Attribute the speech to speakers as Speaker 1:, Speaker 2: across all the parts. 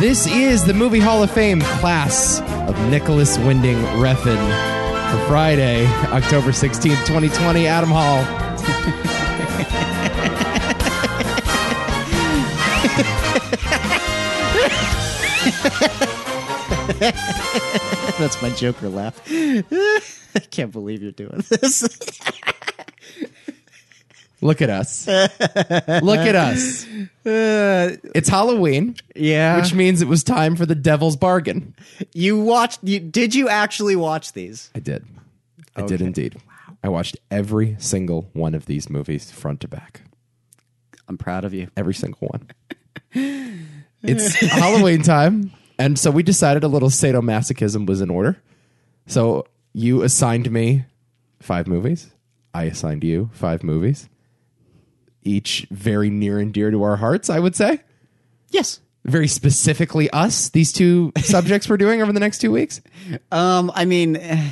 Speaker 1: This is the Movie Hall of Fame class of Nicholas Winding Refn for Friday, October 16th, 2020. Adam Hall.
Speaker 2: That's my Joker laugh. I can't believe you're doing this.
Speaker 1: Look at us. Look at us. it's Halloween,
Speaker 2: yeah.
Speaker 1: which means it was time for the devil's bargain.
Speaker 2: you watched you did you actually watch these?
Speaker 1: I did. I did indeed. I watched every single one of these movies front to back.
Speaker 2: I'm proud of you.
Speaker 1: every single one. it's Halloween time, and so we decided a little sadomasochism was in order. So you assigned me five movies. I assigned you five movies. Each very near and dear to our hearts, I would say.
Speaker 2: Yes.
Speaker 1: Very specifically us, these two subjects we're doing over the next two weeks.
Speaker 2: Um I mean eh,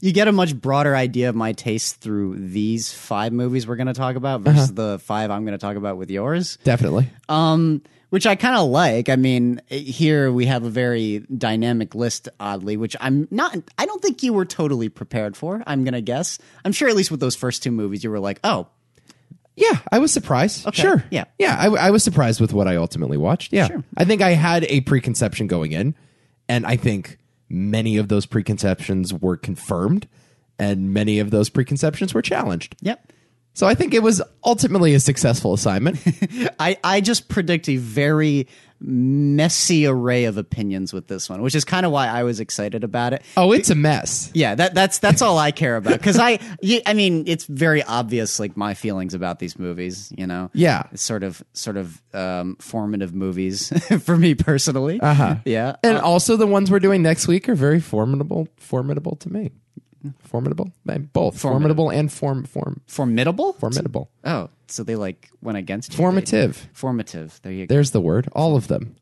Speaker 2: you get a much broader idea of my taste through these five movies we're going to talk about versus the five I'm going to talk about with yours.
Speaker 1: Definitely.
Speaker 2: um, which I kind of like. I mean, here we have a very dynamic list, oddly, which I'm not. I don't think you were totally prepared for. I'm gonna guess. I'm sure at least with those first two movies, you were like, "Oh,
Speaker 1: Yeah, I was surprised. Sure.
Speaker 2: yeah.
Speaker 1: Yeah, I, I was surprised with what I ultimately watched. Yeah. I think I had a preconception going in, and I think many of those preconceptions were confirmed, and many of those preconceptions were challenged.
Speaker 2: yep."
Speaker 1: So I think it was ultimately a successful assignment.
Speaker 2: I I just predict a very messy array of opinions with this one, which is kind of why I was excited about it.
Speaker 1: oh, it's a mess.
Speaker 2: Yeah, that that's that's all I care about because I yeah, I mean it's very obvious like my feelings about these movies, you know.
Speaker 1: Yeah.
Speaker 2: It's sort of sort of um, formative movies for me personally. Uh
Speaker 1: Uh-huh.
Speaker 2: huh. Yeah.
Speaker 1: And also, the ones we're doing next week are very formidable, formidable to me. Formidable, Eh, both formidable and form, form,
Speaker 2: Formidable.
Speaker 1: formidable,
Speaker 2: oh, so they like went against you.
Speaker 1: formative.
Speaker 2: They- formative. There you go.
Speaker 1: There's the word. All of them.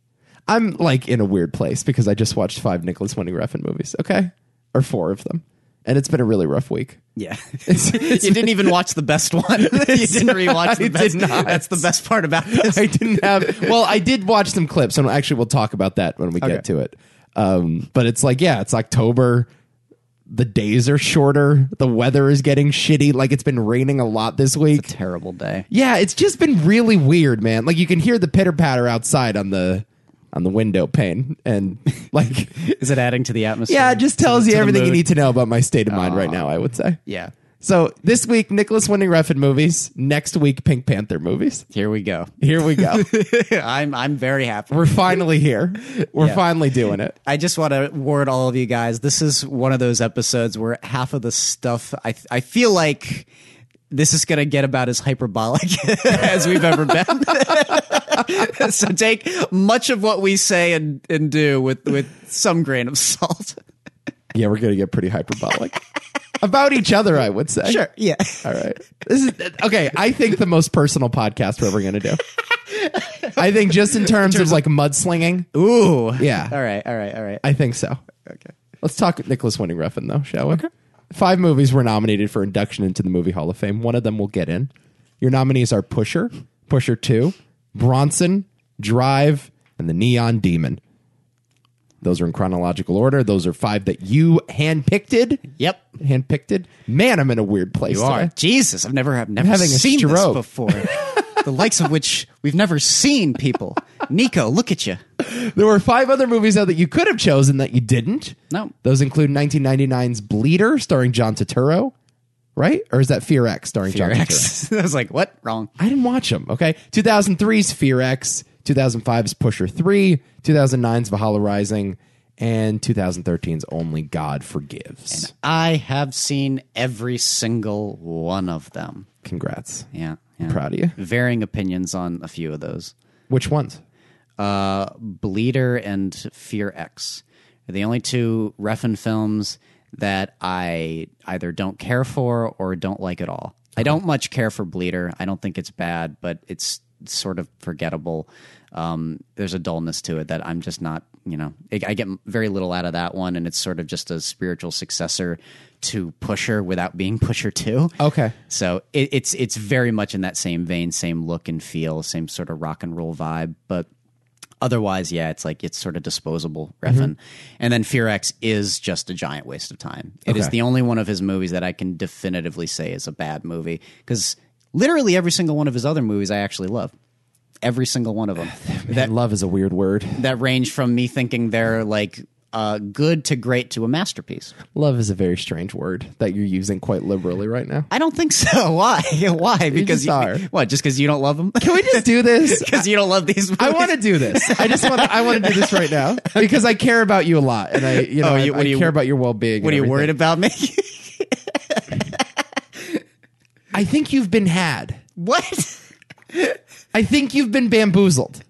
Speaker 1: I'm like in a weird place because I just watched five Nicholas Winning Refn movies. Okay, or four of them, and it's been a really rough week.
Speaker 2: Yeah. you didn't even watch the best one. you didn't rewatch the
Speaker 1: I
Speaker 2: best.
Speaker 1: did not.
Speaker 2: That's the best part about this.
Speaker 1: I didn't have. Well, I did watch some clips, and actually, we'll talk about that when we
Speaker 2: Okay.
Speaker 1: get to it. Um, but it's like, yeah, it's October. The days are shorter. The weather is getting shitty. Like it's been raining a lot this week.
Speaker 2: Terrible day.
Speaker 1: Yeah, it's just been really weird, man. Like you can hear the pitter patter outside on the on the window pane, and like
Speaker 2: Is it adding to the atmosphere?
Speaker 1: Yeah, it just tells you
Speaker 2: the
Speaker 1: everything you
Speaker 2: mood.
Speaker 1: need to know about my state of mind right now, I would say.
Speaker 2: Yeah.
Speaker 1: So this week, Nicholas Winning Refn movies. Next week, Pink Panther movies.
Speaker 2: Here we go.
Speaker 1: Here we go.
Speaker 2: I'm I'm very happy.
Speaker 1: We're finally here. We're
Speaker 2: Yeah.
Speaker 1: finally doing it.
Speaker 2: I just want to ward all of you guys. This is one of those episodes where half of the stuff I I feel like this is going to get about as hyperbolic as we've ever been. so take much of what we say and, and do with with some grain of salt.
Speaker 1: Yeah, we're gonna get pretty hyperbolic. About each other, I would say.
Speaker 2: Yeah.
Speaker 1: All right. This is okay. I think the most personal podcast we're ever gonna do. I think just in terms, of like mudslinging.
Speaker 2: Ooh.
Speaker 1: Yeah.
Speaker 2: All right. All right. All right.
Speaker 1: I think so. Okay. Let's talk Nicholas Winning Refn, though, shall we? Five movies were nominated for induction into the Movie Hall of Fame. One of them will get in. Your nominees are Pusher, Pusher 2, Bronson, Drive, and The Neon Demon. Those are in chronological order. Those are five that you handpicked.
Speaker 2: Yep.
Speaker 1: Handpicked. Man, I'm in a weird place.
Speaker 2: You are.
Speaker 1: today.
Speaker 2: Jesus, I've never, I've never
Speaker 1: having a
Speaker 2: seen this
Speaker 1: stroke.
Speaker 2: before. the likes of which we've never seen. People, Nico, look at you.
Speaker 1: There were five other movies though that you could have chosen that you didn't.
Speaker 2: No.
Speaker 1: Those include 1999's Bleeder, starring John Turturro, right? Or is that Fear X, starring John Turturro?
Speaker 2: I was like, what? Wrong.
Speaker 1: I didn't watch them. Okay, 2003's Fear X, 2005's Pusher Three, 2009's Valhalla Rising, and 2013's Only God Forgives.
Speaker 2: I have seen every single one of them.
Speaker 1: Congrats,
Speaker 2: Yeah. yeah.
Speaker 1: proud of you.
Speaker 2: Varying opinions on a few of those.
Speaker 1: Which ones?
Speaker 2: Uh, Bleeder and Fear X are the only two Refn films that I either don't care for or don't like at all. I don't much care for Bleeder. I don't think it's bad, but it's sort of forgettable. Um, there's a dullness to it that I'm just not, you know, I, I get very little out of that one, and it's sort of just a spiritual successor to Pusher without being Pusher 2.
Speaker 1: Okay,
Speaker 2: So it, it's it's very much in that same vein, same look and feel, same sort of rock and roll vibe. But Otherwise, yeah, it's like it's sort of disposable,
Speaker 1: Mm-hmm.
Speaker 2: Refn. And then Fear X is just a giant waste of time. It is
Speaker 1: Okay.
Speaker 2: the only one of his movies that I can definitively say is a bad movie because literally every single one of his other movies I actually love. Every single one of them.
Speaker 1: That love is a weird word.
Speaker 2: that range from me thinking they're like uh, good to great to a masterpiece.
Speaker 1: Love is a very strange word that you're using quite liberally right now.
Speaker 2: I don't think so. Why? Why? Because
Speaker 1: just are.
Speaker 2: what? Just because you don't love them?
Speaker 1: Can we just do this?
Speaker 2: Because you don't love these movies?
Speaker 1: I want to do this. I just want. I want to do this right now because I care about you a lot, and I, you know,
Speaker 2: Oh, you-
Speaker 1: I,
Speaker 2: what
Speaker 1: I
Speaker 2: are you-
Speaker 1: care about your well being.
Speaker 2: What are you worried about me?
Speaker 1: I think you've been had.
Speaker 2: what?
Speaker 1: I think you've been bamboozled.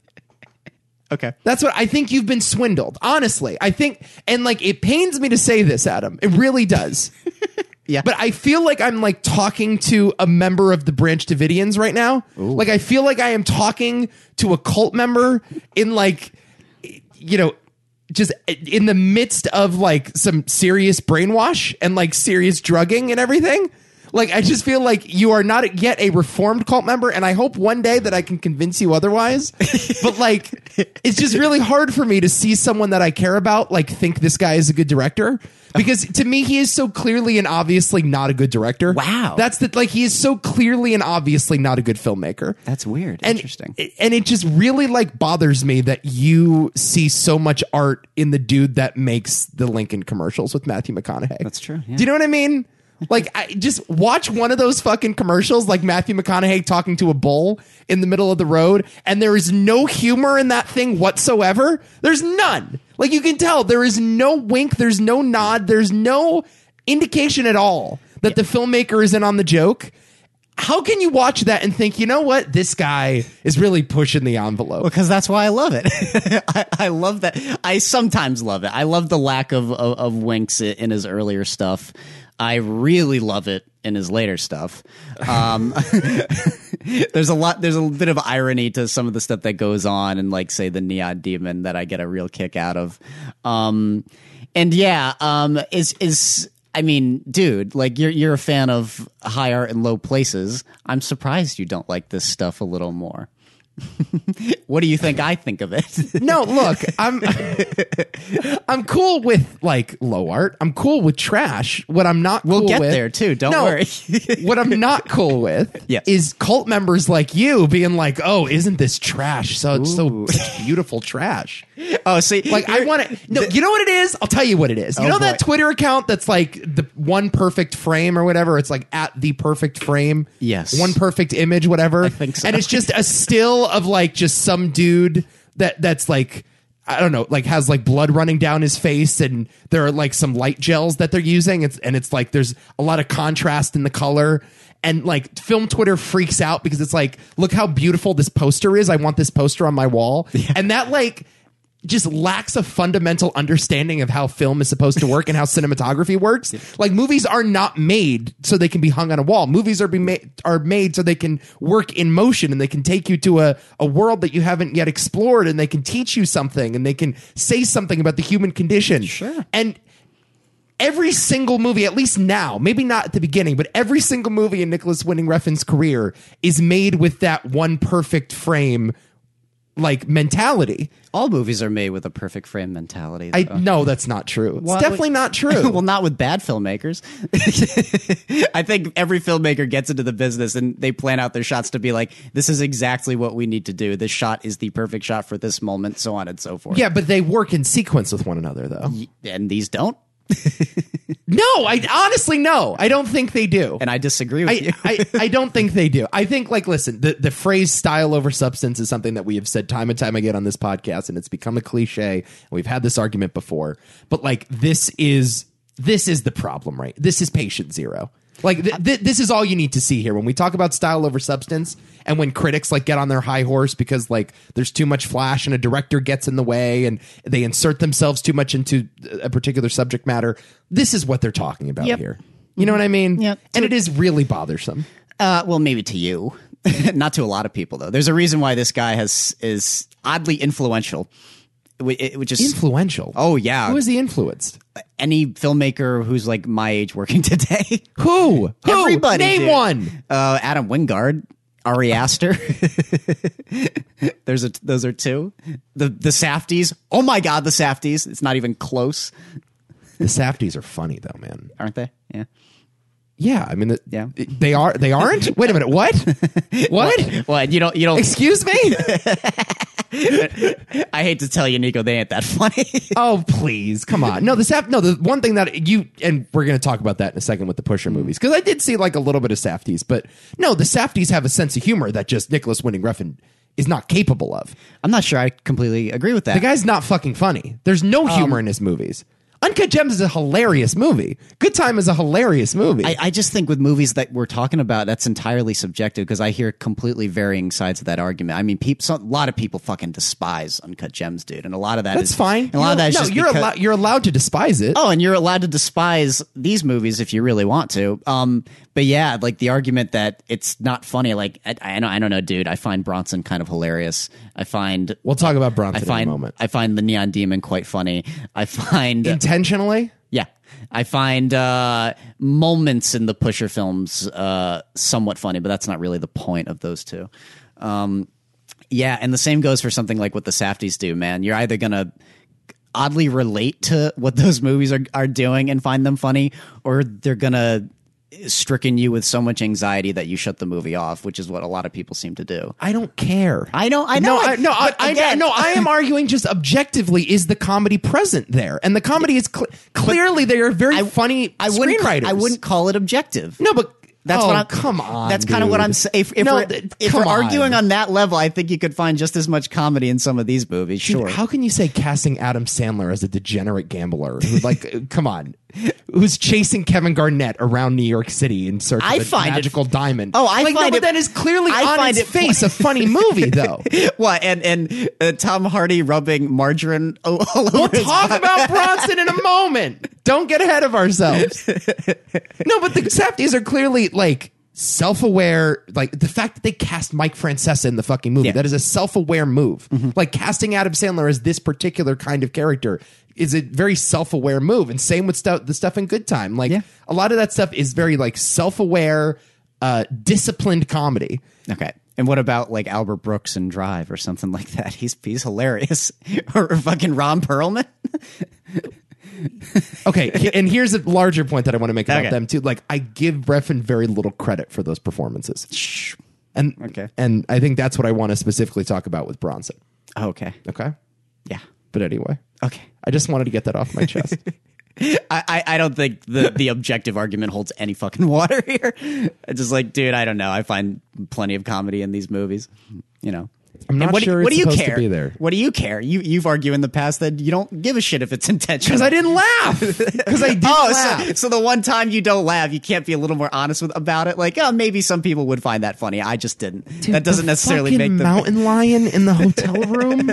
Speaker 2: Okay.
Speaker 1: That's what I think you've been swindled. Honestly, I think, and like it pains me to say this, Adam. It really does.
Speaker 2: Yeah.
Speaker 1: But I feel like I'm like talking to a member of the Branch Davidians right now. Like I feel like I am talking to a cult member in like, you know, just in the midst of like some serious brainwash and like serious drugging and everything. Like I just feel like you are not yet a reformed cult member, and I hope one day that I can convince you otherwise. but like, it's just really hard for me to see someone that I care about like think this guy is a good director because to me he is so clearly and obviously not a good director.
Speaker 2: Wow.
Speaker 1: that's the like he is so clearly and obviously not a good filmmaker.
Speaker 2: That's weird.
Speaker 1: And-
Speaker 2: Interesting.
Speaker 1: And it just really like bothers me that you see so much art in the dude that makes the Lincoln commercials with Matthew McConaughey.
Speaker 2: That's true, yeah.
Speaker 1: Do you know what I mean? Like, I, just watch one of those fucking commercials, like Matthew McConaughey talking to a bull in the middle of the road, and there is no humor in that thing whatsoever. There's none. Like, you can tell there is no wink, there's no nod, there's no indication at all that the filmmaker is in on the joke how can you watch that and think, you know what, this guy is really pushing the envelope?
Speaker 2: because that's why I love it. I, I love that. I sometimes love it. I love the lack of, of, of winks i- in his earlier stuff. I really love it in his later stuff. Um, there's a lot. There's a bit of irony to some of the stuff that goes on, and like say the Neon Demon that I get a real kick out of. Um, and yeah, um, is is. I mean, dude, like you're you're a fan of high art and low places. I'm surprised you don't like this stuff a little more. What do you think I think of it?
Speaker 1: no, look, I'm I'm cool with like low art. I'm cool with trash. What I'm not we'll cool
Speaker 2: get
Speaker 1: with-
Speaker 2: there, too. Don't
Speaker 1: No,
Speaker 2: worry.
Speaker 1: what I'm not cool with
Speaker 2: Yes.
Speaker 1: is cult members like you being like, oh, isn't this trash? So it's so such beautiful trash.
Speaker 2: oh, see,
Speaker 1: Like I want to no. you know what it is? I'll tell you what it is. You know that
Speaker 2: Oh, boy.
Speaker 1: Twitter account that's like the one perfect frame or whatever. It's like at the perfect frame.
Speaker 2: Yes.
Speaker 1: One perfect image, whatever. I
Speaker 2: think so.
Speaker 1: And it's just a still of like just some dude that that's like I don't know, like has like blood running down his face, and there are like some light gels that they're using. It's and it's like there's a lot of contrast in the color. And like film Twitter freaks out because it's like, look how beautiful this poster is. I want this poster on my wall. And that like just lacks a fundamental understanding of how film is supposed to work and how cinematography works. Like movies are not made so they can be hung on a wall. Movies are be ma- are made so they can work in motion and they can take you to a, a world that you haven't yet explored and they can teach you something and they can say something about the human condition. Sure. And every single movie, at least now, maybe not at the beginning, but every single movie in Nicholas Winning Refn's career is made with that one perfect frame like mentality.
Speaker 2: all movies are made with a perfect frame mentality.
Speaker 1: I
Speaker 2: though.
Speaker 1: no, that's not true.
Speaker 2: Why-
Speaker 1: it's definitely not true.
Speaker 2: well, not with bad filmmakers. I think every filmmaker gets into the business and they plan out their shots to be like, this is exactly what we need to do. This shot is the perfect shot for this moment, so on and so forth.
Speaker 1: yeah, but they work in sequence with one another, though.
Speaker 2: And these don't.
Speaker 1: No, I honestly no. I don't think they do.
Speaker 2: And I disagree with you.
Speaker 1: I, I, I don't think they do. I think, like, listen, the, the phrase style over substance is something that we have said time and time again on this podcast, and it's become a cliche. And we've had this argument before, but like, this is this is the problem, right? This is patient zero. Like, th- th- this is all you need to see here when we talk about style over substance, and when critics like get on their high horse because like there's too much flash and a director gets in the way and they insert themselves too much into a particular subject matter. This is what they're talking about
Speaker 2: Yep.
Speaker 1: here. You know what I mean?
Speaker 2: Yep.
Speaker 1: And it is really bothersome.
Speaker 2: Uh, well, maybe to you, not to a lot of people though. There's a reason why this guy has is oddly influential, whi- it- which is
Speaker 1: Influential.
Speaker 2: oh yeah,
Speaker 1: Who is he influenced?
Speaker 2: any filmmaker who's like my age working today.
Speaker 1: Who? Who?
Speaker 2: Everybody,
Speaker 1: Name
Speaker 2: dude.
Speaker 1: one.
Speaker 2: Uh, Adam Wingard. Ari Aster. There's a those are two. The the Safties. Oh my god, the Safties. It's not even close,
Speaker 1: The Safties are funny though, man.
Speaker 2: aren't they? Yeah.
Speaker 1: Yeah, I mean, the,
Speaker 2: Yeah.
Speaker 1: they are. They aren't. Wait a minute. What? What?
Speaker 2: What you don't you don't
Speaker 1: Excuse me.
Speaker 2: I hate to tell you, Nico, they ain't that funny.
Speaker 1: Oh please, come on! No, this Saf- no. The one thing that you and we're going to talk about that in a second with the Pusher movies because I did see like a little bit of Safties, but no, the Safties have a sense of humor that just Nicholas Winning Refn is not capable of.
Speaker 2: I'm not sure I completely agree with
Speaker 1: The
Speaker 2: that.
Speaker 1: guy's not fucking funny. There's
Speaker 2: Um,
Speaker 1: no humor in his movies. Uncut Gems is a hilarious movie. Good Time is a hilarious movie.
Speaker 2: I, I just think with movies that we're talking about, that's entirely subjective because I hear completely varying sides of that argument. I mean, peop, so, a lot of people fucking despise uncut gems, dude, and a lot of that
Speaker 1: That's
Speaker 2: is-
Speaker 1: fine.
Speaker 2: And a lot of
Speaker 1: You-
Speaker 2: that is
Speaker 1: no,
Speaker 2: just
Speaker 1: you're
Speaker 2: because-
Speaker 1: allowed. You're allowed to despise it.
Speaker 2: Oh, and you're allowed to despise these movies if you really want to. Um, but yeah, like the argument that it's not funny. Like I, I don't, I don't know, dude. I find Bronson kind of hilarious. I find
Speaker 1: We'll talk about Bronson
Speaker 2: I find
Speaker 1: in a moment.
Speaker 2: I find the Neon Demon quite funny. I find
Speaker 1: Intentionally,
Speaker 2: yeah. I find uh, moments in the Pusher films uh, somewhat funny, but that's not really the point of those two. Um, yeah, and the same goes for something like what the Safties do, man. You're either going to oddly relate to what those movies are, are doing and find them funny, or they're going to stricken you with so much anxiety that you shut the movie off, which is what a lot of people seem to do.
Speaker 1: I don't care.
Speaker 2: I know, I know.
Speaker 1: No, I, no, I,
Speaker 2: but
Speaker 1: I,
Speaker 2: again-
Speaker 1: no, I am arguing just objectively is the comedy present there, and the comedy is cl- clearly they are very funny
Speaker 2: I wouldn't, ca-
Speaker 1: screenwriters.
Speaker 2: I wouldn't call it objective.
Speaker 1: No, but
Speaker 2: That's
Speaker 1: oh,
Speaker 2: what I'm,
Speaker 1: Come on,
Speaker 2: That's kind of what
Speaker 1: dude.
Speaker 2: I'm saying. If, if
Speaker 1: No,
Speaker 2: we're,
Speaker 1: th-
Speaker 2: if
Speaker 1: come
Speaker 2: we're arguing
Speaker 1: on.
Speaker 2: on that level, I think you could find just as much comedy in some of these movies.
Speaker 1: Dude,
Speaker 2: Sure.
Speaker 1: How can you say casting Adam Sandler as a degenerate gambler? Who, like, come on, who's chasing Kevin Garnett around New York City in search
Speaker 2: I
Speaker 1: of a
Speaker 2: find it-
Speaker 1: magical diamond?
Speaker 2: Oh, I
Speaker 1: like, no,
Speaker 2: find
Speaker 1: but
Speaker 2: it-
Speaker 1: that is clearly
Speaker 2: I
Speaker 1: on
Speaker 2: find
Speaker 1: its
Speaker 2: it-
Speaker 1: face a funny movie, though.
Speaker 2: what and and uh, Tom Hardy rubbing margarine all all over his
Speaker 1: Talk about Bronson in a moment. Don't get ahead of ourselves. No, but the Safdies are clearly like self-aware. Like the fact that they cast Mike Francesa in the fucking movie,
Speaker 2: Yeah. Mm-hmm.
Speaker 1: that is a self-aware move. Like casting Adam Sandler as this particular kind of character is a very self-aware move. And same with stuff, the stuff in Good Time. Like
Speaker 2: Yeah.
Speaker 1: a lot of that stuff is very like self-aware, uh, disciplined comedy.
Speaker 2: Okay. And what about like Albert Brooks and Drive or something like that? He's he's hilarious. or fucking Ron Perlman.
Speaker 1: Okay, he- and here's a larger point that I want to make about
Speaker 2: Okay.
Speaker 1: them too. Like, I give Refn very little credit for those performances. And
Speaker 2: Okay.
Speaker 1: and I think that's what I want to specifically talk about with Bronson.
Speaker 2: Oh, okay.
Speaker 1: Okay,
Speaker 2: Yeah.
Speaker 1: but anyway,
Speaker 2: Okay.
Speaker 1: I just wanted to get that off my chest.
Speaker 2: I, I, I don't think the, the objective argument holds any fucking water here. It's just like, dude, I don't know. I find plenty of comedy in these movies. You know,
Speaker 1: I'm
Speaker 2: And
Speaker 1: not
Speaker 2: what, do-
Speaker 1: sure
Speaker 2: What
Speaker 1: it's
Speaker 2: do you
Speaker 1: supposed to
Speaker 2: care?
Speaker 1: be there.
Speaker 2: What do you care? You you've argued in the past that you don't give a shit if it's intentional.
Speaker 1: Because I didn't laugh. Because I didn't
Speaker 2: Oh,
Speaker 1: laugh.
Speaker 2: so, so the one time you don't laugh, you can't be a little more honest with about it. Like, oh, maybe some people would find that funny. I just didn't. that doesn't
Speaker 1: The
Speaker 2: necessarily
Speaker 1: fucking
Speaker 2: make them.
Speaker 1: mountain lion in the hotel room.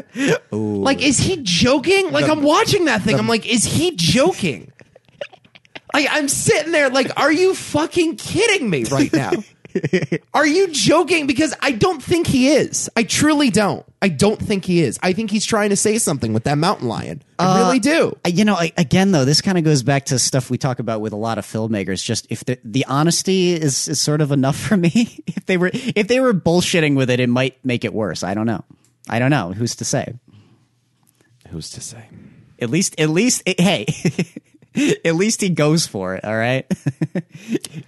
Speaker 1: Like, is he joking? Like, I'm watching that thing. I'm like, is he joking? I, I'm sitting there like, are you fucking kidding me right now? are you joking? Because I don't think he is. I truly don't. I don't think he is. I think he's trying to say something with that mountain lion. I really do.
Speaker 2: Uh, You know, I, again, though, this kind of goes back to stuff we talk about with a lot of filmmakers. Just if the, the honesty is, is sort of enough for me. if they were if they were bullshitting with it, it might make it worse. I don't know. I don't know. Who's to say?
Speaker 1: Who's to say?
Speaker 2: At least, at least, it, hey, at least he goes for it. All right,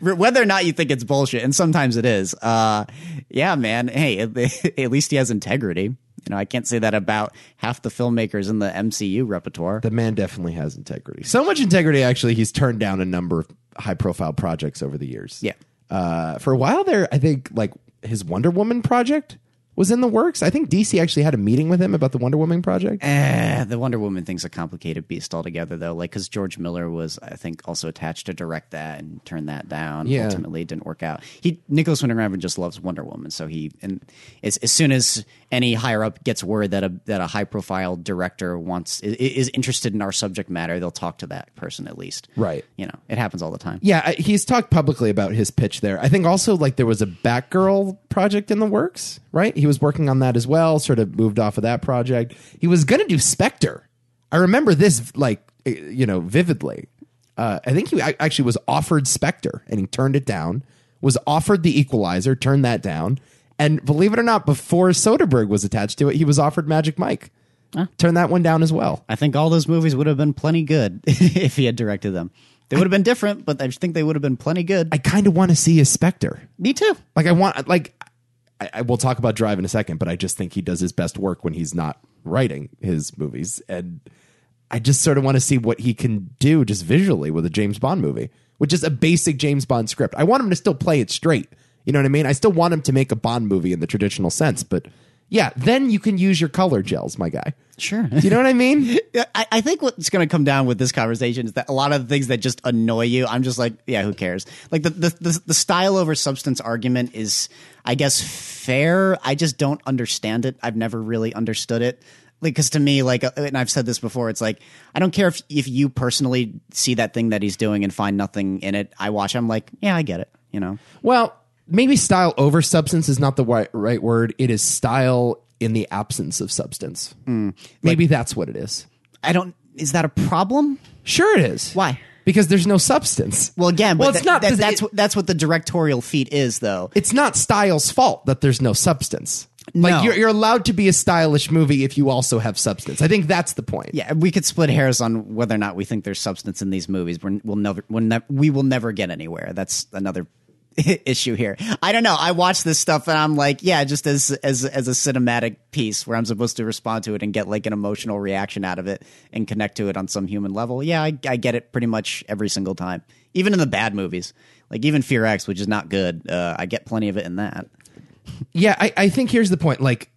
Speaker 2: whether or not you think it's bullshit, and sometimes it is. Uh, yeah, man. Hey, at, at least he has integrity. You know, I can't say that about half the filmmakers in the MCU repertoire.
Speaker 1: The man definitely has integrity. So much integrity, actually, he's turned down a number of high profile projects over the years.
Speaker 2: Yeah.
Speaker 1: Uh, for a while there, I think like his Wonder Woman project was in the works. I think DC actually had a meeting with him about the Wonder Woman project.
Speaker 2: Eh, the Wonder Woman thing's a complicated beast altogether, though. Like, because George Miller was, I think, also attached to direct that and turn that down.
Speaker 1: Yeah.
Speaker 2: Ultimately, it didn't work out. He Nicholas Winding Refn just loves Wonder Woman, so he and as, as soon as any higher up gets word that a that a high profile director wants is, is interested in our subject matter, they'll talk to that person at least.
Speaker 1: Right.
Speaker 2: You know, it happens all the time.
Speaker 1: Yeah, I, he's talked publicly about his pitch there. I think also like there was a Batgirl project in the works, right? He was working on that as well, sort of moved off of that project. He was going to do Spectre. I remember this like eh, you know vividly. Uh, I think he ac- actually was offered Spectre and he turned it down. Was offered the Equalizer, turned that down. And believe it or not, before Soderbergh was attached to it, he was offered Magic Mike. Turn that one down as well.
Speaker 2: I think all those movies would have been plenty good if he had directed them. They would have been different, but I just think they would have been plenty good.
Speaker 1: I kind of want to see his Spectre.
Speaker 2: Me too.
Speaker 1: Like I want like I, I will talk about Drive in a second, but I just think he does his best work when he's not writing his movies, and I just sort of want to see what he can do just visually with a James Bond movie, which is a basic James Bond script. I want him to still play it straight. You know what I mean? I still want him to make a Bond movie in the traditional sense, but yeah, then you can use your color gels, my guy.
Speaker 2: Sure.
Speaker 1: Do you know what I mean?
Speaker 2: Yeah, I, I think what's going to come down with this conversation is that a lot of the things that just annoy you, I'm just like, yeah, who cares? Like the the, the, the style over substance argument is, I guess, fair. I just don't understand it. I've never really understood it. Like, because to me, like, uh, and I've said this before, it's like I don't care if if you personally see that thing that he's doing and find nothing in it. I watch. I'm like, yeah, I get it. You know,
Speaker 1: Well, maybe style over substance is not the wi- right word. It is style in the absence of substance.
Speaker 2: Hmm.
Speaker 1: Maybe that's what it is.
Speaker 2: I don't. Is that a problem?
Speaker 1: Sure, it is.
Speaker 2: Why?
Speaker 1: Because there's no substance.
Speaker 2: Well, again, but
Speaker 1: Well, it's
Speaker 2: that-
Speaker 1: not-
Speaker 2: that-
Speaker 1: it-
Speaker 2: that's what that's what the directorial feat is, though.
Speaker 1: It's not style's fault that there's no substance.
Speaker 2: No.
Speaker 1: Like you're, you're allowed to be a stylish movie if you also have substance. I think that's the point.
Speaker 2: Yeah, we could split hairs on whether or not we think there's substance in these movies. We're, we'll never, we'll nev- we will never get anywhere. That's another issue here. I don't know. I watch this stuff and I'm like, yeah, just as as as a cinematic piece where I'm supposed to respond to it and get like an emotional reaction out of it and connect to it on some human level. Yeah, I, I get it pretty much every single time, even in the bad movies. Like even Fear X, which is not good, uh, I get plenty of it in that.
Speaker 1: Yeah, I, I think here's the point. Like,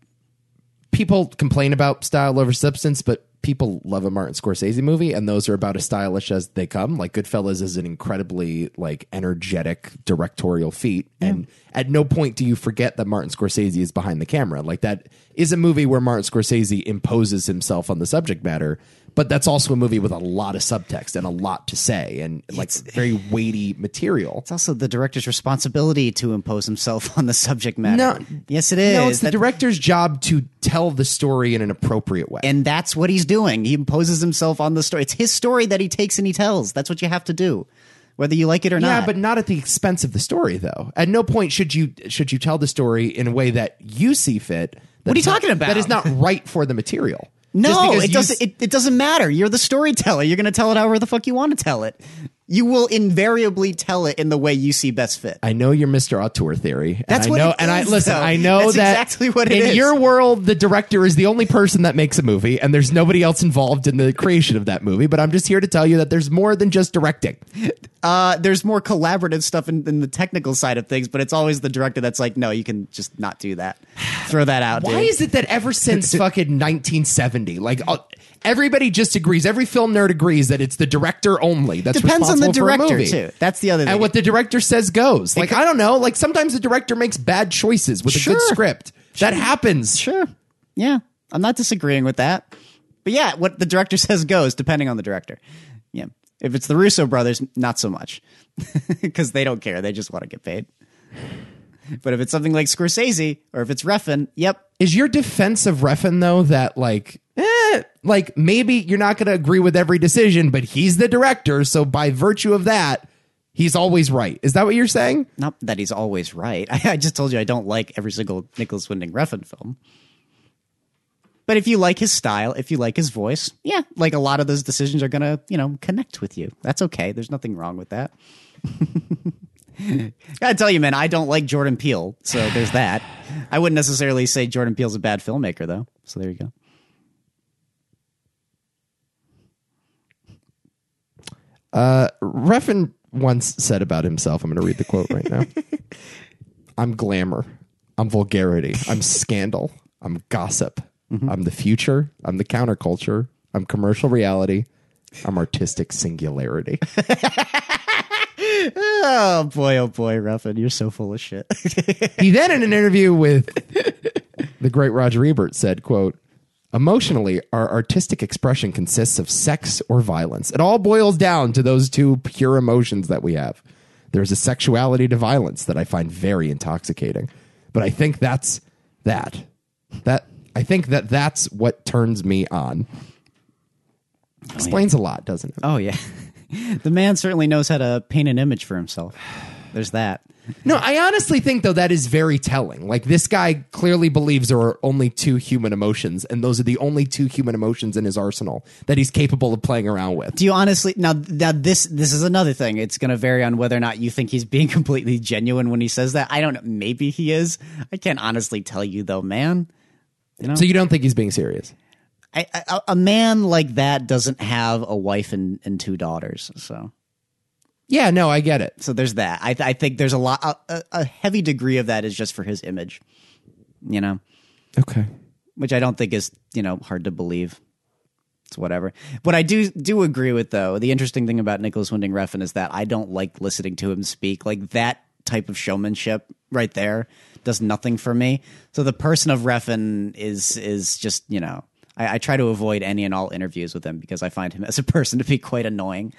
Speaker 1: people complain about style over substance, but people love a Martin Scorsese movie, and those are about as stylish as they come. Like, Goodfellas is an incredibly like energetic directorial feat, and at no point do you forget that Martin Scorsese is behind the camera. Like, that is a movie where Martin Scorsese imposes himself on the subject matter. But that's also a movie with a lot of subtext and a lot to say, and like very weighty material.
Speaker 2: It's also the director's responsibility to impose himself on the subject matter.
Speaker 1: No.
Speaker 2: yes, it is.
Speaker 1: No, it's the
Speaker 2: That-
Speaker 1: director's job to tell the story in an appropriate way.
Speaker 2: and that's what he's doing. He imposes himself on the story. It's his story that he takes and he tells. That's what you have to do, whether you like it or
Speaker 1: yeah,
Speaker 2: not.
Speaker 1: but not at the expense of the story, though. At no point should you should you tell the story in a way that you see fit. What
Speaker 2: are you talking about?
Speaker 1: That is not right for the material. Just
Speaker 2: no,
Speaker 1: because
Speaker 2: it
Speaker 1: you
Speaker 2: doesn't.
Speaker 1: s-
Speaker 2: It, it doesn't matter. You're the storyteller. You're going to tell it however the fuck you want to tell it. You will invariably tell it in the way you see best fit.
Speaker 1: I know you're Mr. Auteur theory. and
Speaker 2: That's
Speaker 1: I
Speaker 2: what
Speaker 1: know,
Speaker 2: it
Speaker 1: and I
Speaker 2: is,
Speaker 1: listen.
Speaker 2: though.
Speaker 1: I know
Speaker 2: That's
Speaker 1: that
Speaker 2: exactly what it
Speaker 1: in
Speaker 2: is.
Speaker 1: your world, the director is the only person that makes a movie, and there's nobody else involved in the creation of that movie. But I'm just here to tell you that there's more than just directing.
Speaker 2: Uh, there's more collaborative stuff in, in the technical side of things, but it's always the director that's like, no, you can just not do that. Throw that out.
Speaker 1: Why
Speaker 2: dude.
Speaker 1: is it that ever since fucking 1970, like uh, everybody just agrees, every film nerd agrees that it's the director only that's
Speaker 2: depends on the
Speaker 1: responsible for a
Speaker 2: director
Speaker 1: movie.
Speaker 2: too. That's the other thing.
Speaker 1: And what the director says goes. Like I don't know. Like sometimes the director makes bad choices with a good
Speaker 2: Sure.
Speaker 1: script. That happens.
Speaker 2: Sure. Yeah. I'm not disagreeing with that. But yeah, what the director says goes, depending on the director. Yeah. If it's the Russo brothers, not so much. Because they don't care. They just want to get paid. But if it's something like Scorsese or if it's Refn, yep.
Speaker 1: Is your defense of Refn though that like, eh, like maybe you're not going to agree with every decision, but he's the director, so by virtue of that, he's always right. Is that what you're saying?
Speaker 2: Not that he's always right. I, just told you I don't like every single Nicholas Winding Refn film. But if you like his style, if you like his voice, yeah, like a lot of those decisions are going to, you know, connect with you. That's okay. There's nothing wrong with that. Gotta tell you, man, I don't like Jordan Peele, so there's that. I wouldn't necessarily say Jordan Peele's a bad filmmaker, though. So there you go.
Speaker 1: Refn once said about himself, I'm going to read the quote right now I'm glamour. I'm vulgarity. I'm scandal. I'm gossip. I'm the future. I'm the counterculture. I'm commercial reality. I'm artistic singularity.
Speaker 2: Oh boy, oh boy, Ruffin, you're so full of shit.
Speaker 1: he then, in an interview with the great Roger Ebert, said, quote, Emotionally, our artistic expression consists of sex or violence. It all boils down to those two pure emotions that we have. There's a sexuality to violence that I find very intoxicating. But I think that's that. That I think that that's what turns me on. Explains a lot, doesn't it?
Speaker 2: oh yeah, the man certainly knows how to paint an image for himself. There's that.
Speaker 1: No, I honestly think though that is very telling. Like this guy clearly believes there are only two human emotions, and those are the only two human emotions in his arsenal that he's capable of playing around with.
Speaker 2: Do you honestly now now this this is another thing. It's going to vary on whether or not you think he's being completely genuine when he says that. I don't know. Maybe he is. I can't honestly tell you though, man.
Speaker 1: So you don't think he's being serious?
Speaker 2: I, I, a man like that doesn't have a wife and, and two daughters. So
Speaker 1: Yeah, no, I get it.
Speaker 2: so there's that. I I think there's a lot a, a- a heavy degree of that is just for his image. You know.
Speaker 1: Okay.
Speaker 2: which I don't think is you know hard to believe. It's whatever. What I do do agree with though, the interesting thing about Nicholas Winding Refn is that I don't like listening to him speak. Like that type of showmanship right there does nothing for me. So the person of Refn is is just you know I, I try to avoid any and all interviews with him because I find him as a person to be quite annoying.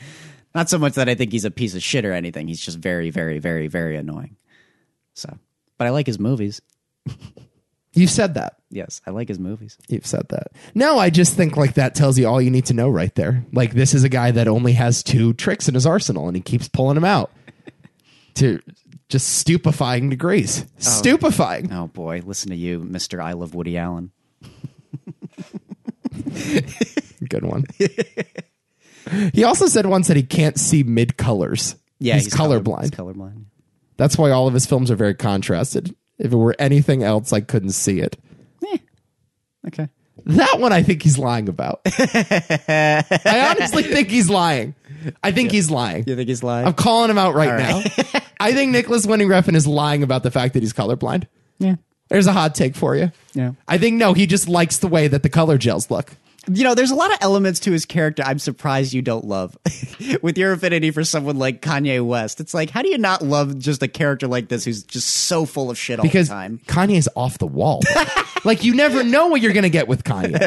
Speaker 2: Not so much that I think he's a piece of shit or anything. He's just very, very, very, very annoying. So, but I like his movies.
Speaker 1: You've said that.
Speaker 2: Yes, I like his movies.
Speaker 1: You've said that. No, I just think like that tells you all you need to know right there. Like this is a guy that only has two tricks in his arsenal and he keeps pulling them out to just stupefying degrees. Stupefying.
Speaker 2: Oh boy, listen to you, Mister. I love Woody Allen.
Speaker 1: Good one. he also said once that he can't see mid colors. he's,
Speaker 2: color-
Speaker 1: colorblind.
Speaker 2: He's colorblind.
Speaker 1: That's why all of his films are very contrasted. If it were anything else, I couldn't see it.
Speaker 2: Okay.
Speaker 1: That one I think he's lying about. I honestly think he's lying. I think he's lying.
Speaker 2: You think he's lying?
Speaker 1: I'm calling him out right, now. I think Nicholas Winning Refn is lying about the fact that he's colorblind.
Speaker 2: yeah.
Speaker 1: There's a hot take for you.
Speaker 2: Yeah.
Speaker 1: I think no, he just likes the way that the color gels look.
Speaker 2: You know, there's a lot of elements to his character I'm surprised you don't love. With your affinity for someone like Kanye West, it's like, how do you not love just a character like this who's just so full of shit all
Speaker 1: Because
Speaker 2: the time?
Speaker 1: Kanye's off the wall. like you never know what you're gonna get with Kanye.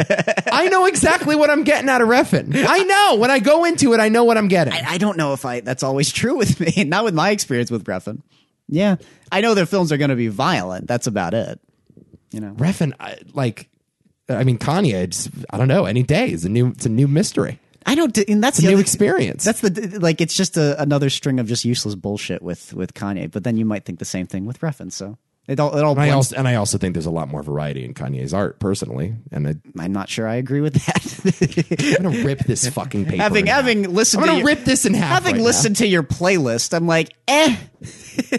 Speaker 1: I know exactly what I'm getting out of Refn. I know. When I go into it, I know what I'm getting.
Speaker 2: I, I don't know if I that's always true with me, not with my experience with Breffin. Yeah. I know their films are going to be violent. That's about it. You know.
Speaker 1: Refn, I, like I mean Kanye, it's, I don't know, any day is a new it's a new mystery.
Speaker 2: I don't and that's
Speaker 1: A
Speaker 2: the
Speaker 1: new
Speaker 2: other-
Speaker 1: experience.
Speaker 2: That's the like it's just a, another string of just useless bullshit with with Kanye. But then you might think the same thing with Refn. So it all it all
Speaker 1: I
Speaker 2: blends.
Speaker 1: also, and I also think there's a lot more variety in Kanye's art, personally. And I,
Speaker 2: I'm not sure I agree with that.
Speaker 1: I'm gonna rip this fucking paper.
Speaker 2: having
Speaker 1: in half.
Speaker 2: having listened
Speaker 1: I'm
Speaker 2: to
Speaker 1: gonna
Speaker 2: your,
Speaker 1: rip this in half.
Speaker 2: having
Speaker 1: right
Speaker 2: listened to your playlist, I'm like eh,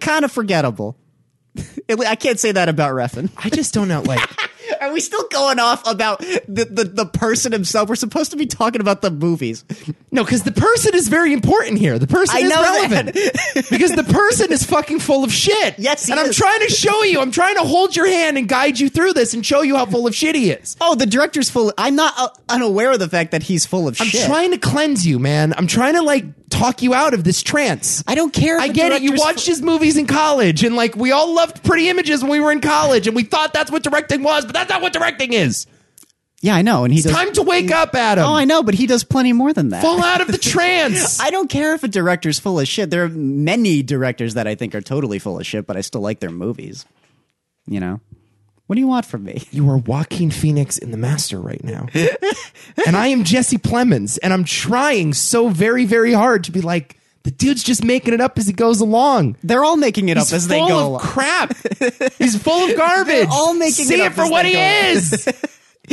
Speaker 2: kind of forgettable. At le- I can't say that about Refn.
Speaker 1: now. I just don't know. Like,
Speaker 2: Are we still going off about the, the, the person himself? We're supposed to be talking about the movies.
Speaker 1: no, because the person is very important here. The person
Speaker 2: I
Speaker 1: is
Speaker 2: know
Speaker 1: relevant because the person is fucking full of shit.
Speaker 2: Yes, he
Speaker 1: and I'm
Speaker 2: is.
Speaker 1: trying to show you. I'm trying to hold your hand and guide you through this and show you how full of shit he is.
Speaker 2: Oh, the director's full. I'm not uh, unaware of the fact that he's full of
Speaker 1: I'm
Speaker 2: shit.
Speaker 1: trying to cleanse you, man. I'm trying to like talk you out of this trance.
Speaker 2: I don't care. if
Speaker 1: I
Speaker 2: the
Speaker 1: get it. You
Speaker 2: director's full-
Speaker 1: watched his movies in college, and like we all loved pretty images when we were in college, and we thought that's what directing was, but that's not what directing is.
Speaker 2: Yeah, I know, and he does.
Speaker 1: Time to wake up, Adam.
Speaker 2: oh, I know, but he does plenty more than that.
Speaker 1: Fall out of the trance.
Speaker 2: I don't care if a director's full of shit. There are many directors that I think are totally full of shit, but I still like their movies. You know, what do you want from me?
Speaker 1: you are Joaquin Phoenix in The Master right now. and I am Jesse Plemons, and I'm trying so very, very hard to be like, the dude's just making it up as he goes along.
Speaker 2: They're all making it
Speaker 1: He's
Speaker 2: up as they
Speaker 1: full
Speaker 2: go
Speaker 1: of
Speaker 2: along.
Speaker 1: crap. He's full of garbage.
Speaker 2: They're all making
Speaker 1: See
Speaker 2: it
Speaker 1: it,
Speaker 2: up
Speaker 1: for
Speaker 2: as
Speaker 1: what
Speaker 2: they
Speaker 1: he
Speaker 2: go along.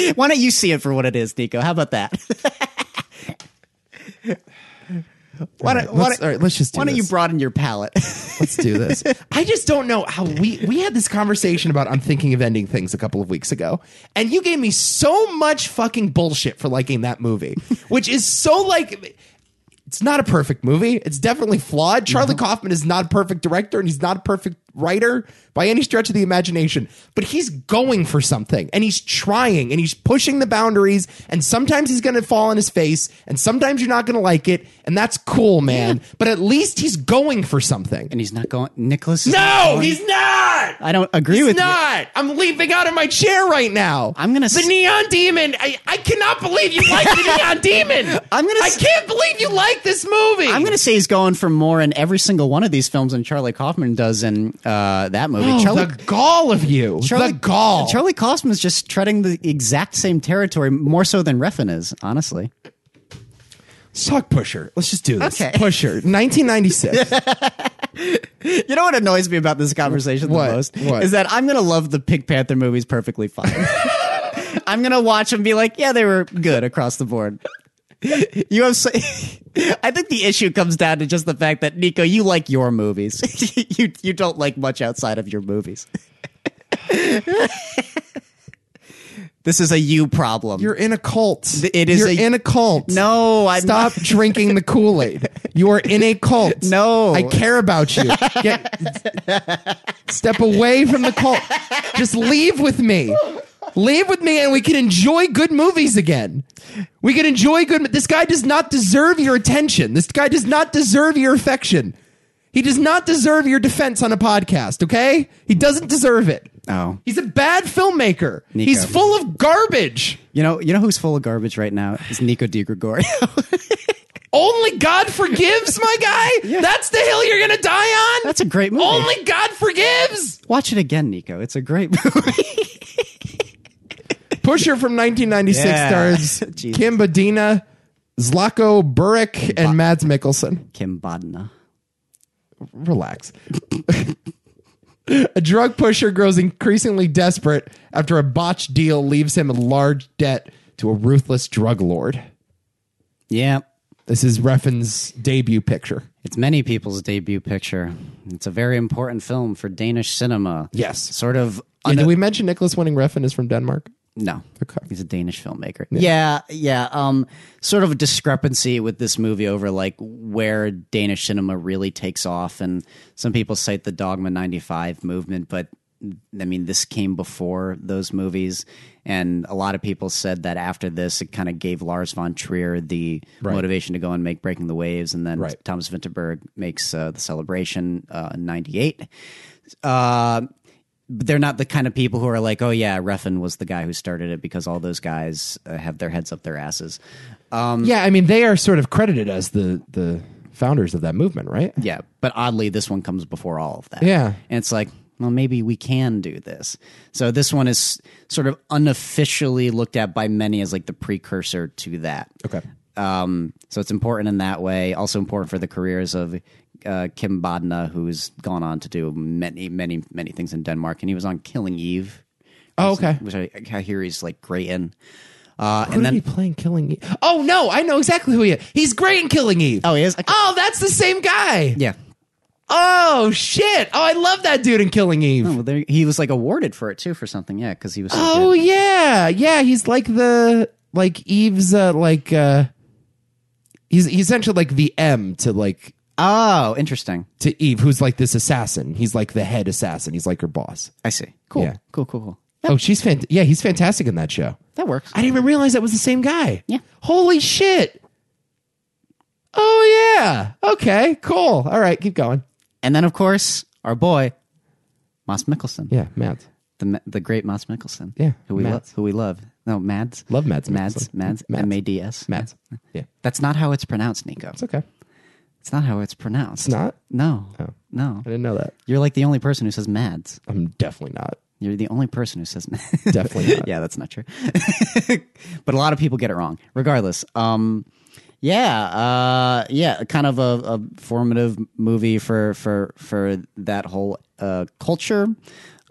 Speaker 1: is.
Speaker 2: Why don't you see it for what it is, Nico? How about that? why don't,
Speaker 1: All right,
Speaker 2: why
Speaker 1: let's-
Speaker 2: don't-
Speaker 1: all right, let's just do
Speaker 2: why don't you
Speaker 1: this.
Speaker 2: broaden your palate?
Speaker 1: Let's do this. I just don't know how we we had this conversation about I'm thinking of ending things a couple of weeks ago, and you gave me so much fucking bullshit for liking that movie, which is so like it's not a perfect movie. It's definitely flawed. Charlie Kaufman is not a perfect director and he's not a perfect writer by any stretch of the imagination, but he's going for something and he's trying and he's pushing the boundaries. And sometimes he's going to fall on his face and sometimes you're not going to like it. And that's cool, man. But at least he's going for something.
Speaker 2: and he's not going. Nicholas? is not
Speaker 1: No,
Speaker 2: going-
Speaker 1: he's not.
Speaker 2: I don't agree
Speaker 1: He's
Speaker 2: with you.
Speaker 1: not. I'm leaping out of my chair right now.
Speaker 2: I'm gonna
Speaker 1: the
Speaker 2: s-
Speaker 1: neon demon. I, I cannot believe you like the neon demon.
Speaker 2: I'm gonna
Speaker 1: I
Speaker 2: s-
Speaker 1: can't believe you like this movie.
Speaker 2: I'm going to say he's going for more in every single one of these films than Charlie Kaufman does in uh, that movie.
Speaker 1: Oh,
Speaker 2: Charlie,
Speaker 1: the gall of you.
Speaker 2: Charlie
Speaker 1: the gall.
Speaker 2: Charlie Kaufman's just treading the exact same territory, more so than Refn is, honestly.
Speaker 1: Let's talk Pusher. Let's just do this.
Speaker 2: Okay.
Speaker 1: Pusher, 1996.
Speaker 2: You know what annoys me about this conversation the
Speaker 1: What?
Speaker 2: most
Speaker 1: What?
Speaker 2: is that I'm gonna love the Pink Panther movies perfectly fine. I'm gonna watch them and be like, yeah, they were good across the board. You have, so- I think the issue comes down to just the fact that Nico, you like your movies. you you don't like much outside of your movies. this is a you problem.
Speaker 1: You're in a cult.
Speaker 2: Um, It is
Speaker 1: You're
Speaker 2: a-
Speaker 1: in a cult.
Speaker 2: no, I'm
Speaker 1: Stop drinking the Kool Aid. You are in a cult.
Speaker 2: No.
Speaker 1: I care about you. Get- step away from the cult. Just leave with me. Leave with me, and we can enjoy good movies again. We can enjoy good. This guy does not deserve your attention. This guy does not deserve your affection. He does not deserve your defense on a podcast. Okay, he doesn't deserve it.
Speaker 2: Oh.
Speaker 1: he's a bad filmmaker.
Speaker 2: Nico.
Speaker 1: He's full of garbage.
Speaker 2: You know, you know who's full of garbage right now is Nico DiGregorio.
Speaker 1: Only God forgives, my guy. That's the hill you're gonna die on.
Speaker 2: That's a great movie.
Speaker 1: Only God forgives.
Speaker 2: Watch it again, Nico. It's a great movie.
Speaker 1: Pusher from 1996
Speaker 2: Yeah.
Speaker 1: stars
Speaker 2: Jesus.
Speaker 1: Kim Bodina, Zlatko Burek, and Mads Mikkelsen.
Speaker 2: Kim Bodna.
Speaker 1: Relax. a drug pusher grows increasingly desperate after a botched deal leaves him a large debt to a ruthless drug lord.
Speaker 2: Yeah.
Speaker 1: This is Reffin's debut picture.
Speaker 2: It's many people's debut picture. It's a very important film for Danish cinema.
Speaker 1: Yes.
Speaker 2: Sort of.
Speaker 1: And
Speaker 2: under-
Speaker 1: did we mention Nicholas Winning Refn is from Denmark?
Speaker 2: no.
Speaker 1: Okay.
Speaker 2: He's a Danish filmmaker. Yeah. yeah. Um, sort of a discrepancy with this movie over like where Danish cinema really takes off. And some people cite the Dogma 95 movement, but I mean, this came before those movies. And a lot of people said that after this, it kind of gave Lars von Trier the motivation to go and make Breaking the Waves. And then
Speaker 1: Right.
Speaker 2: Thomas Vinterberg makes uh, The Celebration uh, in 98. Uh, but they're not the kind of people who are like, oh yeah, Refn was the guy who started it because all those guys uh, have their heads up their asses. Um,
Speaker 1: Yeah, I mean they are sort of credited as the the founders of that movement, right?
Speaker 2: yeah, but oddly, this one comes before all of that.
Speaker 1: Yeah.
Speaker 2: and it's like, well, maybe we can do this. So this one is sort of unofficially looked at by many as like the precursor to that.
Speaker 1: Okay.
Speaker 2: Um, so it's important in that way. Also important for the careers of uh, Kim Bodna, who's gone on to do many, many, many things in Denmark, and he was on Killing Eve.
Speaker 1: Oh, okay.
Speaker 2: Which I, I hear he's like great in. Uh,
Speaker 1: Who
Speaker 2: and then
Speaker 1: did he play in Killing Eve? Oh no, I know exactly who he is. He's great in Killing Eve.
Speaker 2: Oh, he is? Okay.
Speaker 1: Oh, that's the same guy.
Speaker 2: yeah,
Speaker 1: Oh shit. Oh, I love that dude in Killing Eve.
Speaker 2: Oh, well, there, he was like awarded for it too for something. Yeah, because he was. So
Speaker 1: Oh
Speaker 2: good.
Speaker 1: yeah, yeah. He's like the like Eve's uh, like uh he's he's essentially like the M to like
Speaker 2: oh, interesting.
Speaker 1: to Eve, who's like this assassin. He's like the head assassin. He's like her boss.
Speaker 2: I see. Cool.
Speaker 1: Yeah.
Speaker 2: Cool. Cool. Cool.
Speaker 1: Oh, she's fant- yeah, he's fantastic in that show.
Speaker 2: That works.
Speaker 1: I didn't even realize that was the same guy.
Speaker 2: Yeah.
Speaker 1: Holy shit. Oh yeah. Okay. Cool. All right. Keep going.
Speaker 2: and then of course our boy, Moss Mickelson.
Speaker 1: Yeah. Matt.
Speaker 2: the Ma- the great Mads Mikkelsen.
Speaker 1: Yeah,
Speaker 2: who we love,
Speaker 1: Mads.
Speaker 2: who we love. No, Mads.
Speaker 1: Love Mads
Speaker 2: Mads.
Speaker 1: Mikkelsen.
Speaker 2: Mads.
Speaker 1: Mads.
Speaker 2: M a d s.
Speaker 1: Matt. Yeah.
Speaker 2: That's not how it's pronounced, Nico.
Speaker 1: It's okay.
Speaker 2: It's not how it's pronounced.
Speaker 1: It's not.
Speaker 2: No.
Speaker 1: Oh.
Speaker 2: No.
Speaker 1: I didn't know that.
Speaker 2: You're like the only person who says Mads.
Speaker 1: I'm definitely not.
Speaker 2: You're the only person who says Mads.
Speaker 1: Definitely not.
Speaker 2: yeah, that's not true. but a lot of people get it wrong. Regardless, um, yeah, uh, yeah, kind of a, a formative movie for for for that whole uh, culture.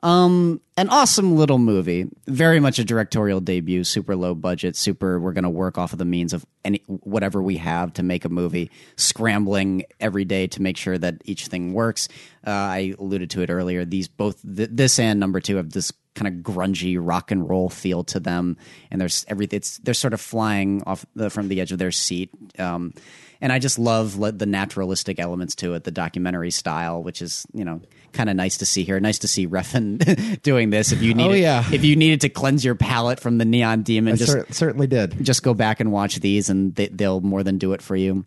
Speaker 2: Um, an awesome little movie. Very much a directorial debut. Super low budget. Super. We're gonna work off of the means of any whatever we have to make a movie. Scrambling every day to make sure that each thing works. Uh, I alluded to it earlier. These both th- this and number two have this kind of grungy rock and roll feel to them and there's everything it's they're sort of flying off the, from the edge of their seat um, and i just love le- the naturalistic elements to it the documentary style which is you know kind of nice to see here nice to see refn doing this if you needed
Speaker 1: yeah.
Speaker 2: if you needed to cleanse your palate from the neon demon just
Speaker 1: certainly did.
Speaker 2: just go back and watch these and they, they'll more than do it for you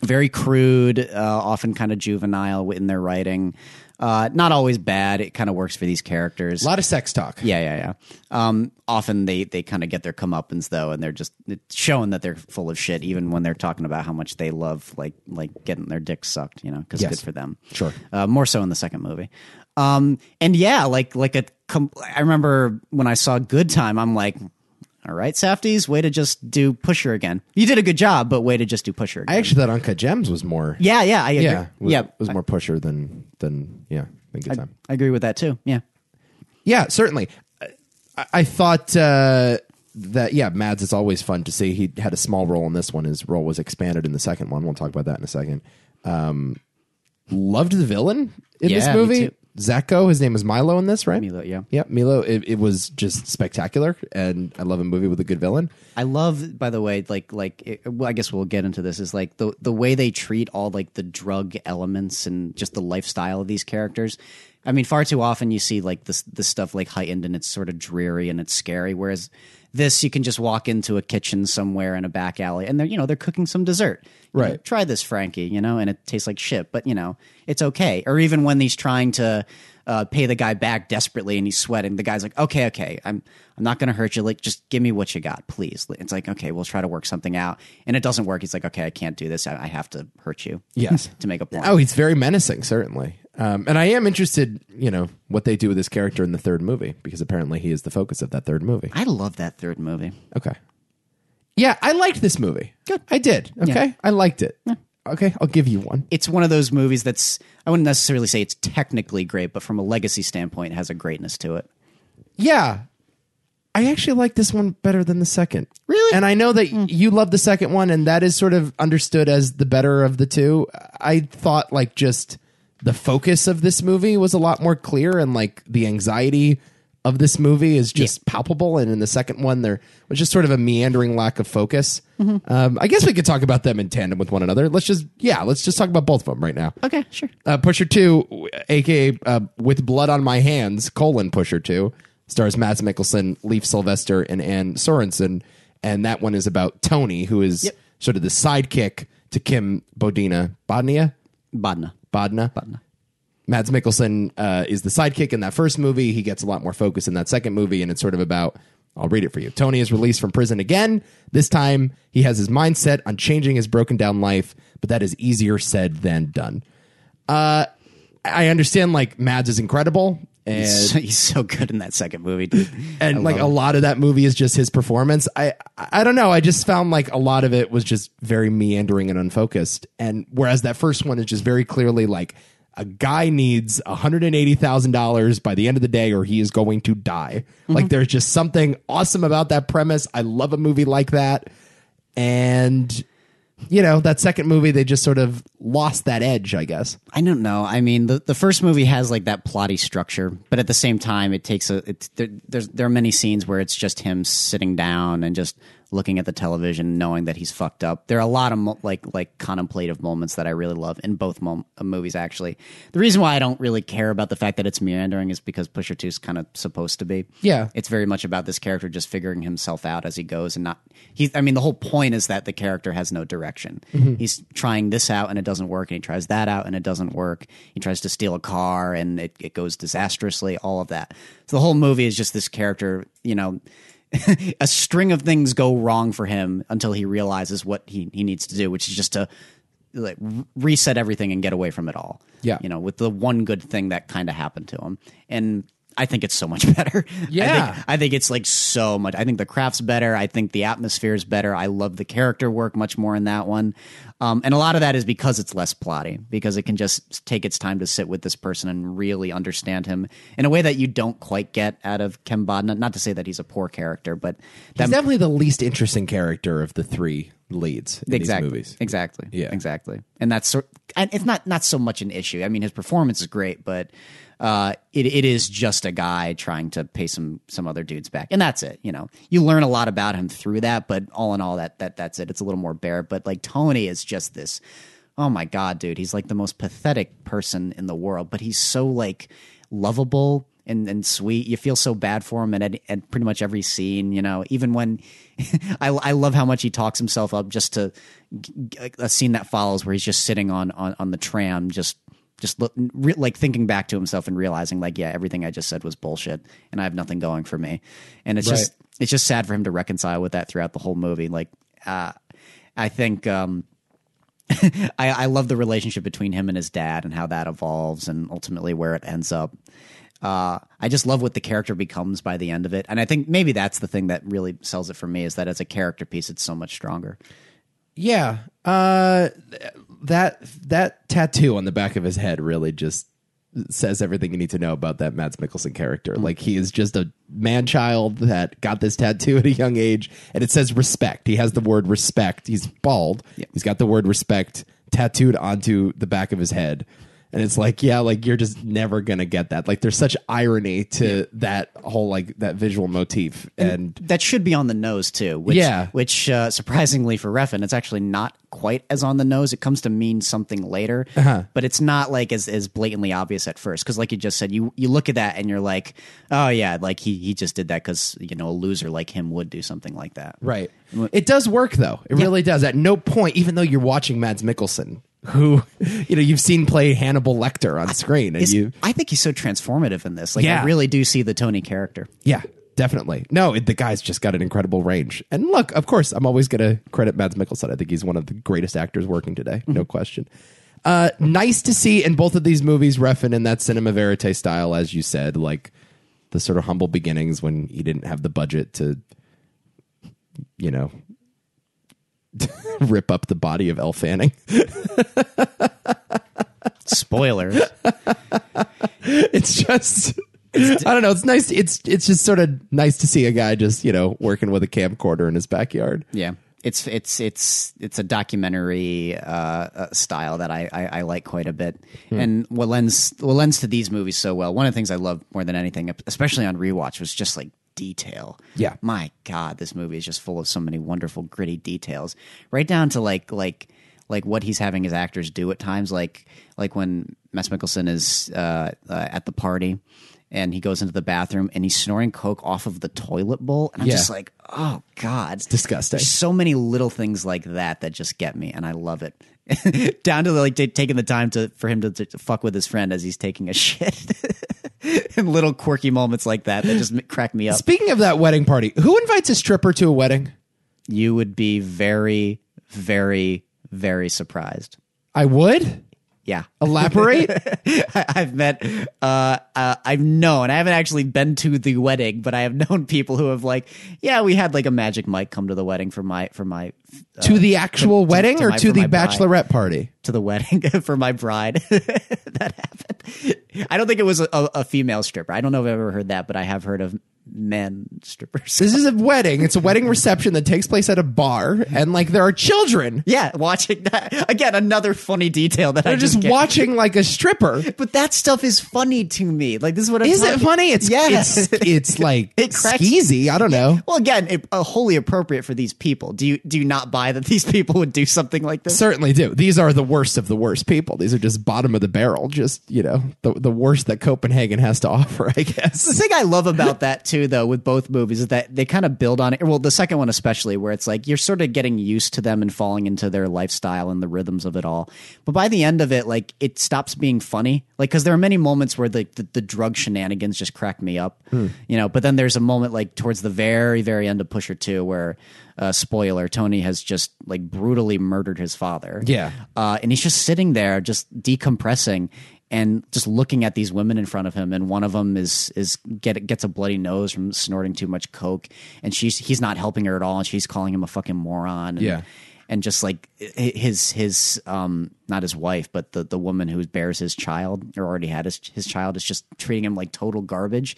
Speaker 2: very crude uh, often kind of juvenile in their writing uh, not always bad it kind of works for these characters
Speaker 1: A lot of sex talk.
Speaker 2: yeah, yeah, yeah. Um, often they they kind of get their comeuppance though, and they're just it's showing that they're full of shit, even when they're talking about how much they love like like getting their dicks sucked, you know, because
Speaker 1: Yes.
Speaker 2: good for them.
Speaker 1: Sure.
Speaker 2: Uh, more so in the second movie. Um, and yeah, like like a com- I remember when I saw Good Time, I'm like, All right, Safties, way to just do Pusher again. You did a good job, but way to just do Pusher
Speaker 1: I
Speaker 2: again.
Speaker 1: actually thought Uncut Gems was more.
Speaker 2: yeah, yeah, I agree.
Speaker 1: yeah, was,
Speaker 2: yeah,
Speaker 1: was more pusher than than yeah than good time.
Speaker 2: I agree with that too. Yeah.
Speaker 1: Yeah, certainly. I, I thought uh, that yeah, Mads is always fun to see. He had a small role in this one. His role was expanded in the second one. We'll talk about that in a second. Um, loved the villain in this
Speaker 2: Yeah, me
Speaker 1: movie.
Speaker 2: too.
Speaker 1: Zacco, his name is Milo in this, right?
Speaker 2: Milo, yeah.
Speaker 1: Yep, Milo. It, it was just spectacular, and I love a movie with a good villain.
Speaker 2: I love, by the way, like like it, well, I guess we'll get into this is like the the way they treat all like the drug elements and just the lifestyle of these characters. I mean, far too often you see like this this stuff like heightened and it's sort of dreary and it's scary. Whereas this, you can just walk into a kitchen somewhere in a back alley and they're you know they're cooking some dessert. You know,
Speaker 1: Right.
Speaker 2: Try this, Frankie. You know, and it tastes like shit, but you know it's okay. Or even when he's trying to. Uh, pay the guy back desperately, and he's sweating. The guy's like, "Okay, okay, I'm I'm not gonna hurt you. Like, just give me what you got, please." It's like, "Okay, we'll try to work something out," and it doesn't work. He's like, "Okay, I can't do this. I, I have to hurt you."
Speaker 1: Yes.
Speaker 2: to make a point.
Speaker 1: Oh, he's very menacing, certainly. Um, and I am interested, you know, what they do with his character in the third movie because apparently he is the focus of that third movie.
Speaker 2: I love that third movie.
Speaker 1: Okay. Yeah, I liked this movie. Good. I did. Okay. I liked it. Okay, I'll give you one.
Speaker 2: It's one of those movies that's I wouldn't necessarily say it's technically great, but from a legacy standpoint, it has a greatness to it.
Speaker 1: Yeah. I actually like this one better than the second.
Speaker 2: Really? Hmm.
Speaker 1: And I know that you love the second one, and that is sort of understood as the better of the two. I thought, like, just the focus of this movie was a lot more clear, and, like, the anxiety of this movie is just palpable. And in the second one, there was just sort of a meandering lack of focus.
Speaker 2: Mm-hmm.
Speaker 1: Um, I guess we could talk about them in tandem with one another. Let's just, yeah, let's just talk about both of them right now.
Speaker 2: Okay, sure.
Speaker 1: Uh, Pusher Two, w- aka uh, with blood on my hands, colon Pusher Two, stars Mads Mikkelsen, Leif Sylvester, and Anne Sorensen, and that one is about Tony, who is sort of the sidekick to Kim Bodina, Bodnia,
Speaker 2: Badna.
Speaker 1: Bodna. Bodna. Mads Mikkelsen uh, is the sidekick in that first movie. He gets a lot more focus in that second movie, and it's sort of about. I'll read it for you. Tony is released from prison again. This time, he has his mindset on changing his broken down life, but that is easier said than done. Uh, I understand like Mads is incredible, and
Speaker 2: So, he's so good in that second movie, dude.
Speaker 1: and like a lot of that movie is just his performance. I I I don't know. I just found like a lot of it was just very meandering and unfocused. And whereas that first one is just very clearly like a guy needs $180,000 by the end of the day or he is going to die. Like there's just something awesome about that premise. I love a movie like that. And you know, that second movie they just sort of lost that edge, I guess.
Speaker 2: I don't know. I mean, the, the first movie has like that plotty structure, but at the same time, it takes a. It, there, there's there are many scenes where it's just him sitting down and just looking at the television, knowing that he's fucked up. There are a lot of mo- like like contemplative moments that I really love in both mom- uh, movies. Actually, the reason why I don't really care about the fact that it's meandering is because Pusher Two's kind of supposed to be.
Speaker 1: Yeah.
Speaker 2: it's very much about this character just figuring himself out as he goes and not he's i mean the whole point is that the character has no direction he's trying this out and it doesn't work and he tries that out and it doesn't work he tries to steal a car and it, it goes disastrously all of that so the whole movie is just this character you know a string of things go wrong for him until he realizes what he, he needs to do which is just to like r- reset everything and get away from it all
Speaker 1: Yeah.
Speaker 2: you know with the one good thing that kind of happened to him and i think it's so much better I
Speaker 1: Yeah.
Speaker 2: think, I think it's like so much. I think the craft's better. I think the atmosphere is better. I love the character work much more in that one. Um, and a lot of that is because it's less plotty, because it can just take its time to sit with this person and really understand him in a way that you don't quite get out of Kem Bodna. Not to say that he's a poor character, but that
Speaker 1: He's definitely the least interesting character of the three leads in
Speaker 2: exactly,
Speaker 1: these movies.
Speaker 2: Exactly.
Speaker 1: Yeah.
Speaker 2: Exactly. And that's sort and it's not not so much an issue. I mean, his performance is great, but uh, it it is just a guy trying to pay some some other dudes back, and that's it. You know, you learn a lot about him through that, but all in all, that that that's it. It's a little more bare, but like Tony is just this. Oh my god, dude, he's like the most pathetic person in the world, but he's so like lovable and, and sweet. You feel so bad for him and at, at pretty much every scene, you know, even when I, I love how much he talks himself up just to g- g- a scene that follows where he's just sitting on, on, on the tram, just, just look, re, like thinking back to himself and realizing like, yeah, everything I just said was bullshit and I have nothing going for me. And it's just, it's just sad for him to reconcile with that throughout the whole movie. Like, uh, I think, um, I, I love the relationship between him and his dad and how that evolves and ultimately where it ends up. Uh, I just love what the character becomes by the end of it, and I think maybe that's the thing that really sells it for me is that as a character piece, it's so much stronger.
Speaker 1: Yeah. Uh, th- that that tattoo on the back of his head really just says everything you need to know about that Mads Mikkelsen character. Like he is just a man child that got this tattoo at a young age, and it says respect. He has the word respect. He's bald. He's got the word respect tattooed onto the back of his head. And it's like, yeah, like you're just never gonna get that. Like there's such irony to that whole like that visual motif. And
Speaker 2: That should be on the nose too. Which,
Speaker 1: Yeah.
Speaker 2: Which uh, surprisingly for Refn, it's actually not quite as on the nose. It comes to mean something later,
Speaker 1: Uh-huh.
Speaker 2: but it's not like as as blatantly obvious at first. Because like you just said, you you look at that and you're like, oh yeah, like he he just did that because you know a loser like him would do something like that.
Speaker 1: Right. It does work though. It really does. At no point, even though you're watching Mads Mikkelsen, who you know you've seen play Hannibal Lecter on screen, and
Speaker 2: It's-
Speaker 1: you
Speaker 2: I think he's so transformative in this. Like
Speaker 1: Yeah.
Speaker 2: I really do see the Tony character.
Speaker 1: yeah, definitely. No, it, the guy's just got an incredible range. And look, of course, I'm always going to credit Mads Mikkelsen. I think he's one of the greatest actors working today, no question. Uh, nice to see in both of these movies, Refn in that cinema verite style, as you said, like the sort of humble beginnings when he didn't have the budget to, you know, rip up the body of Elle Fanning.
Speaker 2: Spoilers.
Speaker 1: it's just I don't know. It's nice. It's it's just sort of nice to see a guy just you know working with a camcorder in his backyard.
Speaker 2: Yeah. It's it's it's it's a documentary uh, uh, style that I, I, I like quite a bit,
Speaker 1: Hmm.
Speaker 2: and what lends what lends to these movies so well. One of the things I love more than anything, especially on rewatch, was just like detail.
Speaker 1: Yeah.
Speaker 2: my God, this movie is just full of so many wonderful gritty details, right down to like like like what he's having his actors do at times, like like when Mads Mikkelsen is uh, uh, at the party and he goes into the bathroom and he's snoring coke off of the toilet bowl, and I'm
Speaker 1: Yeah.
Speaker 2: just like, oh God, it's
Speaker 1: Disgusting.
Speaker 2: there's so many little things like that that just get me, and I love it. Down to like t- taking the time to for him to, to fuck with his friend as he's taking a shit, and little quirky moments like that that just m- crack me up.
Speaker 1: Speaking of that wedding party, who invites a stripper to a wedding?
Speaker 2: You would be very, very, very surprised.
Speaker 1: I would
Speaker 2: Yeah,
Speaker 1: elaborate.
Speaker 2: I- I've met, uh, uh, I've known, I haven't actually been to the wedding, but I have known people who have like, yeah, we had like a magic mic come to the wedding for my for my uh,
Speaker 1: to the actual wedding
Speaker 2: to
Speaker 1: or
Speaker 2: my-
Speaker 1: to
Speaker 2: for
Speaker 1: the
Speaker 2: my bride.
Speaker 1: bachelorette party?
Speaker 2: to the wedding for my bride. that happened. I don't think it was a, a female stripper. I don't know if I've ever heard that, but I have heard of men strippers.
Speaker 1: This is a wedding. It's a wedding reception that takes place at a bar, and like there are children.
Speaker 2: yeah, watching that again, another funny detail that I
Speaker 1: They're
Speaker 2: just,
Speaker 1: just
Speaker 2: can't-
Speaker 1: watching like a stripper.
Speaker 2: But that stuff is funny to me. Like this is what I'm
Speaker 1: Is it
Speaker 2: talking-
Speaker 1: funny? It's
Speaker 2: Yeah.
Speaker 1: it's it's like
Speaker 2: It cracks-
Speaker 1: skeezy. I don't know.
Speaker 2: Well, again, it, uh, wholly appropriate for these people. Do you do you not buy that these people would do something like this?
Speaker 1: certainly do. These are the worst of the worst people. These are just bottom of the barrel, just you know, the the worst that Copenhagen has to offer, I
Speaker 2: the
Speaker 1: guess.
Speaker 2: thing I love about that too, though, with both movies is that they kind of build on it. Well, the second one especially, where it's like you're sort of getting used to them and falling into their lifestyle and the rhythms of it all. But by the end of it, like it stops being funny. Like because there are many moments where the, the the drug shenanigans just crack me up, you know. But then there's a moment like towards the very very end of Pusher Two where. Uh, spoiler: Tony has just like brutally murdered his father.
Speaker 1: Yeah.
Speaker 2: uh, and he's just sitting there, just decompressing, and just looking at these women in front of him. And one of them is is get gets a bloody nose from snorting too much coke, and she's he's not helping her at all, and she's calling him a fucking moron. And,
Speaker 1: Yeah.
Speaker 2: and just like hi- his his um not his wife, but the the woman who bears his child or already had his his child is just treating him like total garbage,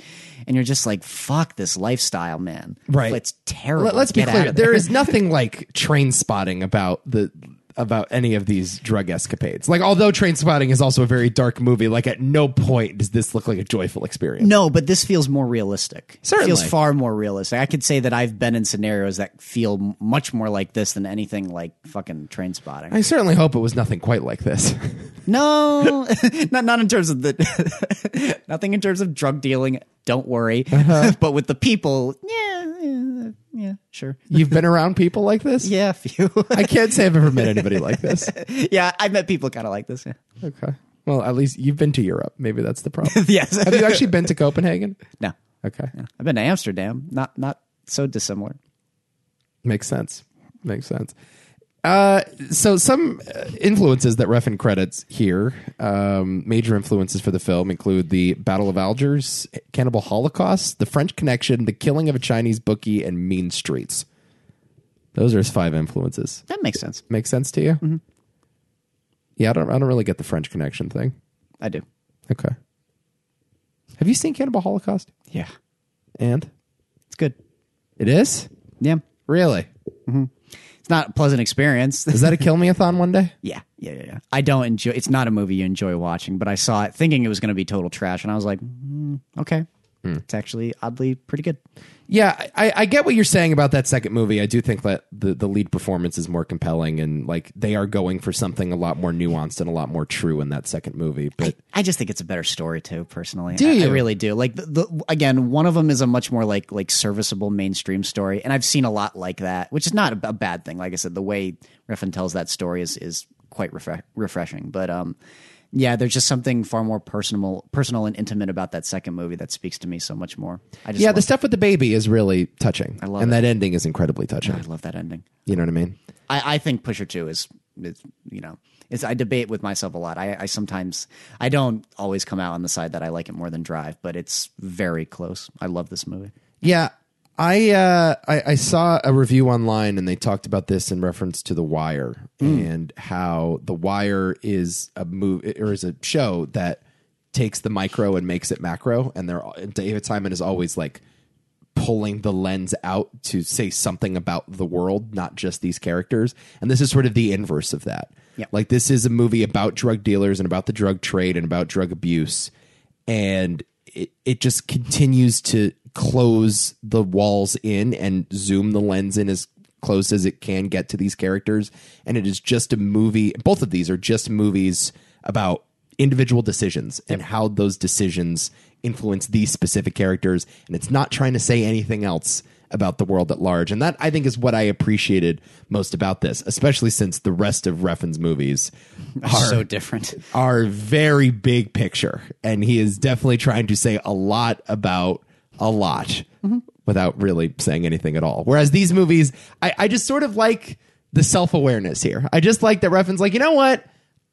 Speaker 2: and you're just like fuck this lifestyle, man.
Speaker 1: Right.
Speaker 2: It's terrible.
Speaker 1: Let, us be
Speaker 2: Get out
Speaker 1: clear.
Speaker 2: of there.
Speaker 1: There is nothing like train spotting about the about any of these drug escapades. Like although train spotting is also a very dark movie, like at no point does this look like a joyful experience.
Speaker 2: No, but this feels more realistic.
Speaker 1: Certainly.
Speaker 2: It feels far more realistic. I could say that I've been in scenarios that feel m- much more like this than anything like fucking train spotting.
Speaker 1: I certainly hope it was nothing quite like this.
Speaker 2: no, not not in terms of the nothing in terms of drug dealing. Don't worry,
Speaker 1: Uh-huh.
Speaker 2: but with the people, yeah, yeah, yeah, sure,
Speaker 1: You've been around people like this?
Speaker 2: yeah, a few,
Speaker 1: I can't say I've ever met anybody like this.
Speaker 2: yeah. I've met people kind of like this. Yeah.
Speaker 1: Okay. Well, at least you've been to Europe. Maybe that's the problem.
Speaker 2: Yes.
Speaker 1: Have you actually been to Copenhagen?
Speaker 2: No,
Speaker 1: Okay.
Speaker 2: I've been to Amsterdam. Not not so dissimilar.
Speaker 1: Makes sense. Makes sense. so some uh, influences that Refn credits here, um, major influences for the film include the Battle of Algiers, Cannibal Holocaust, The French Connection, The Killing of a Chinese Bookie, and Mean Streets. Those are his five influences.
Speaker 2: That makes sense.
Speaker 1: Make sense to you? Yeah, I don't. I don't really get the French Connection thing.
Speaker 2: I do.
Speaker 1: Okay. Have you seen Cannibal Holocaust?
Speaker 2: Yeah.
Speaker 1: And
Speaker 2: It's good.
Speaker 1: it is
Speaker 2: Yeah.
Speaker 1: really.
Speaker 2: It's not a pleasant experience.
Speaker 1: Is that a kill me-a-thon one day?
Speaker 2: yeah. Yeah. Yeah. Yeah. I don't enjoy It's not a movie you enjoy watching, but I saw it thinking it was going to be total trash. And I was like, mm, okay.
Speaker 1: Hmm.
Speaker 2: It's actually oddly pretty good.
Speaker 1: Yeah, I, I get what you're saying about that second movie. I do think that the, the lead performance is more compelling and like they are going for something a lot more nuanced and a lot more true in that second movie. But
Speaker 2: I just think it's a better story too, personally.
Speaker 1: Do
Speaker 2: I, I
Speaker 1: you?
Speaker 2: really do. Like the, the again, one of them is a much more like like serviceable mainstream story, and I've seen a lot like that, which is not a, b- a bad thing. Like I said, the way Refn tells that story is is quite refre- refreshing. But um, yeah, there's just something far more personal, personal and intimate about that second movie that speaks to me so much more. I just
Speaker 1: yeah,
Speaker 2: love,
Speaker 1: the stuff with the baby is really touching. I
Speaker 2: love
Speaker 1: and that ending is incredibly touching.
Speaker 2: I love that ending.
Speaker 1: You know what I mean?
Speaker 2: I, I think Pusher Two is, is you know. Is, I debate with myself a lot. I, I sometimes I don't always come out on the side that I like it more than Drive, but it's very close. I love this movie.
Speaker 1: Yeah. I, uh, I I saw a review online and they talked about this in reference to The Wire and how The Wire is a movie or is a show that takes the micro and makes it macro and they're David Simon is always like pulling the lens out to say something about the world, not just these characters. And this is sort of the inverse of that.
Speaker 2: Yeah.
Speaker 1: Like this is a movie about drug dealers and about the drug trade and about drug abuse. And it, it just continues to close the walls in and zoom the lens in as close as it can get to these characters. And it is just a movie. Both of these are just movies about individual decisions and how those decisions influence these specific characters and it's not trying to say anything else about the world at large and that i think is what i appreciated most about this especially since the rest of refn's movies are,
Speaker 2: so different.
Speaker 1: are very big picture and he is definitely trying to say a lot about a lot without really saying anything at all whereas these movies I, I just sort of like the self-awareness here i just like that refn's like you know what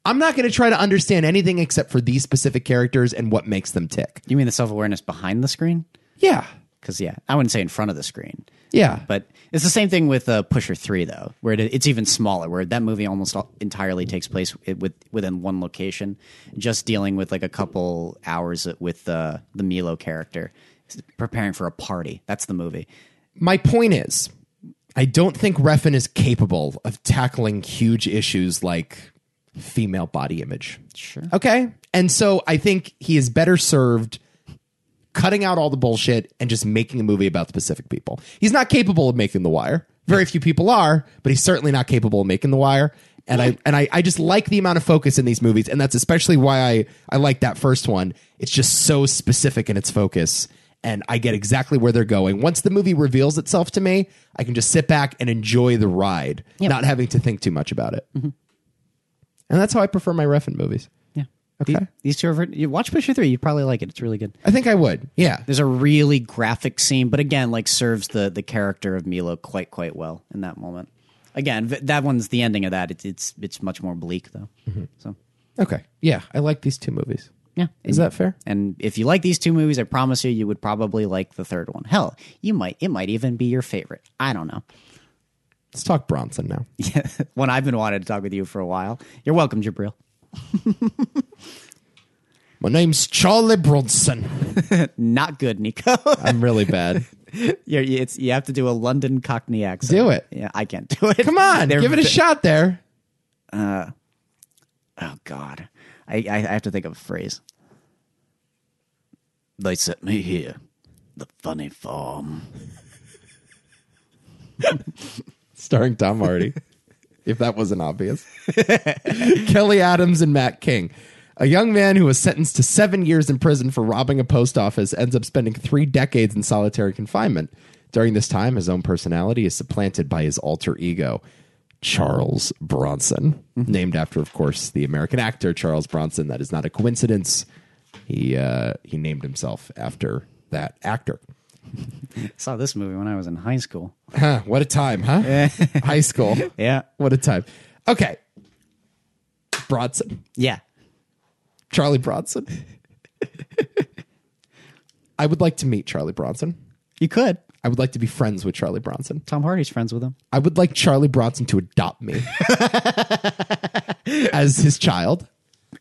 Speaker 1: i'm not going to try to understand anything except for these specific characters and what makes them tick
Speaker 2: You mean the self awareness behind the screen?
Speaker 1: yeah
Speaker 2: Because yeah, I wouldn't say in front of the screen.
Speaker 1: yeah
Speaker 2: But it's the same thing with uh, Pusher Three, though, where it, it's even smaller. Where that movie almost all- entirely takes place i- with within one location, just dealing with like a couple hours with uh, the Milo character s- preparing for a party. That's the movie.
Speaker 1: my point is, I don't think Refn is capable of tackling huge issues like female body image.
Speaker 2: Sure.
Speaker 1: Okay. And so I think he is better served cutting out all the bullshit and just making a movie about specific people. He's not capable of making The Wire. Very few people are, but he's certainly not capable of making The Wire. And I and I, I just like the amount of focus in these movies, and that's especially why I, I like that first one. It's just so specific in its focus, and I get exactly where they're going. Once the movie reveals itself to me, I can just sit back and enjoy the ride, not having to think too much about it. Mm-hmm. And that's how I prefer my Refn movies.
Speaker 2: Yeah.
Speaker 1: Okay.
Speaker 2: These, these two are you watch Pusher Three. You'd probably like it. It's really good.
Speaker 1: I think I would. Yeah.
Speaker 2: There's a really graphic scene, but again, like serves the the character of Milo quite quite well in that moment. Again, th- that one's the ending of that. It's it's it's much more bleak though.
Speaker 1: Mm-hmm.
Speaker 2: So
Speaker 1: Okay. Yeah, I like these two movies.
Speaker 2: yeah.
Speaker 1: Is that fair?
Speaker 2: And if you like these two movies, I promise you, you would probably like the third one. Hell, you might. It might even be your favorite. I don't know.
Speaker 1: Let's talk Bronson now.
Speaker 2: one I've been wanting to talk with you for a while. You're welcome, Jabril.
Speaker 1: My name's Charlie Bronson.
Speaker 2: Not good, Nico.
Speaker 1: I'm really bad.
Speaker 2: You're, it's you have to do a London Cockney accent.
Speaker 1: Do it.
Speaker 2: Yeah, I can't do it.
Speaker 1: Come on,
Speaker 2: They're
Speaker 1: give it a
Speaker 2: ve-
Speaker 1: shot there.
Speaker 2: Oh God, I, I I have to think of a phrase. They set me here, the funny farm.
Speaker 1: Starring Tom Hardy. if that wasn't obvious. Kelly Adams and Matt King. A young man who was sentenced to seven years in prison for robbing a post office ends up spending three decades in solitary confinement. During this time, his own personality is supplanted by his alter ego, Charles Bronson, named after, of course, the American actor Charles Bronson. That is not a coincidence. He uh, he named himself after that actor.
Speaker 2: Saw this movie when I was in high school.
Speaker 1: Huh, what a time, huh? High school.
Speaker 2: Yeah.
Speaker 1: What a time. Okay. Bronson.
Speaker 2: Yeah.
Speaker 1: Charlie Bronson. I would like to meet Charlie Bronson.
Speaker 2: You could.
Speaker 1: I would like to be friends with Charlie Bronson.
Speaker 2: Tom Hardy's friends with him.
Speaker 1: I would like Charlie Bronson to adopt me as his child.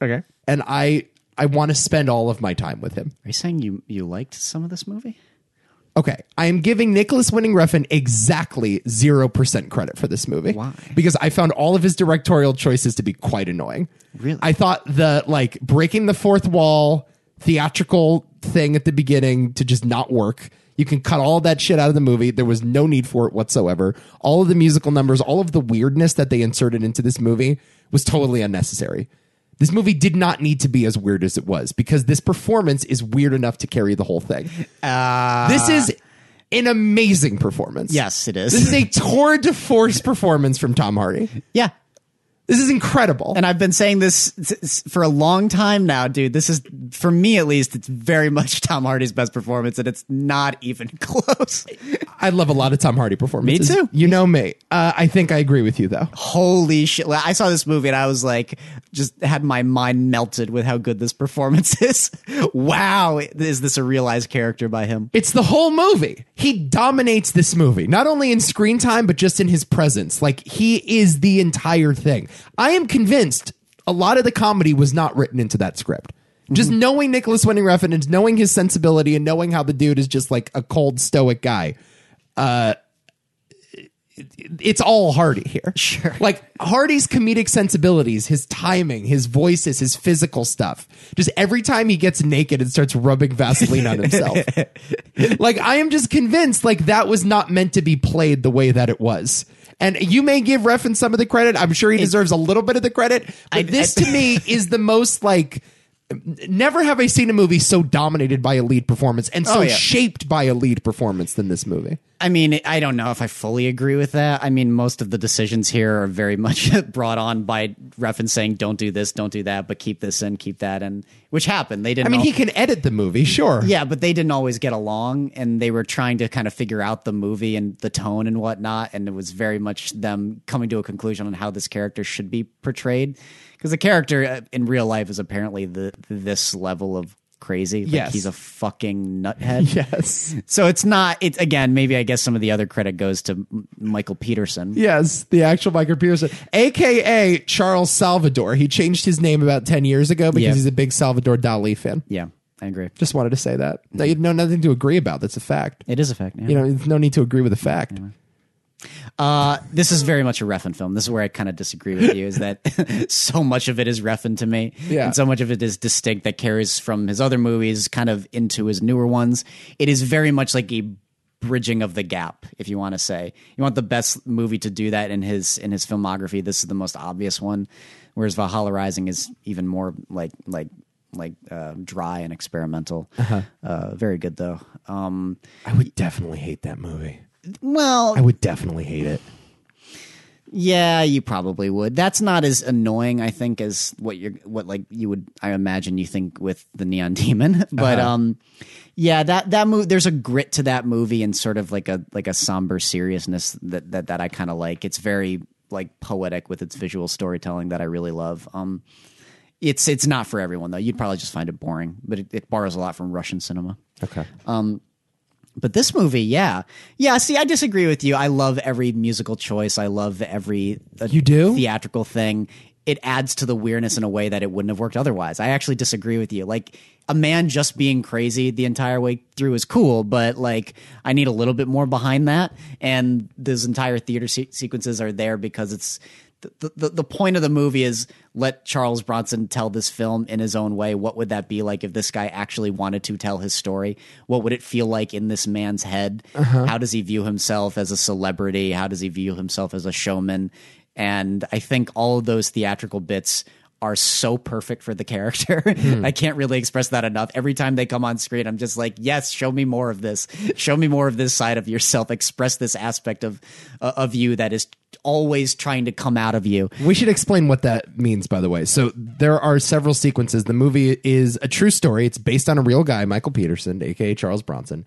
Speaker 2: Okay. Are
Speaker 1: And I I want to spend all of my time with him.
Speaker 2: you saying you you liked some of this movie?
Speaker 1: Okay, I am giving Nicholas Winning Refn exactly 0% credit for this movie.
Speaker 2: Why?
Speaker 1: Because I found all of his directorial choices to be quite annoying.
Speaker 2: Really?
Speaker 1: I thought the like breaking the fourth wall theatrical thing at the beginning to just not work. You can cut all that shit out of the movie. There was no need for it whatsoever. All of the musical numbers, all of the weirdness that they inserted into this movie was totally unnecessary. This movie did not need to be as weird as it was because this performance is weird enough to carry the whole thing. This is an amazing performance.
Speaker 2: Yes, it
Speaker 1: This
Speaker 2: is.
Speaker 1: Uh, is a tour de force performance from Tom Hardy.
Speaker 2: yeah.
Speaker 1: This is incredible.
Speaker 2: And I've been saying this s- s- for a long time now, dude. This is for me at least it's very much Tom Hardy's best performance and it's not even close.
Speaker 1: I love a lot of Tom Hardy performances.
Speaker 2: Me too.
Speaker 1: You know me. Uh, I think I agree with you though.
Speaker 2: Holy shit. Like, I saw this movie and I was like just had my mind melted with how good this performance is. wow, is this a realized character by him?
Speaker 1: It's the whole movie. He dominates this movie, not only in screen time, but just in his presence. Like, he is the entire thing. I am convinced a lot of the comedy was not written into that script. Just knowing Nicholas Winning Refn and knowing his sensibility and knowing how the dude is just like a cold, stoic guy. it's all Hardy here. Sure. Like Hardy's comedic sensibilities, his timing, his voices, his physical stuff. Just every time he gets naked and starts rubbing Vaseline on himself. like I am just convinced like that was not meant to be played the way that it was. And you may give Refn some of the credit. I'm sure he deserves a little bit of the credit. But
Speaker 2: I-
Speaker 1: this
Speaker 2: I-
Speaker 1: to me is the most like never have I seen a movie so dominated by a lead performance and so
Speaker 2: Oh, yeah.
Speaker 1: shaped by a lead performance than this movie.
Speaker 2: I mean, I don't know if I fully agree with that. I mean, most of the decisions here are very much brought on by Reffin saying, "Don't do this, don't do that, but keep this in, keep that in," which happened. They didn't.
Speaker 1: I mean,
Speaker 2: al-
Speaker 1: he can edit the movie, sure.
Speaker 2: yeah, but they didn't always get along, and they were trying to kind of figure out the movie and the tone and whatnot. And it was very much them coming to a conclusion on how this character should be portrayed, because the character uh, in real life is apparently the this level of crazy. Like,
Speaker 1: Yes.
Speaker 2: he's a fucking nuthead.
Speaker 1: Yes.
Speaker 2: So it's not. It's again. Maybe I guess some of the other credit goes to M- Michael Peterson.
Speaker 1: Yes, the actual Michael Peterson, aka Charles Salvador. He changed his name about ten years ago because
Speaker 2: Yeah.
Speaker 1: he's a big Salvador Dali fan.
Speaker 2: Yeah, I agree.
Speaker 1: Just wanted to say that. No, you know nothing to agree about. That's a fact.
Speaker 2: It is a fact. Yeah.
Speaker 1: You know, there's no need to agree with a fact.
Speaker 2: uh, this is very much a Refn film. This is where I kind of disagree with you. Is that so much of it is Refn to me,
Speaker 1: Yeah.
Speaker 2: and so much of it is distinct that carries from his other movies kind of into his newer ones. It is very much like a bridging of the gap, if you want to say. You want the best movie to do that in his in his filmography. This is the most obvious one. Whereas Valhalla Rising is even more like like like uh, dry and experimental. uh very good though. Um,
Speaker 1: I would definitely hate that movie.
Speaker 2: well,
Speaker 1: I would definitely hate it.
Speaker 2: Yeah, you probably would. That's not as annoying, I think, as what you're what like you would I imagine you think with the Neon Demon. But
Speaker 1: Uh-huh.
Speaker 2: um yeah, that that movie there's a grit to that movie and sort of like a like a somber seriousness that that, that I kind of like. It's very like poetic with its visual storytelling that I really love. Um it's it's not for everyone though. You'd probably just find it boring, but it, it borrows a lot from Russian cinema.
Speaker 1: Okay.
Speaker 2: But this movie, yeah, yeah. See, I disagree with you. I love every musical choice. I love every uh,
Speaker 1: You do?
Speaker 2: theatrical thing. It adds to the weirdness in a way that it wouldn't have worked otherwise. I actually disagree with you. Like a man just being crazy the entire way through is cool, but like I need a little bit more behind that. And those entire theater se- sequences are there because it's the, the the point of the movie is let Charles Bronson tell this film in his own way. What would that be like if this guy actually wanted to tell his story? What would it feel like in this man's head? How does he view himself as a celebrity? How does he view himself as a showman? And I think all of those theatrical bits are so perfect for the character.
Speaker 1: Hmm.
Speaker 2: I can't really express that enough. Every time they come on screen, I'm just like, yes, show me more of this. Show me more of this side of yourself. Express this aspect of uh, of you that is always trying to come out of you.
Speaker 1: We should explain what that means, by the way. So there are several sequences. The movie is a true story. It's based on a real guy, Michael Peterson, aka Charles Bronson,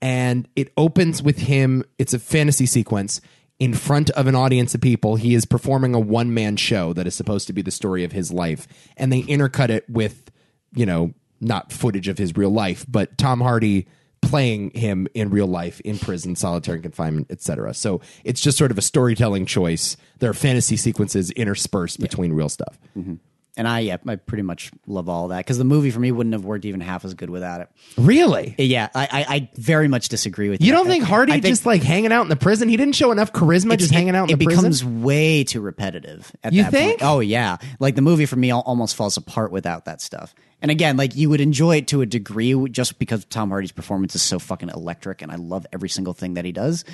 Speaker 1: and it opens with him. It's a fantasy sequence in front of an audience of people. He is performing a one man show that is supposed to be the story of his life, and they intercut it with, you know, not footage of his real life, but Tom Hardy playing him in real life in prison solitary confinement etc so it's just sort of a storytelling choice there are fantasy sequences interspersed between real stuff
Speaker 2: And I, yeah, I pretty much love all that because the movie for me wouldn't have worked even half as good without it.
Speaker 1: really
Speaker 2: Yeah, I, I, I very much disagree with you.
Speaker 1: You don't
Speaker 2: I-
Speaker 1: think Hardy
Speaker 2: I think
Speaker 1: just like hanging out in the prison? He didn't show enough charisma just
Speaker 2: it-
Speaker 1: hanging out in
Speaker 2: it
Speaker 1: the
Speaker 2: becomes
Speaker 1: prison.
Speaker 2: way too repetitive. At
Speaker 1: You
Speaker 2: that
Speaker 1: think?
Speaker 2: Point. Oh yeah, like the movie for me al- almost falls apart without that stuff. And again, like you would enjoy it to a degree w- just because Tom Hardy's performance is so fucking electric, and I love every single thing that he does.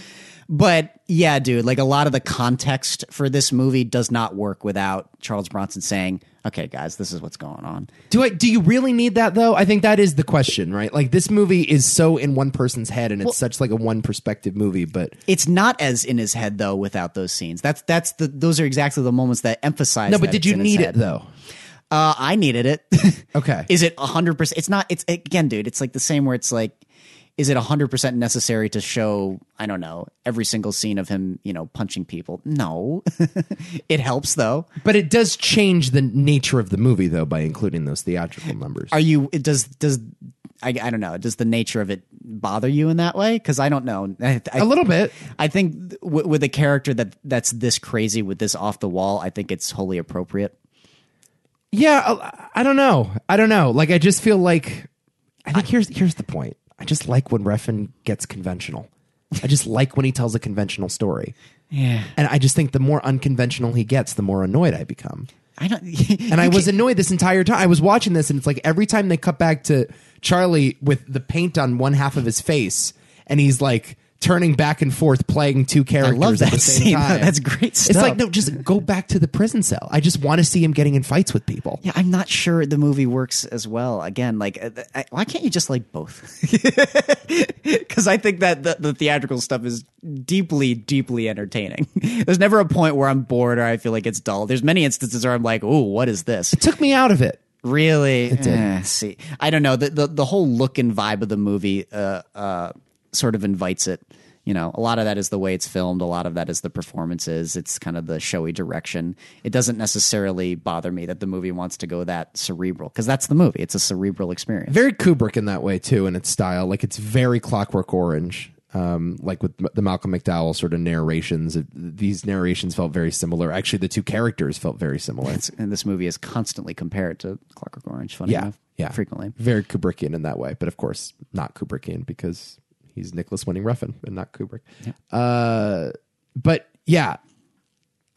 Speaker 2: But yeah, dude, like a lot of the context for this movie does not work without Charles Bronson saying, "Okay, guys, this is what's going on."
Speaker 1: Do I? Do you really need that though? I think that is the question, right? Like this movie is so in one person's head, and it's such like a one perspective movie. But
Speaker 2: It's not as in his head though without those scenes. That's that's the those are exactly the moments that emphasize.
Speaker 1: no, but
Speaker 2: that
Speaker 1: did
Speaker 2: it's
Speaker 1: you
Speaker 2: in his
Speaker 1: need
Speaker 2: head.
Speaker 1: it though?
Speaker 2: Uh, I needed it.
Speaker 1: Okay.
Speaker 2: Is it 100%? It's not, it's again, dude, it's like the same where it's like, is it 100% necessary to show, I don't know, every single scene of him, you know, punching people? No. it helps though.
Speaker 1: But it does change the nature of the movie though by including those theatrical numbers.
Speaker 2: Are you, it does, does, I, I don't know, does the nature of it bother you in that way? Cause I don't know. I, I,
Speaker 1: a little bit.
Speaker 2: I think th- w- with a character that that's this crazy with this off the wall, I think it's wholly appropriate.
Speaker 1: Yeah, I- I don't know. I don't know. Like I just feel like I think here's here's the point. I just like when Refn gets conventional. I just like when he tells a conventional story.
Speaker 2: Yeah.
Speaker 1: And I just think the more unconventional he gets, the more annoyed I become.
Speaker 2: I don't,
Speaker 1: And I was annoyed this entire time. I was watching this, and it's like every time they cut back to Charlie with the paint on one half of his face, and he's like turning back and forth, playing two characters
Speaker 2: love
Speaker 1: at the
Speaker 2: that
Speaker 1: same
Speaker 2: scene.
Speaker 1: time.
Speaker 2: That's great
Speaker 1: It's like
Speaker 2: stuff.
Speaker 1: no, just go back to the prison cell. I just want to see him getting in fights with people.
Speaker 2: Yeah, I'm not sure the movie works as well. Again, like, uh, I, why can't you just like both? Because I think that the, the theatrical stuff is deeply, deeply entertaining. There's never a point where I'm bored or I feel like it's dull. There's many instances where I'm like, "Ooh, what is this?"
Speaker 1: It took me out of it.
Speaker 2: Really?
Speaker 1: did.
Speaker 2: Eh, see, I don't know. The, the the whole look and vibe of the movie uh, uh, sort of invites it. You know, a lot of that is the way it's filmed. A lot of that is the performances. It's kind of the showy direction. It doesn't necessarily bother me that the movie wants to go that cerebral because that's the movie. It's a cerebral experience.
Speaker 1: very Kubrick in that way too, in its style. Like it's very Clockwork Orange, um, like with the Malcolm McDowell sort of narrations. It- These narrations felt very similar. Actually, the two characters felt very similar.
Speaker 2: It's- and this movie is constantly compared to Clockwork Orange. Funny
Speaker 1: Yeah,
Speaker 2: enough,
Speaker 1: yeah,
Speaker 2: frequently.
Speaker 1: very Kubrickian in that way, but of course not Kubrickian because he's Nicholas Winning Refn and not Kubrick. Uh, but yeah,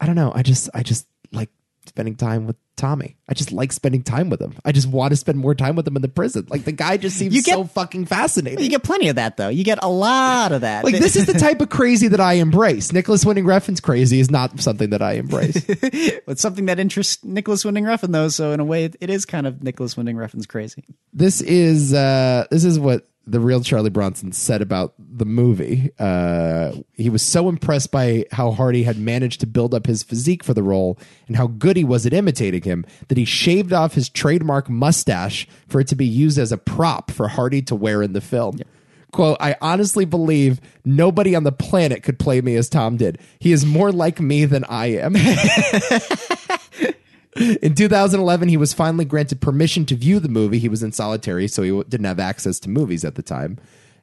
Speaker 1: I don't know. I just I just like spending time with Tommy. I just like spending time with him. I just want to spend more time with him in the prison. Like the guy just seems
Speaker 2: You get-
Speaker 1: so fucking fascinating.
Speaker 2: You get plenty of that though. You get a lot of that.
Speaker 1: Like this is the type of crazy that I embrace. Nicholas winning reference crazy is not something that I embrace.
Speaker 2: it's something that interests Nicholas Winding Refn though. So in a way, it, it is kind of Nicholas Winding Refn's crazy.
Speaker 1: this is uh, this is what the real Charlie Bronson said about the movie. Uh, he was so impressed by how Hardy had managed to build up his physique for the role and how good he was at imitating him that he shaved off his trademark mustache for it to be used as a prop for Hardy to wear in the film. Quote, I honestly believe nobody on the planet could play me as Tom did. He is more like me than I am. In 2011, he was finally granted permission to view the movie. He was in solitary, so he didn't have access to movies at the time.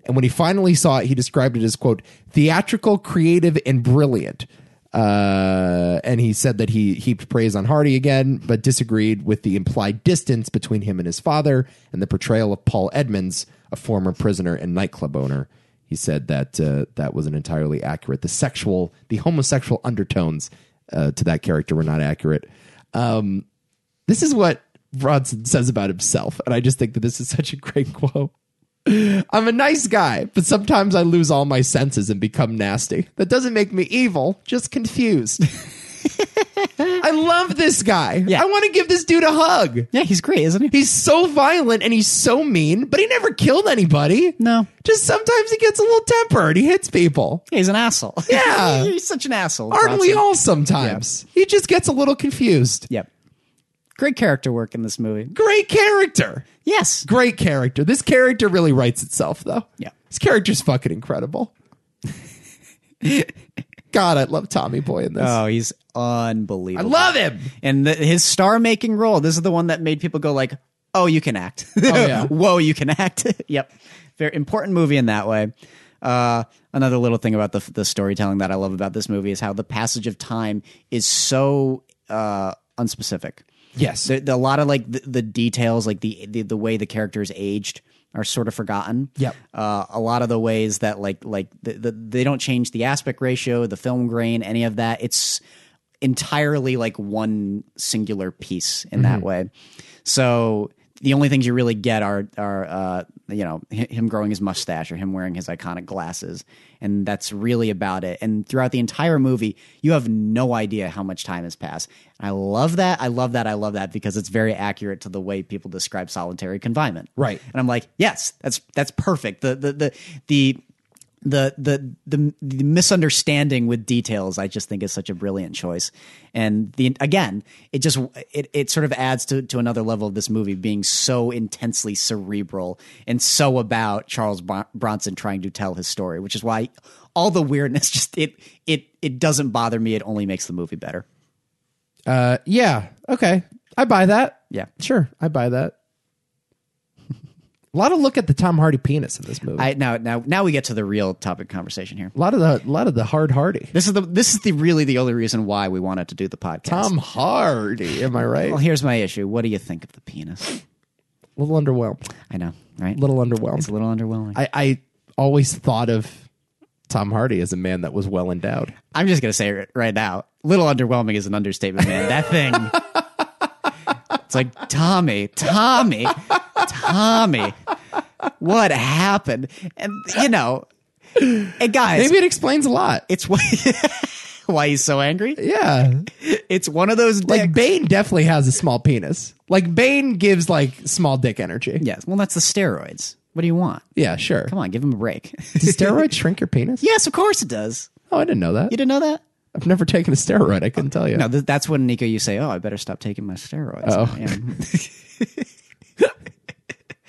Speaker 1: And when he finally saw it, he described it as, quote, theatrical, creative, and brilliant. Uh, and he said that he heaped praise on Hardy again, but disagreed with the implied distance between him and his father and the portrayal of Paul Edmonds, a former prisoner and nightclub owner. He said that uh, that wasn't entirely accurate. The sexual, the homosexual undertones uh, to that character were not accurate this is what Bronson says about himself, and I just think that this is such a great quote. I'm a nice guy, but sometimes I lose all my senses and become nasty. That doesn't make me evil, just confused. I love this guy.
Speaker 2: Yeah.
Speaker 1: I want to give this dude a hug.
Speaker 2: Yeah, he's great, isn't he?
Speaker 1: He's so violent and he's so mean, but he never killed anybody.
Speaker 2: No.
Speaker 1: Just sometimes he gets a little temper and he hits people.
Speaker 2: He's an asshole.
Speaker 1: Yeah.
Speaker 2: he's such an asshole.
Speaker 1: Aren't we
Speaker 2: Bronson.
Speaker 1: all sometimes? He just gets a little confused.
Speaker 2: Yep. Great character work in this movie.
Speaker 1: Great character.
Speaker 2: Yes.
Speaker 1: Great character. This character really writes itself, though.
Speaker 2: Yeah.
Speaker 1: His character's fucking incredible. God, I love Tommy Boy in this.
Speaker 2: Oh, he's unbelievable.
Speaker 1: love him.
Speaker 2: and the, his star-making role. This is the one that made people go like, "Oh, you can act!
Speaker 1: yeah.
Speaker 2: Whoa, you can act!" yep, very important movie in that way. Uh, another little thing about the the storytelling that I love about this movie is how the passage of time is so uh, unspecific.
Speaker 1: Yes.
Speaker 2: There- there- a lot of like the, the details, like the, the the way the characters aged, are sort of forgotten.
Speaker 1: Yep.
Speaker 2: Uh, a lot of the ways that like like the, the, they don't change the aspect ratio, the film grain, any of that. It's entirely like one singular piece in that way. So the only things you really get are are uh, you know hi- him growing his mustache or him wearing his iconic glasses, and that's really about it. And throughout the entire movie, you have no idea how much time has passed. I love that. I love that. I love that because it's very accurate to the way people describe solitary confinement.
Speaker 1: Right.
Speaker 2: And I'm like, yes, that's that's perfect. The the the the the the the, the misunderstanding with details I just think is such a brilliant choice. And the again, it just it, it sort of adds to, to another level of this movie being so intensely cerebral and so about Charles Bron- Bronson trying to tell his story, which is why all the weirdness just it it it doesn't bother me. It only makes the movie better.
Speaker 1: Uh, yeah. Okay. I buy that.
Speaker 2: Yeah.
Speaker 1: Sure. I buy that. a lot of look at the Tom Hardy penis in this movie.
Speaker 2: I now now now we get to the real topic conversation here.
Speaker 1: a lot of the a lot of the hard Hardy.
Speaker 2: This is the this is the really the only reason why we wanted to do the podcast.
Speaker 1: Tom Hardy. Am I right?
Speaker 2: Well, here's my issue. What do you think of the penis?
Speaker 1: A little underwhelmed.
Speaker 2: I know, right?
Speaker 1: A little
Speaker 2: It's
Speaker 1: underwhelmed.
Speaker 2: a little underwhelming.
Speaker 1: I, I always thought of Tom Hardy as a man that was well endowed.
Speaker 2: I, am just gonna say it right now. Little underwhelming is an understatement, man. That thing. it's like Tommy, Tommy, Tommy. What happened? And you know, and guys,
Speaker 1: Maybe it explains a lot.
Speaker 2: it's why, why he's so angry.
Speaker 1: Yeah.
Speaker 2: It's one of those
Speaker 1: Like
Speaker 2: dicks.
Speaker 1: Bane definitely has a small penis. Like Bane gives like small dick energy.
Speaker 2: yes. Well, that's the steroids. What do you want?
Speaker 1: Yeah, sure.
Speaker 2: Come on, give him a break.
Speaker 1: Does steroids shrink your penis?
Speaker 2: yes, of course it does.
Speaker 1: Oh, I didn't know that.
Speaker 2: You didn't know that?
Speaker 1: I've never taken a steroid. I couldn't tell you.
Speaker 2: No, th- that's when Nico, you say, "Oh, I better stop taking my steroids."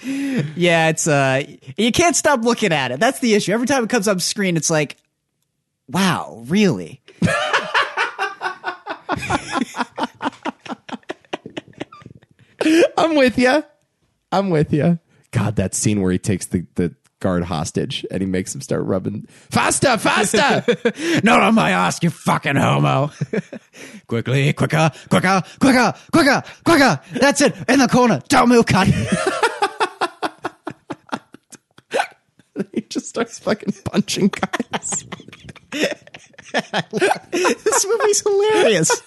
Speaker 2: Yeah. yeah, it's uh, you can't stop looking at it. That's the issue. Every time it comes up screen, it's like, "Wow, really?"
Speaker 1: I'm with you. I'm with you. God, that scene where he takes the, the guard hostage and he makes him start rubbing faster, faster.
Speaker 2: Not on my ass, you fucking homo! Quickly, quicker, quicker, quicker, quicker, quicker. That's it. In the corner, don't milk cut.
Speaker 1: he just starts fucking punching guys.
Speaker 2: this movie's hilarious.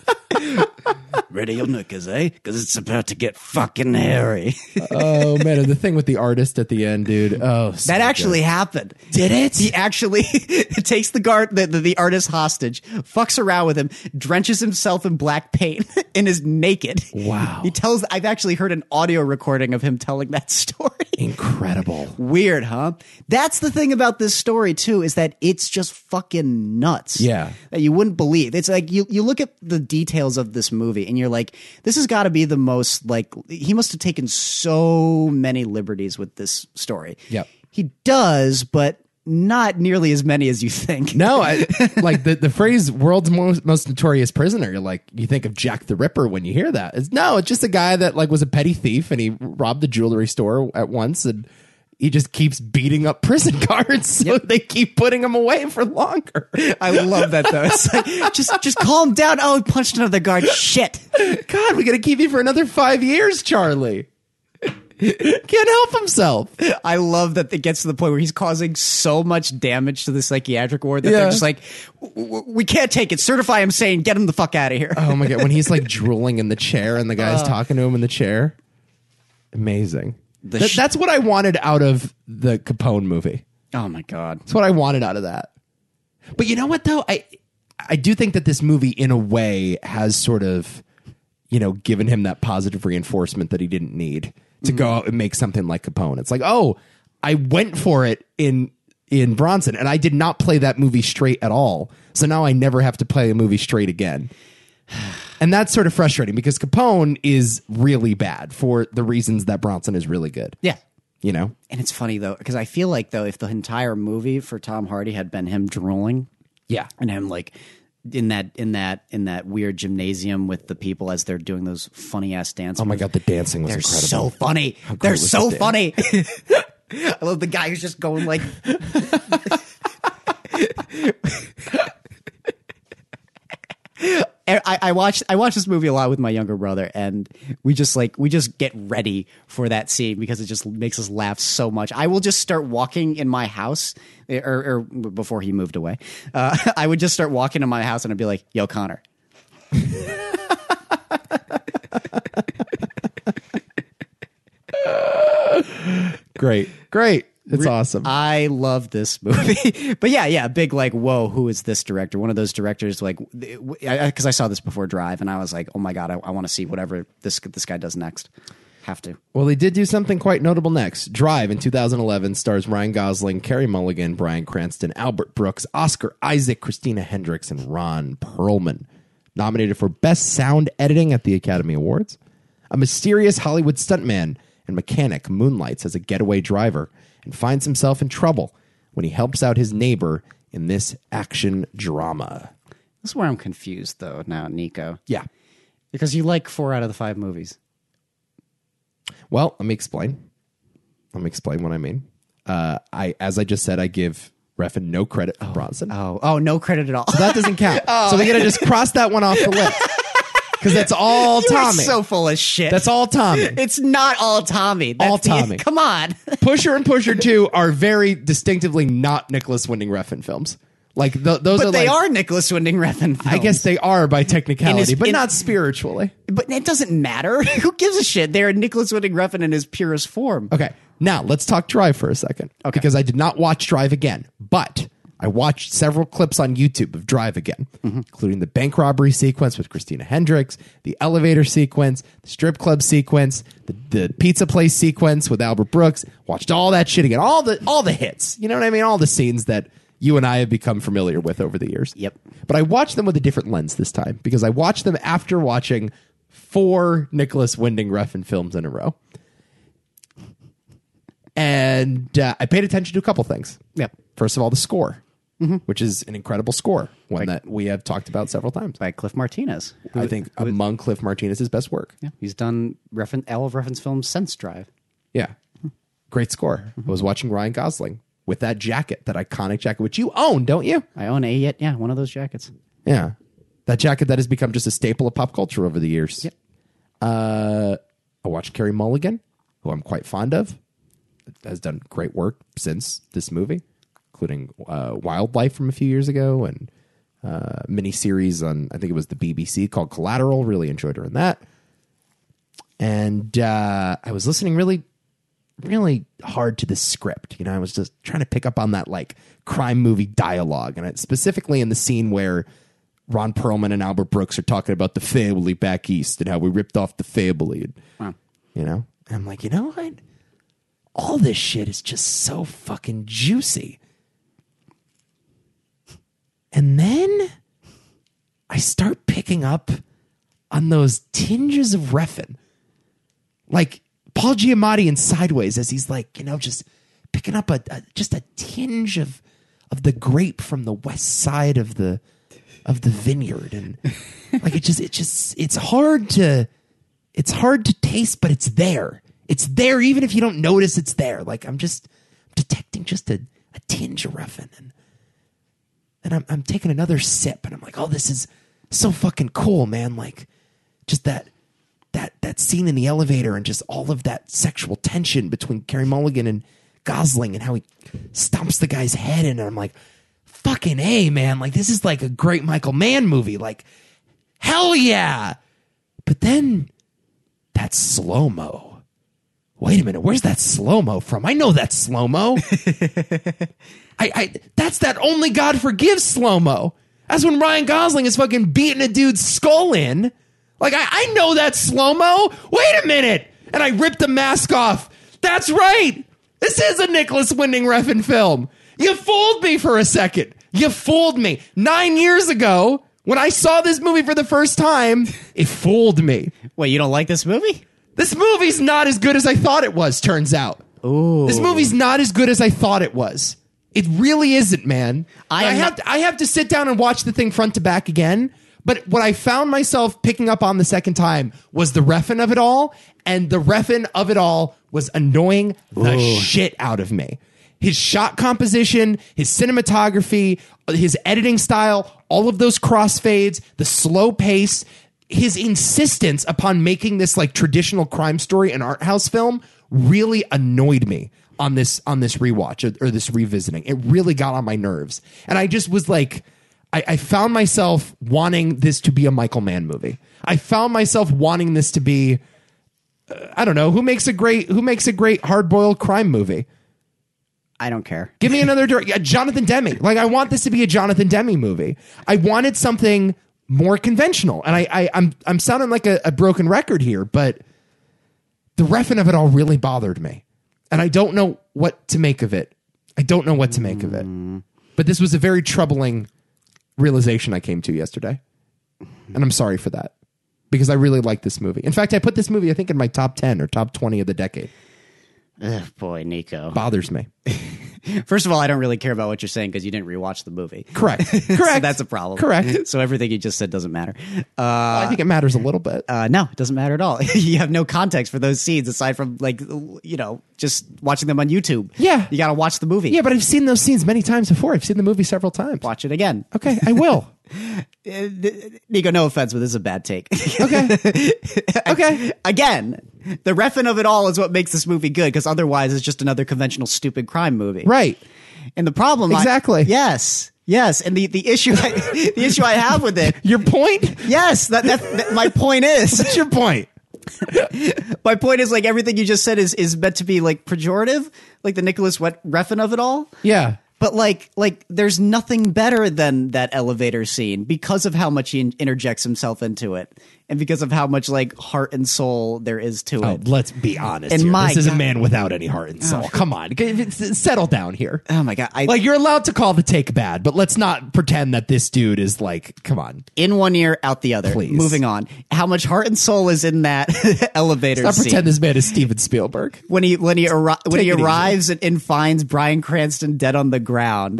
Speaker 2: Ready your knickers, eh? Because it's about to get fucking hairy.
Speaker 1: oh man, and the thing with the artist at the end, dude. Oh, so
Speaker 2: That
Speaker 1: good.
Speaker 2: actually happened. Did it? He actually takes the guard, the, the, the artist hostage, fucks around with him, drenches himself in black paint, and is naked.
Speaker 1: Wow.
Speaker 2: He tells. I've actually heard an audio recording of him telling that story.
Speaker 1: incredible.
Speaker 2: Weird, huh? That's the thing about this story too, is that it's just fucking nuts.
Speaker 1: Yeah.
Speaker 2: That you wouldn't believe. It's like you you look at the details of this movie and you're like, this has gotta be the most like he must have taken so many liberties with this story.
Speaker 1: Yep.
Speaker 2: He does, but not nearly as many as you think.
Speaker 1: No, I, like the, the phrase "world's most, most notorious prisoner." You're like you think of Jack the Ripper when you hear that. It's no, it's just a guy that like was a petty thief and he robbed the jewelry store at once, and he just keeps beating up prison guards, so they keep putting him away for longer.
Speaker 2: I love that though. It's like just just calm down. Oh, he punched another guard. Shit.
Speaker 1: God, we got to keep you for another five years, Charlie. Can't help himself.
Speaker 2: I love that it gets to the point where he's causing so much damage to the psychiatric ward that
Speaker 1: Yeah.
Speaker 2: they're just like, "W- w- we can't take it. Certify him sane. Get him the fuck out of here.
Speaker 1: Oh my god, when he's like drooling in the chair and the guy's talking to him in the chair. Amazing.
Speaker 2: The
Speaker 1: Th-
Speaker 2: sh-
Speaker 1: that's what I wanted out of the Capone movie.
Speaker 2: oh my god.
Speaker 1: That's what I wanted out of that. But you know what though? I I do think that this movie in a way has sort of you know given him that positive reinforcement that he didn't need to go out and make something like Capone. It's like, "Oh, I went for it in in Bronson and I did not play that movie straight at all. So now I never have to play a movie straight again." And that's sort of frustrating because Capone is really bad for the reasons that Bronson is really good.
Speaker 2: Yeah.
Speaker 1: You know,
Speaker 2: And it's funny though, because I feel like though, if the entire movie for Tom Hardy had been him drooling,
Speaker 1: yeah,
Speaker 2: and him like in that in that in that weird gymnasium with the people as they're doing those funny ass dances.
Speaker 1: Oh my god, the dancing was
Speaker 2: they're
Speaker 1: incredible.
Speaker 2: so funny. They're
Speaker 1: was
Speaker 2: so
Speaker 1: the
Speaker 2: funny. I love the guy who's just going like. I, I watched I watched this movie a lot with my younger brother, and we just like we just get ready for that scene because it just makes us laugh so much. I will just start walking in my house, eh, or, or before he moved away, uh, I would just start walking in my house, and I'd be like, "Yo, Connor,
Speaker 1: great, great. It's awesome.
Speaker 2: I love this movie. but yeah, yeah, big like, whoa, who is this director? One of those directors, like, because I, saw this before Drive, and I was like, oh my god, I, I want to see whatever this this guy does next. Have to.
Speaker 1: well, they did do something quite notable next. Drive in 2011 stars Ryan Gosling, Carrie Mulligan, Brian Cranston, Albert Brooks, Oscar Isaac, Christina Hendricks, and Ron Perlman. Nominated for Best Sound Editing at the Academy Awards. A mysterious Hollywood stuntman and mechanic moonlights as a getaway driver and finds himself in trouble when he helps out his neighbor in this action drama.
Speaker 2: This is where I'm confused though now, Nico,
Speaker 1: Yeah.
Speaker 2: because you like four out of the five movies.
Speaker 1: Well, let me explain. Let me explain what I mean. Uh, I, as I just said, I give Refn no credit for Bronson.
Speaker 2: Oh, oh, no credit at all.
Speaker 1: That doesn't count. So we got to just cross that one off the list because that's all
Speaker 2: You are
Speaker 1: Tommy.
Speaker 2: so full of shit.
Speaker 1: that's all Tommy.
Speaker 2: it's not all Tommy. That's
Speaker 1: All
Speaker 2: the-
Speaker 1: Tommy.
Speaker 2: come on.
Speaker 1: Pusher and Pusher Two are very distinctively not Nicholas Winding Refn films. Like th- those
Speaker 2: But
Speaker 1: are
Speaker 2: they
Speaker 1: like,
Speaker 2: are Nicholas Winding Refn.
Speaker 1: I guess they are by technicality,
Speaker 2: In his-
Speaker 1: but
Speaker 2: in-
Speaker 1: not spiritually.
Speaker 2: but it doesn't matter. Who gives a shit? They're Nicholas Winding Refn in his purest form.
Speaker 1: Okay. Now let's talk Drive for a second. Okay. Because I did not watch Drive again, but I watched several clips on YouTube of Drive again, including the bank robbery sequence with Christina Hendricks, the elevator sequence, the strip club sequence, the, the pizza place sequence with Albert Brooks. Watched all that shit again, all the all the hits. You know what I mean? All the scenes that you and I have become familiar with over the years.
Speaker 2: Yep.
Speaker 1: But I watched them with a different lens this time because I watched them after watching four Nicholas Winding Refn films in a row and uh, I paid attention to a couple things.
Speaker 2: Yep. Mm-hmm.
Speaker 1: First of all, the score, which is an incredible score, one that we have talked about several times.
Speaker 2: by Cliff Martinez.
Speaker 1: I think among Cliff Martinez's best work.
Speaker 2: Yeah, he's done reference L of reference films since Drive.
Speaker 1: Yeah. Great score.
Speaker 2: Mm-hmm.
Speaker 1: I was watching Ryan Gosling with that jacket, that iconic jacket, which you own, don't you?
Speaker 2: I own a yet. Yeah, one of those jackets.
Speaker 1: Yeah. That jacket that has become just a staple of pop culture over the years.
Speaker 2: Yep.
Speaker 1: Uh, I watched Carrie Mulligan, who I'm quite fond of, has done great work since this movie, including uh, Wildlife from a few years ago and uh, miniseries on, I think it was the BBC called Collateral. Really enjoyed her in that. And uh, I was listening really, really hard to the script. You know, I was just trying to pick up on that like crime movie dialogue, and it, specifically in the scene where Ron Perlman and Albert Brooks are talking about the family back east and how we ripped off the family. And, You know, and I'm like, you know what? All this shit is just so fucking juicy. And then I start picking up on those tinges of Refin. Like Paul Giamatti in Sideways as he's like, you know, just picking up a, a just a tinge of of the grape from the west side of the of the vineyard and like it just it just it's hard to it's hard to taste but it's there. It's there even if you don't notice it's there. Like I'm just detecting just a, a tinge of Refin and and I'm, I'm taking another sip and I'm like, oh, this is so fucking cool, man. Like just that, that, that scene in the elevator and just all of that sexual tension between Carrie Mulligan and Gosling and how he stomps the guy's head in. And I'm like, fucking A, man. Like this is like a great Michael Mann movie. Like, hell yeah. But then that slow mo. Wait a minute, where's that slow mo from? I know that slow mo. I, I that's that only God forgives slow mo. That's when Ryan Gosling is fucking beating a dude's skull in. Like I, I know that slow mo. Wait a minute, and I ripped the mask off. That's right. This is a Nicholas Winding Refn film. You fooled me for a second. You fooled me nine years ago when I saw this movie for the first time. It fooled me.
Speaker 2: Wait, you don't like this movie?
Speaker 1: This movie's not as good as I thought it was. Turns out. Ooh. This movie's not as good as I thought it was. It really isn't, man.
Speaker 2: I
Speaker 1: I,
Speaker 2: am
Speaker 1: have to, I have to sit down and watch the thing front to back again. But what I found myself picking up on the second time was the refin of it all, and the refin of it all was annoying the shit out of me. His shot composition, his cinematography, his editing style, all of those crossfades, the slow pace, his insistence upon making this like traditional crime story an art house film really annoyed me on this on this rewatch or, or this revisiting. It really got on my nerves, and I just was like, I, I found myself wanting this to be a Michael Mann movie. I found myself wanting this to be, uh, I don't know, who makes a great who makes a great hard boiled crime movie.
Speaker 2: I don't care.
Speaker 1: Give me another director, Jonathan Demi. Like I want this to be a Jonathan Demi movie. I wanted something more conventional, and I, I I'm I'm sounding like a, a broken record here, but the refin of it all really bothered me, and I don't know what to make of it. I don't know what to make of it. But this was a very troubling realization I came to yesterday, and I'm sorry for that because I really like this movie. In fact, I put this movie I think in my top ten or top twenty of the decade.
Speaker 2: Ugh, boy, Nico.
Speaker 1: Bothers me.
Speaker 2: First of all, I don't really care about what you're saying because you didn't rewatch the movie.
Speaker 1: Correct. Correct.
Speaker 2: So that's a problem.
Speaker 1: Correct.
Speaker 2: So everything you just said doesn't matter.
Speaker 1: I
Speaker 2: Uh,
Speaker 1: think it matters a little bit.
Speaker 2: uh, no, it doesn't matter at all. you have no context for those scenes aside from like you know just watching them on YouTube.
Speaker 1: Yeah.
Speaker 2: you got to watch the movie.
Speaker 1: Yeah, but I've seen those scenes many times before. I've seen the movie several times.
Speaker 2: watch it again.
Speaker 1: Okay, I will.
Speaker 2: Uh, th- Nico, no offense, but this is a bad take.
Speaker 1: Okay. Okay.
Speaker 2: again, the refin of it all is what makes this movie good because otherwise it's just another conventional stupid crime movie.
Speaker 1: Right.
Speaker 2: And the problem, I-
Speaker 1: Exactly.
Speaker 2: yes, yes, and the the issue, I, the issue I have with it,
Speaker 1: Your point?
Speaker 2: yes, that, that, that my point is,
Speaker 1: What's your point?
Speaker 2: my point is like everything you just said is is meant to be like pejorative, like the Nicholas Wet refin of it all.
Speaker 1: Yeah.
Speaker 2: But like, like, there's nothing better than that elevator scene because of how much he in- interjects himself into it, and because of how much like heart and soul there is to it.
Speaker 1: Oh, let's be honest.
Speaker 2: And
Speaker 1: here.
Speaker 2: my
Speaker 1: this is a
Speaker 2: God-
Speaker 1: man without any heart and soul. Come on. G- s- Settle down here.
Speaker 2: Oh my god! I,
Speaker 1: Like, you're allowed to call the take bad, but let's not pretend that this dude is like, come on.
Speaker 2: in one ear, out the other.
Speaker 1: Please.
Speaker 2: Moving on. How much heart and soul is in that elevator
Speaker 1: Not
Speaker 2: scene?
Speaker 1: pretend this man is Steven Spielberg.
Speaker 2: when he when he arri- when
Speaker 1: Take
Speaker 2: he
Speaker 1: it easy.
Speaker 2: arrives and, and finds Brian Cranston dead on the ground,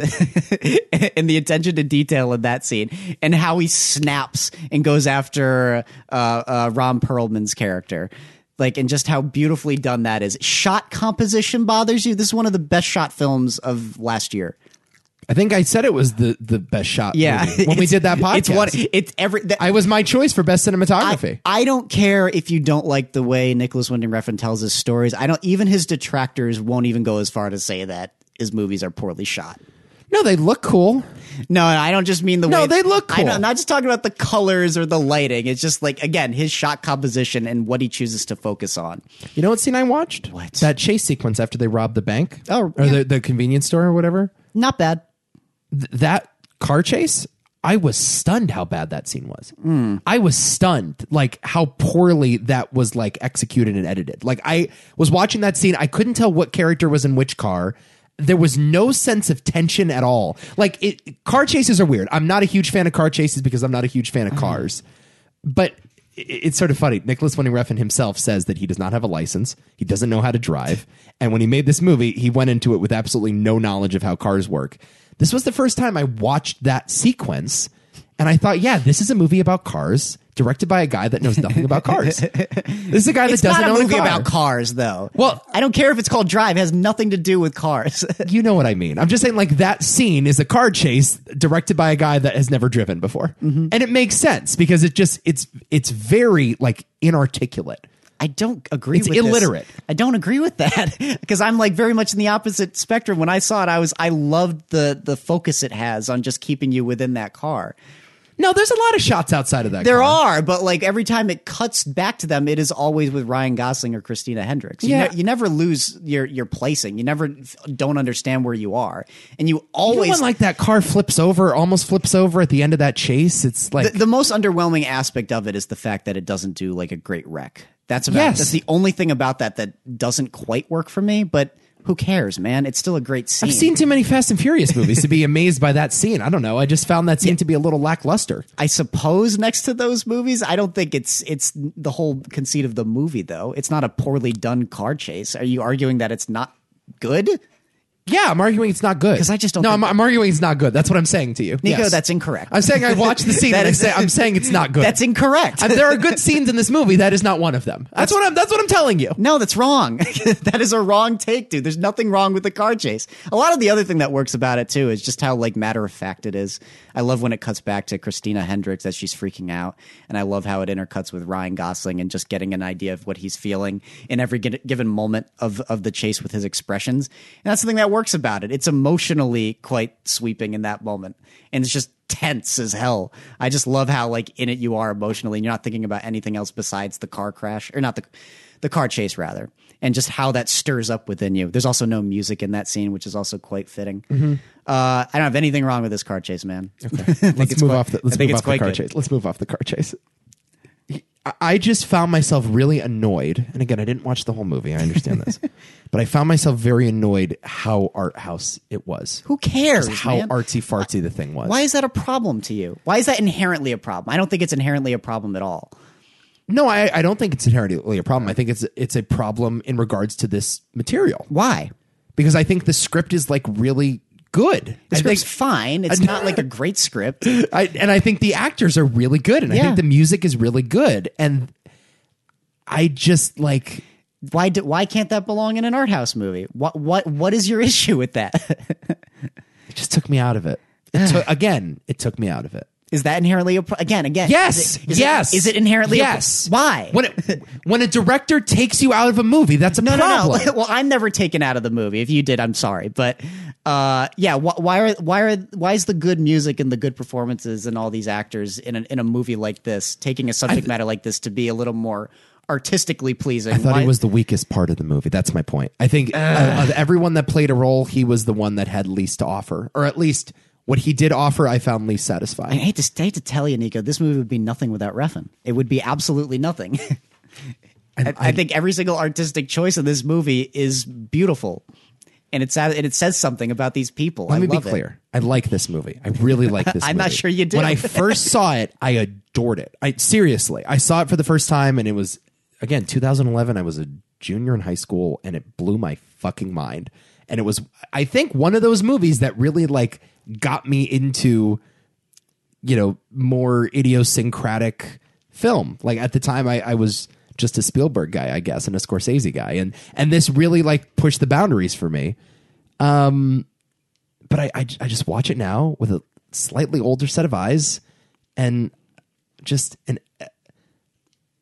Speaker 2: and the attention to detail in that scene, and how he snaps and goes after uh, uh, Ron Perlman's character. Like and just how beautifully done that is. Shot composition bothers you. This is one of the best shot films of last year.
Speaker 1: I think I said it was the, the best shot
Speaker 2: Yeah,
Speaker 1: movie when we
Speaker 2: It's-
Speaker 1: did that podcast.
Speaker 2: It's one. It's every. that-
Speaker 1: I was my choice for best cinematography.
Speaker 2: I, I don't care if you don't like the way Nicholas Winding Refn tells his stories. I don't even his detractors won't even go as far to say that his movies are poorly shot.
Speaker 1: no, they look cool.
Speaker 2: No, I don't just mean the
Speaker 1: No,
Speaker 2: way
Speaker 1: they look
Speaker 2: I know,
Speaker 1: cool.
Speaker 2: I'm not just talking about the colors or the lighting. It's just like again his shot composition and what he chooses to focus on.
Speaker 1: You know what scene I watched?
Speaker 2: What?
Speaker 1: That chase sequence after they robbed the bank.
Speaker 2: Oh,
Speaker 1: or
Speaker 2: yeah.
Speaker 1: the, the convenience store or whatever.
Speaker 2: Not bad.
Speaker 1: Th- that car chase, I was stunned how bad that scene was.
Speaker 2: Hmm.
Speaker 1: I was stunned, like how poorly that was like executed and edited. Like I was watching that scene, I couldn't tell what character was in which car. There was no sense of tension at all. Like it, car chases are weird. I'm not a huge fan of car chases because I'm not a huge
Speaker 2: Uh-huh.
Speaker 1: fan of cars but i- it's sort of funny. Nicholas Winning Refn himself says that he does not have a license. He doesn't know how to drive. And when he made this movie, he went into it with absolutely no knowledge of how cars work. This was the first time I watched that sequence. And I thought, yeah, this is a movie about cars directed by a guy that knows nothing about cars. This is a guy that
Speaker 2: It's
Speaker 1: doesn't
Speaker 2: not a
Speaker 1: own
Speaker 2: movie
Speaker 1: a car.
Speaker 2: about cars though.
Speaker 1: Well-
Speaker 2: I don't care if it's called Drive. It has nothing to do with cars.
Speaker 1: you know what I mean. I'm just saying, like, that scene is a car chase directed by a guy that has never driven before.
Speaker 2: Mm-hmm.
Speaker 1: And it makes sense because it just, it's, it's very, like, inarticulate.
Speaker 2: I don't agree
Speaker 1: It's
Speaker 2: with this.
Speaker 1: illiterate.
Speaker 2: I don't agree with that because I'm like very much in the opposite spectrum. When I saw it, I was I loved the the focus it has on just keeping you within that car.
Speaker 1: No, there's a lot of shots outside of that.
Speaker 2: There
Speaker 1: car.
Speaker 2: are, but like every time it cuts back to them, it is always with Ryan Gosling or Christina Hendricks. You
Speaker 1: Yeah.
Speaker 2: ne- you never lose your your placing. You never f- don't understand where you are, and you
Speaker 1: You know
Speaker 2: always
Speaker 1: when like that car flips over, almost flips over at the end of that chase. It's like
Speaker 2: the, the most underwhelming aspect of it is the fact that it doesn't do like a great wreck. That's about
Speaker 1: Yes.
Speaker 2: that's the only thing about that that doesn't quite work for me. But Who cares, man? It's still a great scene.
Speaker 1: I've seen too many Fast and Furious movies to be amazed by that scene. I don't know. I just found that scene to be a little lackluster.
Speaker 2: I suppose next to those movies, I don't think it's it's the whole conceit of the movie though. It's not a poorly done car chase. Are you arguing that it's not good?
Speaker 1: Yeah, I'm arguing it's not good
Speaker 2: 'Cause I just don't
Speaker 1: No,
Speaker 2: think-
Speaker 1: I'm, I'm arguing it's not good. That's what I'm saying to you,
Speaker 2: Nico,
Speaker 1: Yes.
Speaker 2: that's incorrect.
Speaker 1: I'm saying I watched the scene.
Speaker 2: That
Speaker 1: and I
Speaker 2: is-
Speaker 1: say, I'm saying it's not good.
Speaker 2: That's incorrect.
Speaker 1: Uh, there are good scenes in this movie. That is not one of them. That's, what I'm. That's what I'm telling you.
Speaker 2: No, that's wrong. that is a wrong take, dude. There's nothing wrong with the car chase. A lot of the other thing that works about it too is just how like matter of fact it is. I love when it cuts back to Christina Hendricks as she's freaking out, and I love how it intercuts with Ryan Gosling and just getting an idea of what he's feeling in every gi- given moment of of the chase with his expressions. And that's the thing that works about it. It's emotionally quite sweeping in that moment, and it's just tense as hell. I just love how like in it you are emotionally and you're not thinking about anything else besides the car crash or not the the car chase rather and just how that stirs up within you. There's also no music in that scene which is also quite fitting.
Speaker 1: Mm-hmm.
Speaker 2: Uh, I don't have anything wrong with this car chase, man.
Speaker 1: Let's move off. The, let's
Speaker 2: I
Speaker 1: move off
Speaker 2: think it's
Speaker 1: the
Speaker 2: quite
Speaker 1: car
Speaker 2: good.
Speaker 1: chase. Let's move off the car chase. I- I just found myself really annoyed, and again, I didn't watch the whole movie. I understand this, but I found myself very annoyed how art house it was,
Speaker 2: Who cares?
Speaker 1: how
Speaker 2: man?
Speaker 1: artsy fartsy the thing was.
Speaker 2: Why is that a problem to you? Why is that inherently a problem? I don't think it's inherently a problem at all.
Speaker 1: No, I, I don't think it's inherently a problem. I think it's it's a problem in regards to this material
Speaker 2: Why?
Speaker 1: because I think the script is like really good.
Speaker 2: The
Speaker 1: I think-
Speaker 2: script's fine. It's not like a great script.
Speaker 1: I, and I think the actors are really good, and I
Speaker 2: Yeah.
Speaker 1: think the music is really good, and I just like
Speaker 2: Why do, why can't that belong in an art house movie? What what what is your issue with that?
Speaker 1: it just took me out of it. it took, again, it took me out of it.
Speaker 2: Is that inherently a pro- again? Again,
Speaker 1: Yes,
Speaker 2: Is it- is it-
Speaker 1: yes.
Speaker 2: Is it inherently? a pro-
Speaker 1: yes?
Speaker 2: why?
Speaker 1: When it, when a director takes you out of a movie, that's a
Speaker 2: no, no,
Speaker 1: problem.
Speaker 2: no. well, I'm never taken out of the movie. If you did, I'm sorry, but uh, yeah. Wh- why are why are why is the good music and the good performances and all these actors in an, in a movie like this taking a subject matter like this to be a little more artistically pleasing?
Speaker 1: I thought
Speaker 2: why,
Speaker 1: he was the weakest part of the movie. That's my point. I think uh,
Speaker 2: Ah.
Speaker 1: of everyone that played a role, he was the one that had least to offer, or at least what he did offer, I found least
Speaker 2: I
Speaker 1: satisfying.
Speaker 2: hate to I hate to tell you, Nico. This movie would be nothing without Refn. It would be absolutely nothing. I, I think every single artistic choice in this movie is beautiful, and it's and it says something about these people. I
Speaker 1: Let me be
Speaker 2: love it.
Speaker 1: clear. I like this movie. I really like this
Speaker 2: I'm not
Speaker 1: movie.
Speaker 2: sure you do.
Speaker 1: When I first saw it, I adored it. I seriously. I saw it for the first time and it was again 2011. I was a junior in high school and it blew my fucking mind. And it was I think one of those movies that really like got me into you know, more idiosyncratic film. Like at the time I, I was just a Spielberg guy, I guess, and a Scorsese guy. And and this really like pushed the boundaries for me but I, I I just watch it now with a slightly older set of eyes and just an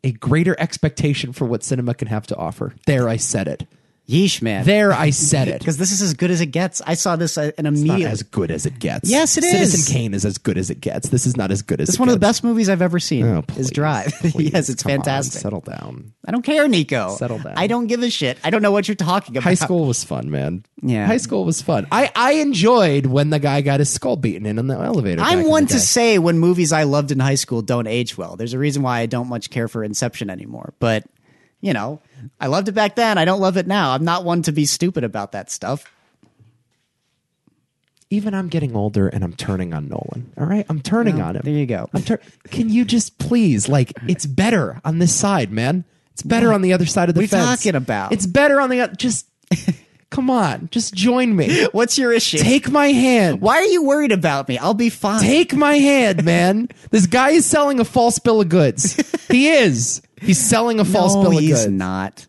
Speaker 1: a greater expectation for what cinema can have to offer. There I said it.
Speaker 2: Yeesh, man.
Speaker 1: There I said it.
Speaker 2: because this is as good as it gets. I saw this uh, and immediately.
Speaker 1: Not as good as it gets.
Speaker 2: Yes, it
Speaker 1: Citizen
Speaker 2: is.
Speaker 1: Kane is as good as it gets. This is not as good as
Speaker 2: it's
Speaker 1: it
Speaker 2: one of the
Speaker 1: gets.
Speaker 2: best movies I've ever seen.
Speaker 1: Oh,
Speaker 2: is
Speaker 1: please,
Speaker 2: Drive?
Speaker 1: please,
Speaker 2: yes, it's
Speaker 1: come on,
Speaker 2: fantastic.
Speaker 1: settle down.
Speaker 2: I don't care, Nico.
Speaker 1: Settle down.
Speaker 2: I don't give a shit. I don't know what you're talking about.
Speaker 1: High school was fun, man.
Speaker 2: Yeah.
Speaker 1: high school was fun. I, I enjoyed when the guy got his skull beaten in on the elevator. back in
Speaker 2: I'm
Speaker 1: the
Speaker 2: one
Speaker 1: day.
Speaker 2: to say when movies I loved in high school don't age well. There's a reason why I don't much care for Inception anymore. But you know, I loved it back then. I don't love it now. I'm not one to be stupid about that stuff.
Speaker 1: even I'm getting older and I'm turning on Nolan. All right, I'm turning on him.
Speaker 2: there you go.
Speaker 1: I'm tur- Can you just please like it's better on this side, man. It's better on the other side of the
Speaker 2: What are you
Speaker 1: fence.
Speaker 2: talking about?
Speaker 1: It's better on the oth- just. come on, just join me.
Speaker 2: What's your issue?
Speaker 1: Take my hand.
Speaker 2: why are you worried about me? I'll be fine.
Speaker 1: Take my hand, man. This guy is selling a false bill of goods. He is. He's selling a false
Speaker 2: no,
Speaker 1: bill of
Speaker 2: he's
Speaker 1: goods.
Speaker 2: not.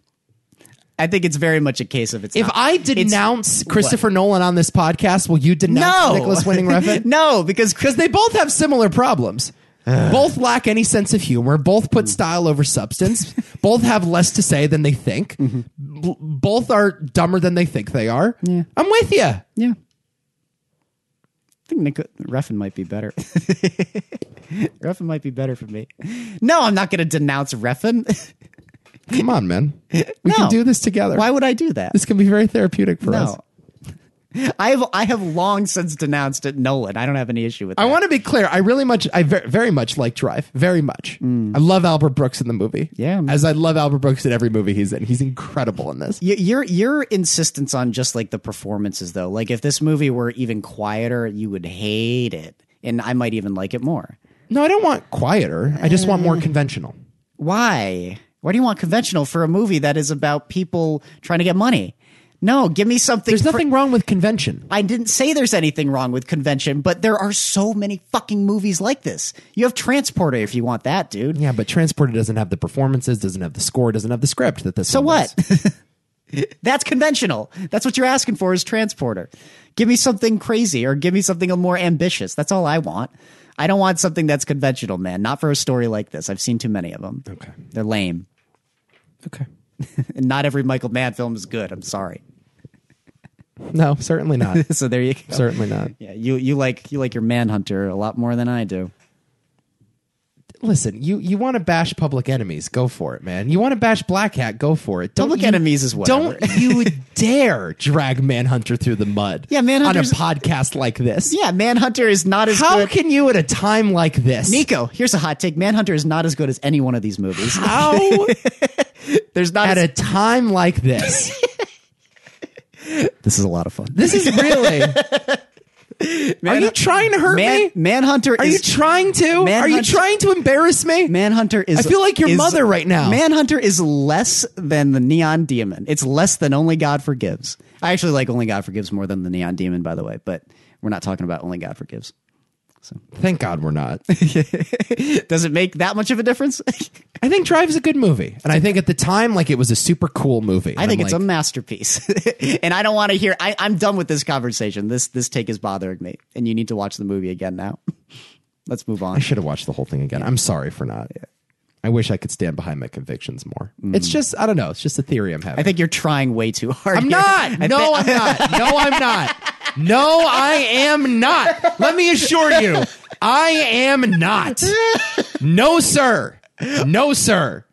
Speaker 2: I think it's very much a case of it's.
Speaker 1: If
Speaker 2: not.
Speaker 1: I denounce Christopher Nolan on this podcast, will you denounce
Speaker 2: no
Speaker 1: Nicholas Winning Refn?
Speaker 2: no, because
Speaker 1: because
Speaker 2: Chris,
Speaker 1: they both have similar problems. both lack any sense of humor. Both
Speaker 2: Mm.
Speaker 1: put style over substance. both have less to say than they think. B- both are dumber than they think they are.
Speaker 2: Mm-hmm. Yeah.
Speaker 1: I'm with you.
Speaker 2: yeah, I think Nick Reffin might be better. Reffin might be better for me. No, I'm not going to denounce Reffin.
Speaker 1: Come on, man. We
Speaker 2: No.
Speaker 1: can do this together.
Speaker 2: Why would I do that?
Speaker 1: This can be very therapeutic for us.
Speaker 2: no, I have I have long since denounced it, Nolan. I don't have any issue with that.
Speaker 1: I want to be clear. I really much, I ver- very much like Drive. Very much. I love Albert Brooks in the movie.
Speaker 2: Mm. Yeah, man.
Speaker 1: As I love Albert Brooks in every movie he's in. He's incredible in this.
Speaker 2: Y- your your insistence on just like the performances though. Like if this movie were even quieter, you would hate it, and I might even like it more.
Speaker 1: No, I don't want quieter. I just want more
Speaker 2: Mm.
Speaker 1: conventional.
Speaker 2: Why? Why do you want conventional for a movie that is about people trying to get money? No, give me something.
Speaker 1: There's
Speaker 2: fr-
Speaker 1: nothing wrong with convention.
Speaker 2: I didn't say there's anything wrong with convention, but there are so many fucking movies like this. You have Transporter if you want that, dude.
Speaker 1: Yeah, but Transporter doesn't have the performances, doesn't have the score, doesn't have the script that this.
Speaker 2: So what? That's conventional. That's what you're asking for is transporter. Give me something crazy or give me something more ambitious. That's all I want. I don't want something that's conventional, man. Not for a story like this. I've seen too many of them.
Speaker 1: Okay.
Speaker 2: They're lame.
Speaker 1: Okay.
Speaker 2: And not every Michael Mann film is good. I'm sorry.
Speaker 1: No, certainly not.
Speaker 2: So there you go.
Speaker 1: certainly not.
Speaker 2: Yeah, you you like you like your Manhunter a lot more than I do.
Speaker 1: Listen, you you want to bash Public Enemies? Go for it, man. You want to bash Black Hat? Go for it. Don't
Speaker 2: Public
Speaker 1: you-
Speaker 2: Enemies is whatever.
Speaker 1: Don't you dare drag Manhunter through the mud.
Speaker 2: Yeah,
Speaker 1: on a
Speaker 2: Manhunter's-
Speaker 1: podcast like this.
Speaker 2: Yeah, Manhunter is not as
Speaker 1: How
Speaker 2: good.
Speaker 1: can you at a time like this?
Speaker 2: Nico, here's a hot take. Manhunter is not as good as any one of these movies.
Speaker 1: How
Speaker 2: There's not
Speaker 1: at
Speaker 2: as-
Speaker 1: a time like this?
Speaker 2: This is a lot of fun.
Speaker 1: This is really. Are you trying to hurt
Speaker 2: Man,
Speaker 1: me?
Speaker 2: Manhunter
Speaker 1: Are
Speaker 2: is
Speaker 1: you trying to? Are you
Speaker 2: Manhunt-
Speaker 1: trying to embarrass me?
Speaker 2: Manhunter is.
Speaker 1: I feel like your
Speaker 2: is-
Speaker 1: mother right now.
Speaker 2: Manhunter is less than the Neon Demon. It's less than Only God Forgives. I actually like Only God Forgives more than the Neon Demon, by the way. But we're not talking about Only God Forgives.
Speaker 1: Thank God we're not.
Speaker 2: Does it make that much of a difference?
Speaker 1: I think Drive's a good movie, and I think at the time, like it was a super cool movie.
Speaker 2: I
Speaker 1: And
Speaker 2: think
Speaker 1: I'm
Speaker 2: it's a
Speaker 1: like,
Speaker 2: masterpiece, and I don't want to hear. I, I'm done with this conversation. This this take is bothering me, and you need to watch the movie again now. Let's move
Speaker 1: I
Speaker 2: on.
Speaker 1: should have watched the whole thing again. I'm sorry for not. I wish I could stand behind my convictions more. It's just I don't know. It's just a theory I'm having.
Speaker 2: Mm. I think you're trying way too hard.
Speaker 1: I'm
Speaker 2: here.
Speaker 1: not.
Speaker 2: I
Speaker 1: No, I'm not. No, I'm not. No, I am not. Let me assure you, I am not. No, sir. No, sir.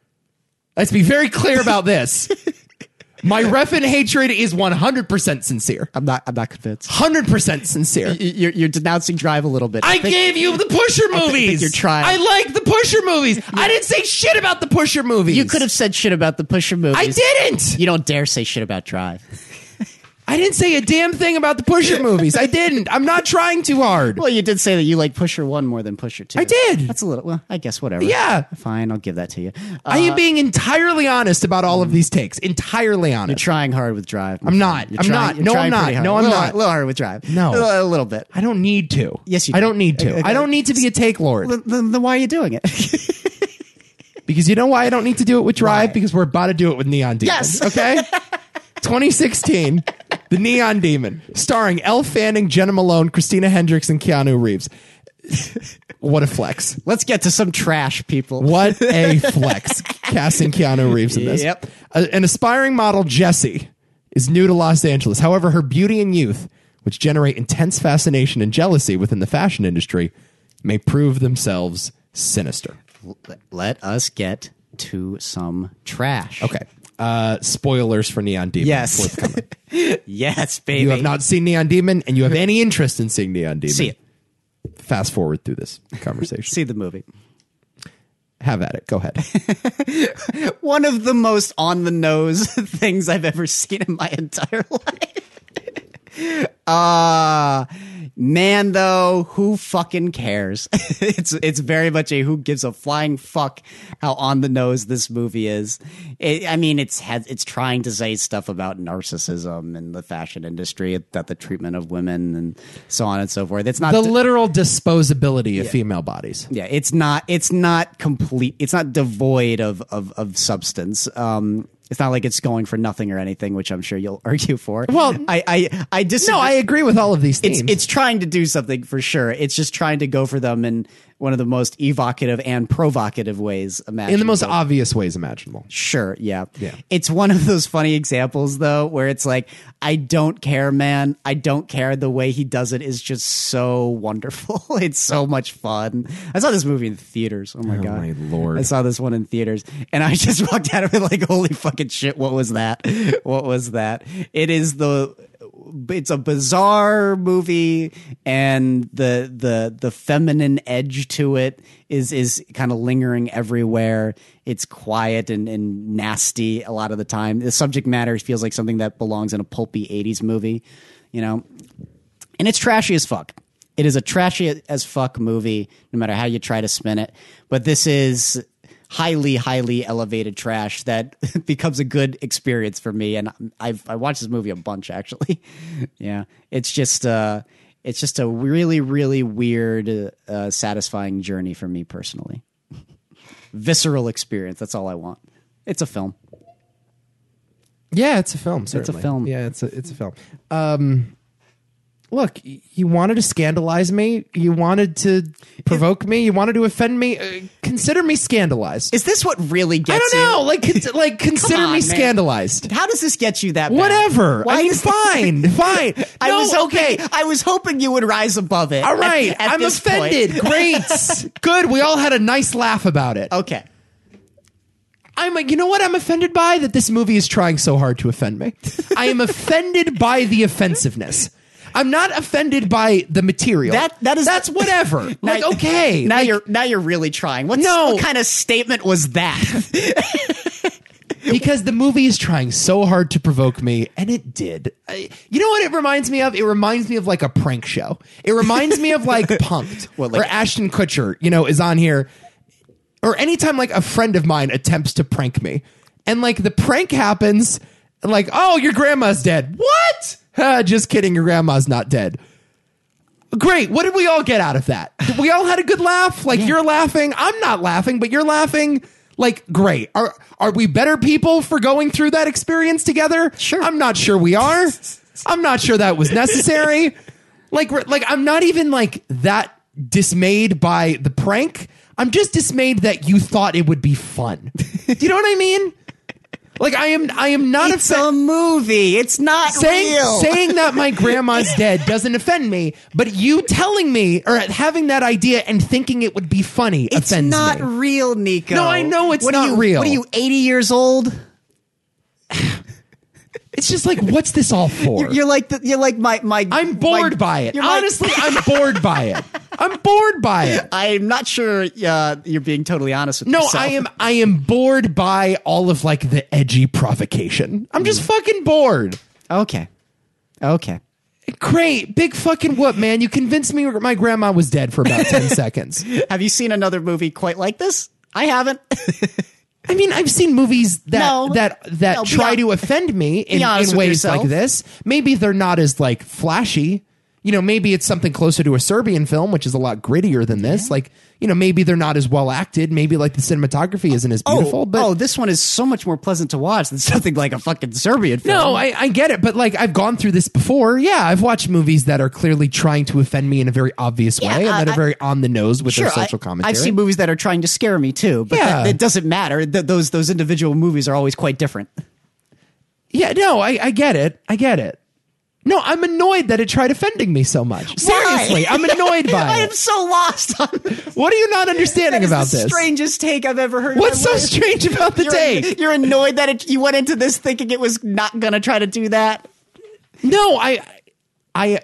Speaker 1: Let's be very clear about this. My ref and hatred is 100% sincere.
Speaker 2: I'm not. I'm not convinced.
Speaker 1: 100% sincere.
Speaker 2: Y- You're, you're denouncing Drive a little bit.
Speaker 1: I gave you the Pusher movies.
Speaker 2: you're trying.
Speaker 1: I like the Pusher movies. I didn't say shit about the Pusher movies.
Speaker 2: You could have said shit about the Pusher movies.
Speaker 1: I didn't.
Speaker 2: You don't dare say shit about Drive.
Speaker 1: I didn't say a damn thing about the Pusher movies. I didn't. I'm not trying too hard.
Speaker 2: Well, you did say that you like Pusher One more than Pusher Two. I
Speaker 1: did.
Speaker 2: That's a little. Well, I guess whatever.
Speaker 1: Yeah.
Speaker 2: Fine, I'll give that to you. Uh,
Speaker 1: I am being entirely honest about all of these takes. Entirely honest.
Speaker 2: trying hard with Drive. I'm
Speaker 1: not. I'm not. No, I'm not. No, I'm not.
Speaker 2: A little hard with Drive.
Speaker 1: No.
Speaker 2: a little, a little bit.
Speaker 1: I don't need to.
Speaker 2: Yes, you
Speaker 1: I
Speaker 2: do.
Speaker 1: don't need to.
Speaker 2: Okay.
Speaker 1: I don't need to be a take lord
Speaker 2: Then, then- then why are you doing it?
Speaker 1: because you know why I don't need to do it with Drive because we're about to do it with Neon Demon.
Speaker 2: Yes.
Speaker 1: Okay. 2016, The Neon Demon, starring Elle Fanning, Jenna Malone, Christina Hendricks, and Keanu Reeves. What a flex!
Speaker 2: Let's get to some trash, people.
Speaker 1: What a flex! Casting Keanu Reeves in this.
Speaker 2: Yep.
Speaker 1: A- an aspiring model, Jessie, is new to Los Angeles. However, her beauty and youth, which generate intense fascination and jealousy within the fashion industry, may prove themselves sinister.
Speaker 2: Let us get to some trash.
Speaker 1: Okay. Uh, spoilers for Neon Demon.
Speaker 2: Yes.
Speaker 1: Forthcoming.
Speaker 2: yes, baby.
Speaker 1: You have not seen Neon Demon, and you have any interest in seeing Neon Demon.
Speaker 2: See it.
Speaker 1: Fast forward through this conversation.
Speaker 2: See the movie.
Speaker 1: have at it. Go ahead.
Speaker 2: one of the most on the nose things I've ever seen in my entire life. Ah, man, though, who fucking cares? it's it's very much a who gives a flying fuck how on the nose this movie is. It, I mean, it's has it's trying to say stuff about narcissism and the fashion industry, about the treatment of women, and so on and so forth. It's not
Speaker 1: the literal disposability of female bodies.
Speaker 2: yeah it's not it's not complete it's not devoid of of, of substance um it's not like it's going for nothing or anything which i'm sure you'll argue for
Speaker 1: Well-
Speaker 2: i i i disagree
Speaker 1: No, I agree with all of these themes.
Speaker 2: it's, it's trying to do something for sure it's just trying to go for them in one of the most evocative and provocative ways imaginable
Speaker 1: in the most obvious ways imaginable.
Speaker 2: Sure, yeah.
Speaker 1: Yeah.
Speaker 2: It's one of those funny examples though where it's like I don't care, man. I don't care the way he does it is just so wonderful. It's so much fun. I saw this movie in theaters. Oh my god.
Speaker 1: my Lord.
Speaker 2: I saw this one in theaters and I just walked out of it like holy fucking shit, what was that? What was that? It is the it's a bizarre movie, and the the the feminine edge to it is is kind of lingering everywhere. It's quiet and, and nasty a lot of the time. The subject matter feels like something that belongs in a pulpy '80s movie, you know, and it's trashy as fuck. It is a trashy as fuck movie, no matter how you try to spin it. But this is highly, highly elevated trash that becomes a good experience for me. And I've I watched this movie a bunch actually. yeah, it's just uh, it's just a really, really weird, uh, satisfying journey for me personally. Visceral experience. That's all I want. It's a film.
Speaker 1: Yeah, it's a film. Certainly.
Speaker 2: film.
Speaker 1: Yeah, it's a it's a film. Um, look, y- you wanted to scandalize me. You wanted to provoke me. You wanted to offend me. Uh, consider me scandalized.
Speaker 2: Is this what really gets
Speaker 1: I don't
Speaker 2: you?
Speaker 1: know. Like, cons- like consider
Speaker 2: on,
Speaker 1: me
Speaker 2: man.
Speaker 1: scandalized.
Speaker 2: How does this get you that bad?
Speaker 1: Whatever.
Speaker 2: Why
Speaker 1: I mean,
Speaker 2: is-
Speaker 1: fine, fine.
Speaker 2: I
Speaker 1: No,
Speaker 2: was hoping, I was hoping you would rise above it.
Speaker 1: All
Speaker 2: at-
Speaker 1: right,
Speaker 2: at
Speaker 1: I'm
Speaker 2: this point.
Speaker 1: offended. Great, good. We all had a nice laugh about it.
Speaker 2: Okay.
Speaker 1: I'm like, you know what? I'm offended by that. This movie is trying so hard to offend me. I am offended by the offensiveness. I'm not offended by the material.
Speaker 2: That- that is-
Speaker 1: that's whatever. like okay,
Speaker 2: Now
Speaker 1: like,
Speaker 2: you're now you're really trying. What's,
Speaker 1: No.
Speaker 2: What kind of statement was that?
Speaker 1: because the movie is trying so hard to provoke me, and it did. I, you know what? It reminds me of. It reminds me of like a prank show. It reminds me of like Punked
Speaker 2: What, like-
Speaker 1: or Ashton Kutcher. You know, is on here. or anytime like a friend of mine attempts to prank me and like the prank happens like oh your grandma's dead what Ah, just kidding your grandma's not dead great what did we all get out of that we all had a good laugh like you're laughing i'm not laughing but you're laughing like great are are we better people for going through that experience together
Speaker 2: Sure.
Speaker 1: i'm not sure we are i'm not sure that was necessary like we're- like i'm not even like that dismayed by the prank i'm just dismayed that you thought it would be fun do you know what i mean like i am i am not
Speaker 2: It's
Speaker 1: offend-
Speaker 2: a movie. It's not
Speaker 1: saying
Speaker 2: real.
Speaker 1: saying that my grandma's dead doesn't offend me but you telling me or having that idea and thinking it would be funny
Speaker 2: it's
Speaker 1: offends
Speaker 2: not
Speaker 1: me
Speaker 2: real, Nico.
Speaker 1: No, I know it's
Speaker 2: What are
Speaker 1: not
Speaker 2: you-
Speaker 1: real.
Speaker 2: What are you, 80 years old?
Speaker 1: it's just like what's this all for
Speaker 2: You're like the, you're like my my.
Speaker 1: i'm bored
Speaker 2: my-
Speaker 1: by it
Speaker 2: you're my-
Speaker 1: honestly i'm bored by it i'm bored by it
Speaker 2: I'm not sure uh, you're being totally honest with
Speaker 1: No,
Speaker 2: yourself.
Speaker 1: I am I am bored by all of like the edgy provocation. I'm
Speaker 2: Mm.
Speaker 1: just fucking bored.
Speaker 2: Okay. Okay.
Speaker 1: Great, big fucking whoop, man. You convinced me my grandma was dead for about 10 seconds.
Speaker 2: Have you seen another movie quite like this? I haven't.
Speaker 1: I mean, I've seen movies that
Speaker 2: No.
Speaker 1: that that
Speaker 2: No, be
Speaker 1: try
Speaker 2: hon-
Speaker 1: to offend me in,
Speaker 2: Be honest
Speaker 1: in
Speaker 2: with
Speaker 1: ways
Speaker 2: yourself.
Speaker 1: like this. Maybe they're not as like flashy. You know, maybe it's something closer to a Serbian film, which is a lot grittier than this. Like, you know, maybe they're not as well acted. Maybe like the cinematography isn't as beautiful.
Speaker 2: oh,
Speaker 1: but
Speaker 2: oh, this one is so much more pleasant to watch than something like a fucking Serbian film.
Speaker 1: No, I, I get it, but like I've gone through this before. Yeah, I've watched movies that are clearly trying to offend me in a very obvious way and
Speaker 2: I-
Speaker 1: that are
Speaker 2: I-
Speaker 1: very on the nose with
Speaker 2: sure,
Speaker 1: their social
Speaker 2: I,
Speaker 1: commentary.
Speaker 2: I've seen movies that are trying to scare me too, but
Speaker 1: Yeah.
Speaker 2: that, it doesn't matter. Th- those those individual movies are always quite different.
Speaker 1: yeah, no, I, I get it. I get it. No, I'm annoyed that it tried offending me so much. Seriously, I'm annoyed
Speaker 2: I
Speaker 1: by
Speaker 2: am
Speaker 1: it.
Speaker 2: so lost. On that
Speaker 1: What are you not understanding
Speaker 2: is
Speaker 1: about
Speaker 2: the
Speaker 1: this?
Speaker 2: strangest take I've ever heard. in
Speaker 1: What's
Speaker 2: my
Speaker 1: so
Speaker 2: life.
Speaker 1: strange about the
Speaker 2: You're,
Speaker 1: day?
Speaker 2: you're annoyed that it, you went into this thinking it was not going to try to do that.
Speaker 1: No, I, I,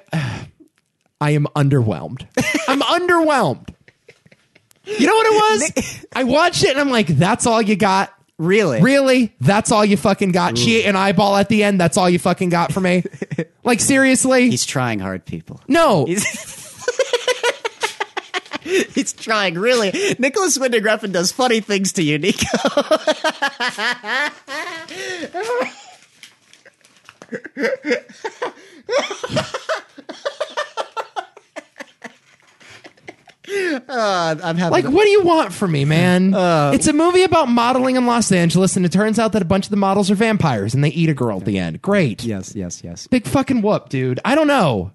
Speaker 1: I am underwhelmed. I'm underwhelmed. You know what it was? I watched it and I'm like, that's all you got.
Speaker 2: Really?
Speaker 1: Really? That's all you fucking got? She ate an eyeball at the end. That's all you fucking got for me? like, seriously?
Speaker 2: He's trying hard, people.
Speaker 1: no.
Speaker 2: He's trying really. Nicholas Winding Refn does funny things to you, Nico. Uh, I'm having
Speaker 1: Like, what do you want from me, man?
Speaker 2: Uh,
Speaker 1: it's a movie about modeling in Los Angeles, and it turns out that a bunch of the models are vampires and they eat a girl at the end. Great.
Speaker 2: yes, yes, yes.
Speaker 1: Big fucking whoop, dude. I don't know.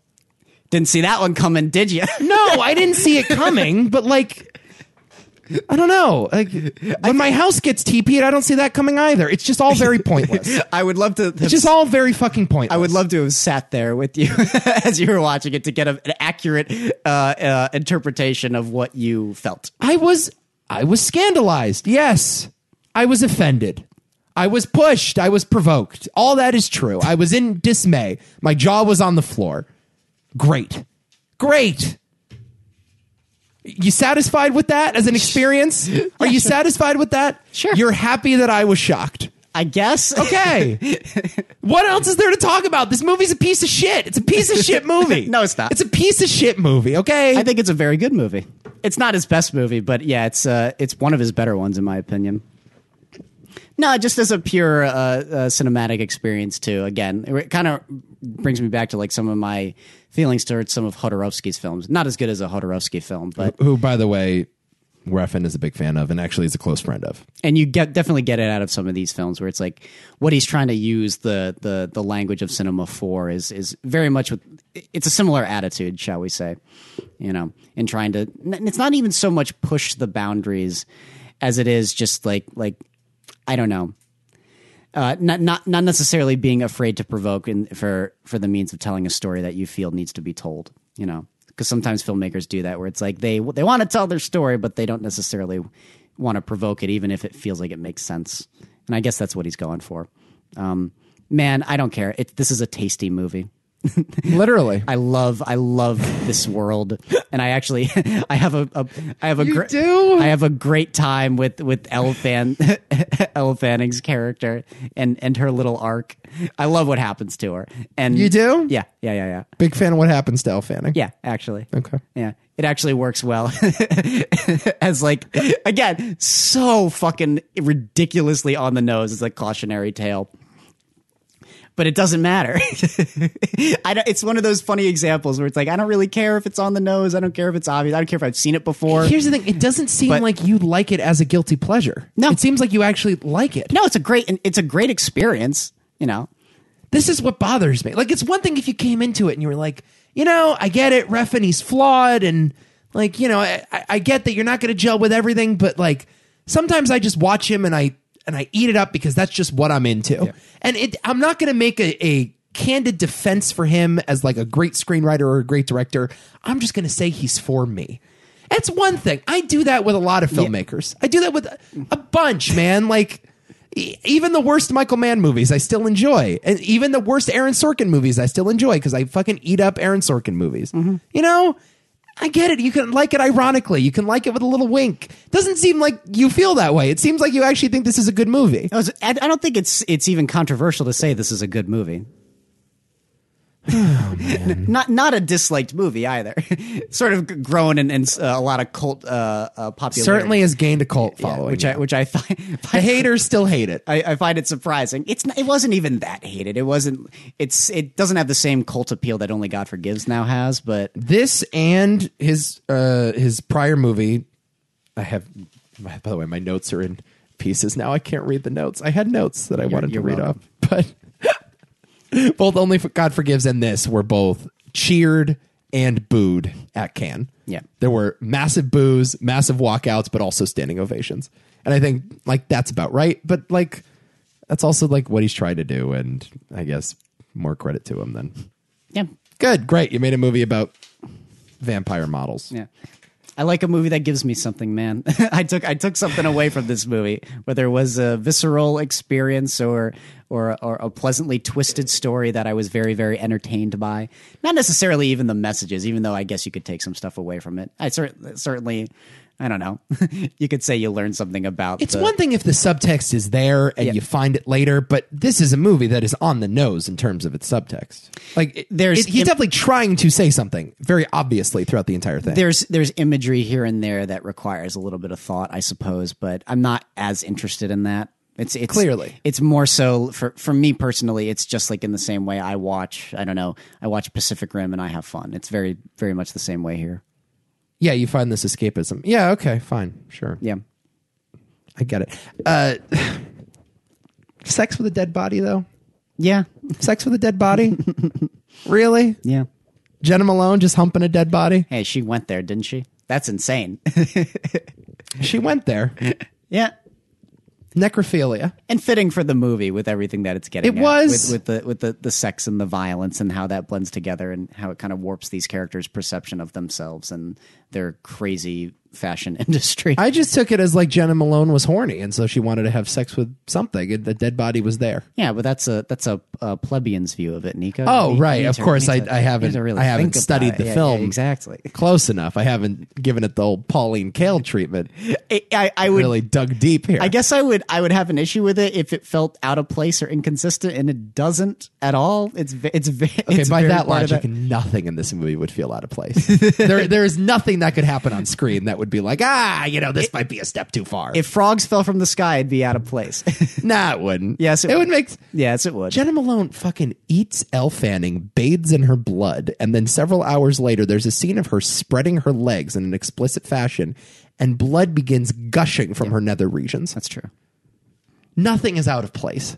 Speaker 2: Didn't see that one coming, did you?
Speaker 1: No, I didn't see it coming, but like I don't know. Like when my house gets TP'd, I don't see that coming either. It's just all very pointless. It's
Speaker 2: I would love to. have
Speaker 1: just all very fucking pointless.
Speaker 2: I would love to have sat there with you as you were watching it to get a, an accurate uh, uh, interpretation of what you felt.
Speaker 1: I was I was scandalized. Yes. I was offended. I was pushed. I was provoked. All that is true. I was in dismay. My jaw was on the floor. Great. Great. You satisfied with that as an experience? Are you satisfied with that?
Speaker 2: Sure.
Speaker 1: You're happy that I was shocked.
Speaker 2: I guess.
Speaker 1: Okay. what else is there to talk about? This movie's a piece of shit. It's a piece of shit movie.
Speaker 2: No, it's not.
Speaker 1: It's a piece of shit movie, okay?
Speaker 2: I think it's a very good movie. It's not his best movie, but yeah, it's uh, it's one of his better ones in my opinion. No, just as a pure uh, uh, cinematic experience too. Again, it kind of brings me back to like some of my feelings towards some of Hodorowski's films. Not as good as a Hodorowski film, but
Speaker 1: Who, by the way, Refn is a big fan of and actually is a close friend of.
Speaker 2: and you get definitely get it out of some of these films where it's like what he's trying to use the the the language of cinema for is is very much with it's a similar attitude shall we say you know in trying to and it's not even so much push the boundaries as it is just like like i don't know uh, not not not necessarily being afraid to provoke in, for for the means of telling a story that you feel needs to be told. You know, because sometimes filmmakers do that, where it's like they they want to tell their story, but they don't necessarily want to provoke it, even if it feels like it makes sense. And I guess that's what he's going for. Um, man, I don't care. It, this is a tasty movie.
Speaker 1: Literally.
Speaker 2: I love I love this world, and I actually I have a, a I have a you
Speaker 1: do?
Speaker 2: I have a great time with with Elle Fan Elle Fanning's character and and her little arc. I love what happens to her. And
Speaker 1: You do?
Speaker 2: Yeah, yeah, yeah, yeah,
Speaker 1: Big fan of what happens to Elle Fanning.
Speaker 2: yeah. Actually,
Speaker 1: Okay.
Speaker 2: yeah, it actually works well as like again so fucking ridiculously on the nose. It's a cautionary tale but it doesn't matter. I don't, it's one of those funny examples where it's like I don't really care if it's on the nose. I don't care if it's obvious. I don't care if I've seen it before.
Speaker 1: Here's the thing it doesn't seem
Speaker 2: But-
Speaker 1: like you like it as a guilty pleasure.
Speaker 2: No.
Speaker 1: It seems like you actually like it.
Speaker 2: no, it's a great it's a great experience. You know,
Speaker 1: This is what bothers me. Like, it's one thing if you came into it and you were like, you know, I get it, Refn, he's flawed, and like, you know, I, I I get that you're not going to gel with everything, but like, sometimes I just watch him and I and I eat it up because that's just what I'm into, and it, I'm not going to make a, a candid defense for him as like a great screenwriter or a great director. I'm just going to say he's for me. That's one thing. I do that with a lot of filmmakers. I do that with a- a bunch, man. Like e- even the worst Michael Mann movies, I still enjoy, and even the worst Aaron Sorkin movies, I still enjoy because I fucking eat up Aaron Sorkin movies. You know. I get it. You can like it ironically. You can like it with a little wink. Doesn't seem like you feel that way. It seems like you actually think this is a good movie.
Speaker 2: I, was, I, I don't think it's it's even controversial to say this is a good movie. not not a disliked movie either. sort of grown and, and uh, a lot of cult uh, uh, popularity.
Speaker 1: Certainly has gained a cult following.
Speaker 2: which I which I find,
Speaker 1: the haters still hate it.
Speaker 2: I, I find it surprising. It's not, it wasn't even that hated. It wasn't. It's it doesn't have the same cult appeal that Only God Forgives now has. But
Speaker 1: this and his uh his prior movie i have my, by the way my notes are in pieces now i can't read the notes i had notes that i wanted
Speaker 2: you're
Speaker 1: to read
Speaker 2: welcome.
Speaker 1: off but both only For- god forgives and this were both cheered and booed at cannes
Speaker 2: Yeah.
Speaker 1: there were massive boos massive walkouts but also standing ovations and i think like that's about right but like that's also like what he's tried to do and i guess more credit to him than
Speaker 2: yeah,
Speaker 1: Good, great. You made a movie about vampire models.
Speaker 2: yeah. I like a movie that gives me something, man. I took I took something away from this movie, whether it was a visceral experience or or or a pleasantly twisted story that I was very very entertained by. Not necessarily even the messages, even though I guess you could take some stuff away from it. I cer- certainly, I don't know. you could say you learned something about.
Speaker 1: It's
Speaker 2: the-
Speaker 1: one thing if the subtext is there and
Speaker 2: Yeah.
Speaker 1: you find it later, but this is a movie that is on the nose in terms of its subtext. Like it-
Speaker 2: there's-
Speaker 1: it- he's
Speaker 2: im-
Speaker 1: definitely trying to say something very obviously throughout the entire thing.
Speaker 2: there's there's imagery here and there that requires a little bit of thought, I suppose, but I'm not as interested in that. It's it's
Speaker 1: Clearly.
Speaker 2: it's more so for for me personally. It's just like in the same way I watch. I don't know. I watch Pacific Rim and I have fun. It's very very much the same way here.
Speaker 1: yeah, you find this escapism. Yeah, okay, fine, sure.
Speaker 2: Yeah.
Speaker 1: I get it. Uh, sex with a dead body, though.
Speaker 2: Yeah.
Speaker 1: Sex with a dead body. really?
Speaker 2: Yeah.
Speaker 1: Jenna Malone just humping a dead body.
Speaker 2: Hey, she went there, didn't she? That's insane.
Speaker 1: She went there.
Speaker 2: yeah.
Speaker 1: Necrophilia.
Speaker 2: And fitting for the movie with everything that it's getting.
Speaker 1: It
Speaker 2: at,
Speaker 1: was.
Speaker 2: with, with the with the, the sex and the violence and how that blends together and how it kind of warps these characters' perception of themselves and their crazy fashion industry.
Speaker 1: I just took it as like Jenna Malone was horny, and so she wanted to have sex with something, and the dead body was there.
Speaker 2: yeah, but that's a that's a, a plebeian's view of it, Nico.
Speaker 1: Oh,
Speaker 2: You need-
Speaker 1: right.
Speaker 2: you need
Speaker 1: Of
Speaker 2: to-
Speaker 1: course,
Speaker 2: you need
Speaker 1: I-
Speaker 2: to-
Speaker 1: I
Speaker 2: you need
Speaker 1: haven't-
Speaker 2: to really
Speaker 1: I haven't
Speaker 2: think about
Speaker 1: studied
Speaker 2: it.
Speaker 1: the
Speaker 2: Yeah, yeah,
Speaker 1: film.
Speaker 2: exactly.
Speaker 1: Close enough. I haven't given it the old Pauline Kael treatment.
Speaker 2: I, I, I would
Speaker 1: Really dug deep here.
Speaker 2: I guess I would I would have an issue with it if it felt out of place or inconsistent, and it doesn't at all. It's ve- it's ve-
Speaker 1: Okay,
Speaker 2: it's
Speaker 1: by
Speaker 2: very
Speaker 1: that
Speaker 2: part of
Speaker 1: logic,
Speaker 2: it.
Speaker 1: nothing in this movie would feel out of place. there, there is nothing that could happen on screen that would be like, ah, you know, this might be a step too far.
Speaker 2: If frogs fell from the sky, it'd be out of place.
Speaker 1: nah, it wouldn't.
Speaker 2: Yes, it
Speaker 1: it, would
Speaker 2: would.
Speaker 1: make
Speaker 2: yes, it would.
Speaker 1: Jenna Malone fucking eats Elle Fanning, bathes in her blood, and then several hours later, there's a scene of her spreading her legs in an explicit fashion, and blood begins gushing from her nether regions.
Speaker 2: That's true.
Speaker 1: Nothing is out of place.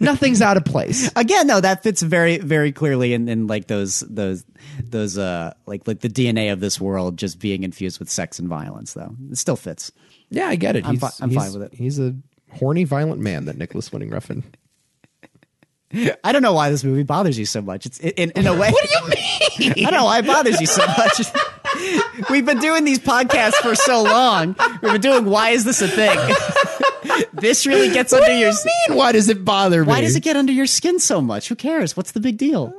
Speaker 1: Nothing's out of place.
Speaker 2: Again, though, that fits very very clearly in, in like those those those uh like like the DNA of this world just being infused with sex and violence. Though it still fits.
Speaker 1: Yeah, I get it. I'm,
Speaker 2: fi- I'm fine with it.
Speaker 1: He's a horny, violent man that Nicholas Winning Refn
Speaker 2: I don't know why this movie bothers you so much. It's in in a way. what do you mean? I don't know why it bothers you so much. We've been doing these podcasts for so long. We've been doing. Why is this a thing? this really gets under your. s-
Speaker 1: mean? Why does it bother me?
Speaker 2: Why does it get under your skin so much? Who cares? What's the big deal?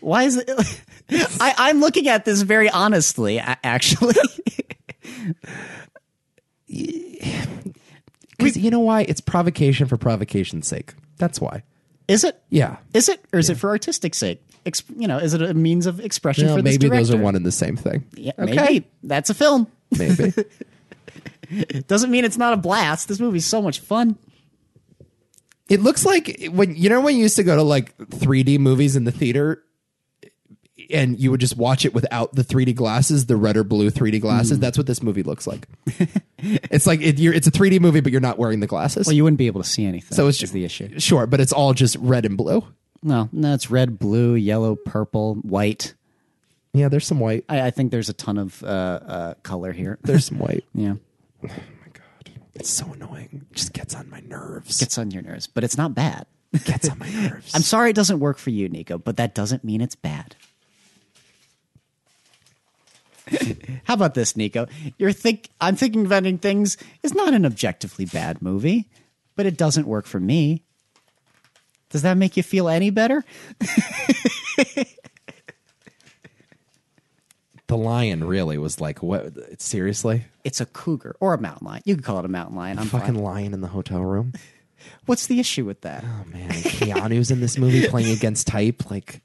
Speaker 2: Why is it? I, I'm looking at this very honestly. a- Actually,
Speaker 1: Because you know why? It's provocation for provocation's sake. That's why.
Speaker 2: is it?
Speaker 1: Yeah.
Speaker 2: Is it, or is it for artistic sake? Ex- you know, is it a means of expression
Speaker 1: Well,
Speaker 2: for this
Speaker 1: maybe those are
Speaker 2: director?
Speaker 1: one and the same thing.
Speaker 2: Yeah, Maybe that's a film.
Speaker 1: Maybe.
Speaker 2: Doesn't mean it's not a blast. This movie's so much fun.
Speaker 1: it looks like when you know when you used to go to like 3D movies in the theater and you would just watch it without the 3D glasses, the red or blue 3D glasses. That's what this movie looks like. it's like it, you're, it's a 3D movie, but you're not wearing the glasses.
Speaker 2: Well, you wouldn't be able to see anything.
Speaker 1: so it's just
Speaker 2: is the issue.
Speaker 1: Sure, but it's all just red and blue.
Speaker 2: No, no, it's red, blue, yellow, purple, white.
Speaker 1: Yeah, there's some white.
Speaker 2: I, I think there's a ton of uh, uh, color here.
Speaker 1: There's some white.
Speaker 2: Yeah,
Speaker 1: my god, it's so annoying. It just gets on my nerves.
Speaker 2: it's on your nerves, but it's not bad.
Speaker 1: gets on my nerves.
Speaker 2: I'm sorry it doesn't work for you, Nico, but that doesn't mean it's bad. How about this, Nico? You're think I'm thinking of ending things is not an objectively bad movie, but it doesn't work for me. Does that make you feel any better?
Speaker 1: the lion really was like, what? Seriously?
Speaker 2: it's a cougar or a mountain lion. You could call it a mountain lion. I'm
Speaker 1: Fucking
Speaker 2: fine.
Speaker 1: lion in the hotel room?
Speaker 2: What's the issue with that?
Speaker 1: Oh man, Keanu's in this movie playing against type. Like,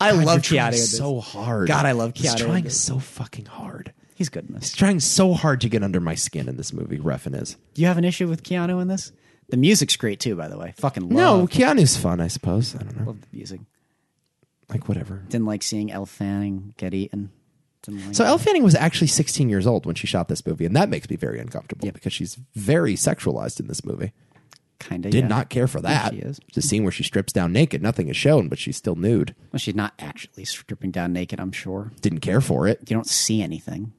Speaker 2: I love
Speaker 1: you're
Speaker 2: Keanu.
Speaker 1: trying
Speaker 2: in this.
Speaker 1: so hard.
Speaker 2: God, I love
Speaker 1: He's
Speaker 2: Keanu in
Speaker 1: trying
Speaker 2: this.
Speaker 1: so fucking hard.
Speaker 2: He's good in this.
Speaker 1: He's trying so hard to get under my skin in this movie. Refin is.
Speaker 2: Do you have an issue with Keanu in this? The music's great too, by the way. Fucking love,
Speaker 1: No, Keanu's fun, I suppose. I don't know.
Speaker 2: love the music.
Speaker 1: Like whatever.
Speaker 2: Didn't like seeing Elle Fanning get eaten. Didn't like
Speaker 1: So Elle Fanning was actually 16 years old when she shot this movie, and that makes me very uncomfortable because she's very sexualized in this movie.
Speaker 2: kind of
Speaker 1: Did not care for that.
Speaker 2: she is.
Speaker 1: The scene where she strips down naked, nothing is shown, but she's still nude.
Speaker 2: Well, she's not actually stripping down naked. I'm sure
Speaker 1: Didn't care for it.
Speaker 2: you don't see anything.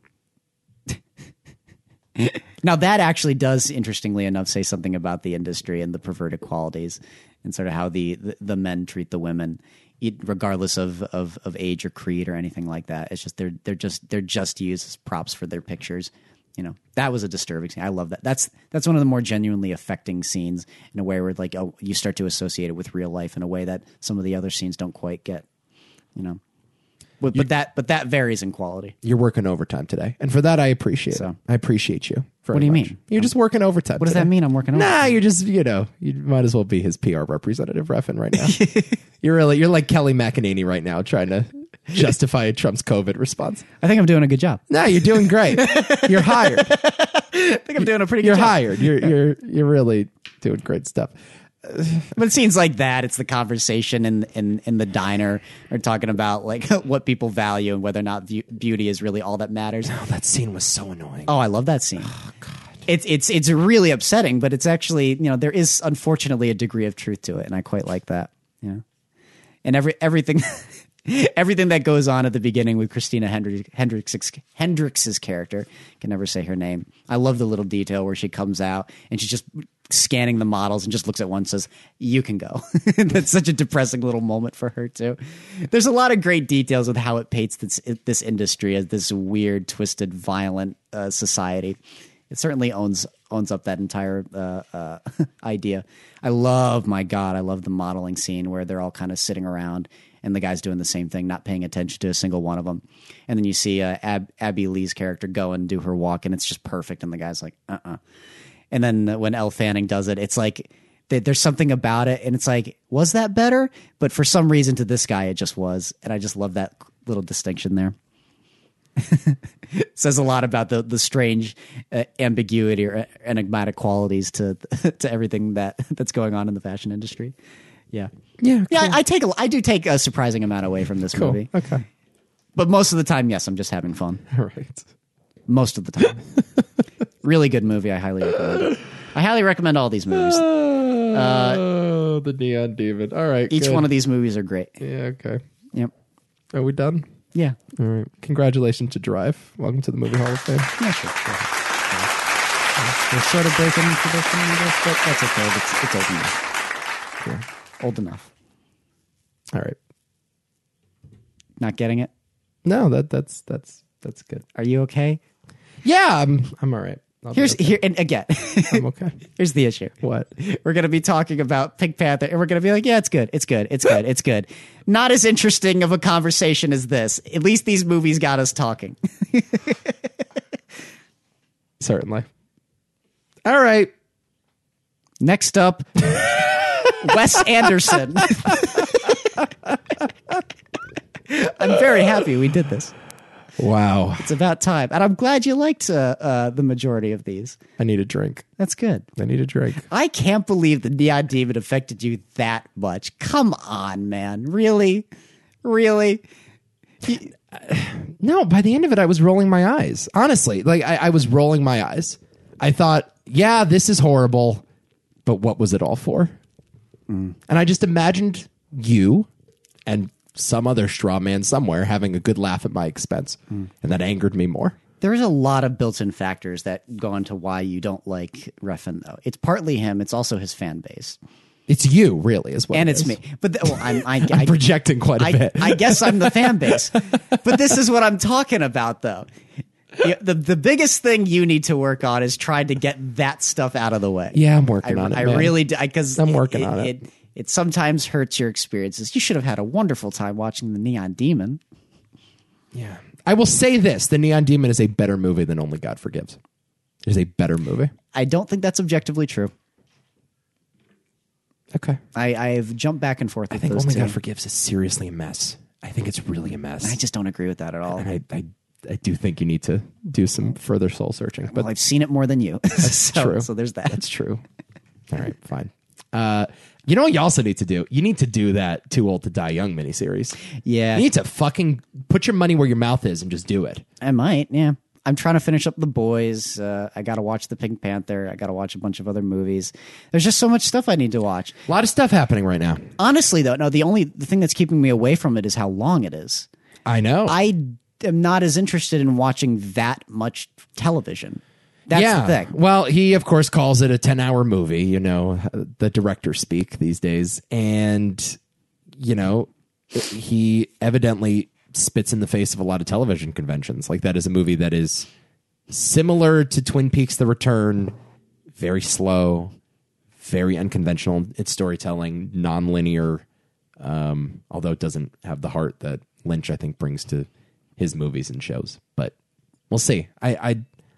Speaker 2: now that actually does, interestingly enough, say something about the industry and the perverted qualities and sort of how the the, the men treat the women, e- regardless of, of of age or creed or anything like that. It's just they're they're just they're just used as props for their pictures. You know that was a disturbing scene. I love that. That's that's one of the more genuinely affecting scenes in a way where like oh you start to associate it with real life in a way that some of the other scenes don't quite get. You know, but, but that but that varies in quality.
Speaker 1: You're working overtime today, and for that, I appreciate it.
Speaker 2: So.
Speaker 1: I appreciate you. very
Speaker 2: What do you
Speaker 1: much.
Speaker 2: mean?
Speaker 1: You're just working overtime.
Speaker 2: What does that mean? I'm working. over?
Speaker 1: Nah, you're just you know you might as well be his PR representative refing right now. you're really you're like Kelly McEnany right now trying to justify Trump's COVID response.
Speaker 2: I think I'm doing a good job.
Speaker 1: No, you're doing great. you're hired.
Speaker 2: I think I'm doing a pretty good
Speaker 1: You're
Speaker 2: job.
Speaker 1: hired. You're you're you're really doing great stuff.
Speaker 2: But it seems like that. It's the conversation in in in the diner are talking about like what people value and whether or not view, beauty is really all that matters.
Speaker 1: Oh, that scene was so annoying.
Speaker 2: Oh, I love that scene. It's it's it's really upsetting, but it's actually you know there is unfortunately a degree of truth to it, and I quite like that. You know, and every everything. Everything that goes on at the beginning with Christina Hendri- Hendricks, Hendricks's character can never say her name. I love the little detail where she comes out and she's just scanning the models and just looks at one and says, You can go. That's such a depressing little moment for her, too. There's a lot of great details with how it paints this, this industry as this weird, twisted, violent uh, society. It certainly owns owns up that entire uh, uh, idea. I love, my God, I love the modeling scene where they're all kind of sitting around and the guy's doing the same thing, not paying attention to a single one of them. And then you see uh, Ab- Abby Lee's character go and do her walk, and it's just perfect. And the guy's like, uh uh And then when Elle Fanning does it, it's like th- there's something about it, and it's like, was that better? But for some reason, to this guy, it just was. And I just love that little distinction there. says a lot about the the strange uh, ambiguity or uh, enigmatic qualities to to everything that that's going on in the fashion industry. Yeah.
Speaker 1: Yeah,
Speaker 2: Yeah,
Speaker 1: cool.
Speaker 2: I, I take a, I do take a surprising amount away from this movie,
Speaker 1: Okay.
Speaker 2: but most of the time, yes, I'm just having fun.
Speaker 1: All right.
Speaker 2: Most of the time, really good movie. I highly recommend. it. I highly recommend all these movies.
Speaker 1: Oh, the neon demon. All right.
Speaker 2: Each
Speaker 1: good.
Speaker 2: one of these movies are great.
Speaker 1: Yeah. Okay.
Speaker 2: Yep.
Speaker 1: Are we done?
Speaker 2: Yeah.
Speaker 1: All right. Congratulations to Drive. Welcome to the Movie Hall of Fame.
Speaker 2: Yeah, sure. sure. We're sort of breaking tradition, I guess, but that's okay. It's, it's old enough. Old enough.
Speaker 1: All right.
Speaker 2: Not getting it?
Speaker 1: No, that that's that's that's good.
Speaker 2: Are you okay?
Speaker 1: Yeah, I'm I'm all right. I'll be
Speaker 2: um, Here's
Speaker 1: okay.
Speaker 2: here and again.
Speaker 1: I'm okay.
Speaker 2: here's the issue.
Speaker 1: What?
Speaker 2: We're gonna be talking about Pink Panther, and we're gonna be like, yeah, it's good, it's good, it's good, it's good. Not as interesting of a conversation as this. At least these movies got us talking.
Speaker 1: Certainly. All right.
Speaker 2: Next up, Wes Anderson. I'm very happy we did this.
Speaker 1: Wow.
Speaker 2: It's about time, and I'm glad you liked uh, uh, the majority of these.
Speaker 1: I need a drink.
Speaker 2: That's good.
Speaker 1: I need a drink.
Speaker 2: I can't believe the Neon Demon affected you that much. Come on, man. Really? Really?
Speaker 1: No, by the end of it, I was rolling my eyes. Honestly, like I, I was rolling my eyes. I thought, yeah, this is horrible, but what was it all for? And I just imagined you and some other straw man somewhere having a good laugh at my expense, and that angered me more.
Speaker 2: There's a lot of built in factors that go into why you don't like Refn, though. It's partly him, it's also his fan base.
Speaker 1: It's you, really, is what.
Speaker 2: And
Speaker 1: it
Speaker 2: it's
Speaker 1: is.
Speaker 2: me. But the, well, I'm, I,
Speaker 1: I'm
Speaker 2: I,
Speaker 1: projecting quite a
Speaker 2: I,
Speaker 1: bit.
Speaker 2: I guess I'm the fan base. But this is what I'm talking about, though. You- The, the biggest thing you need to work on is trying to get that stuff out of the way.
Speaker 1: yeah, I'm
Speaker 2: I,
Speaker 1: working on it.
Speaker 2: I
Speaker 1: man.
Speaker 2: really do because
Speaker 1: I'm working on it.
Speaker 2: It, it sometimes hurts your experiences. You should have had a wonderful time watching the Neon Demon.
Speaker 1: Yeah. I will say this: The Neon Demon is a better movie than Only God Forgives. It is a better movie.
Speaker 2: I don't think that's objectively true.
Speaker 1: Okay.
Speaker 2: I, I've jumped back and forth.
Speaker 1: I
Speaker 2: with
Speaker 1: think
Speaker 2: those
Speaker 1: Only
Speaker 2: two.
Speaker 1: God Forgives is seriously a mess. I think it's really a mess.
Speaker 2: I just don't agree with that at all.
Speaker 1: and I, I, I do think you need to do some further soul searching, but
Speaker 2: well, I've seen it more than you. That's so,
Speaker 1: true.
Speaker 2: So there's that.
Speaker 1: that's true. All right, fine. Uh, you know what you also need to do? You need to do that Too Old to Die Young miniseries.
Speaker 2: Yeah.
Speaker 1: You need to fucking put your money where your mouth is and just do it.
Speaker 2: I might. Yeah. I'm trying to finish up The Boys. Uh, I got to watch The Pink Panther. I got to watch a bunch of other movies. There's just so much stuff I need to watch.
Speaker 1: A lot of stuff happening right now.
Speaker 2: Honestly, though, no, the only the thing that's keeping me away from it is how long it is.
Speaker 1: I know.
Speaker 2: I am not as interested in watching that much television. That's the thing.
Speaker 1: Well, he of course calls it a 10-hour movie, you know, the directors speak these days and you know, he evidently spits in the face of a lot of television conventions. Like that is a movie that is similar to Twin Peaks the Return, very slow, very unconventional in its storytelling, nonlinear um although it doesn't have the heart that Lynch I think brings to his movies and shows. But we'll see. I I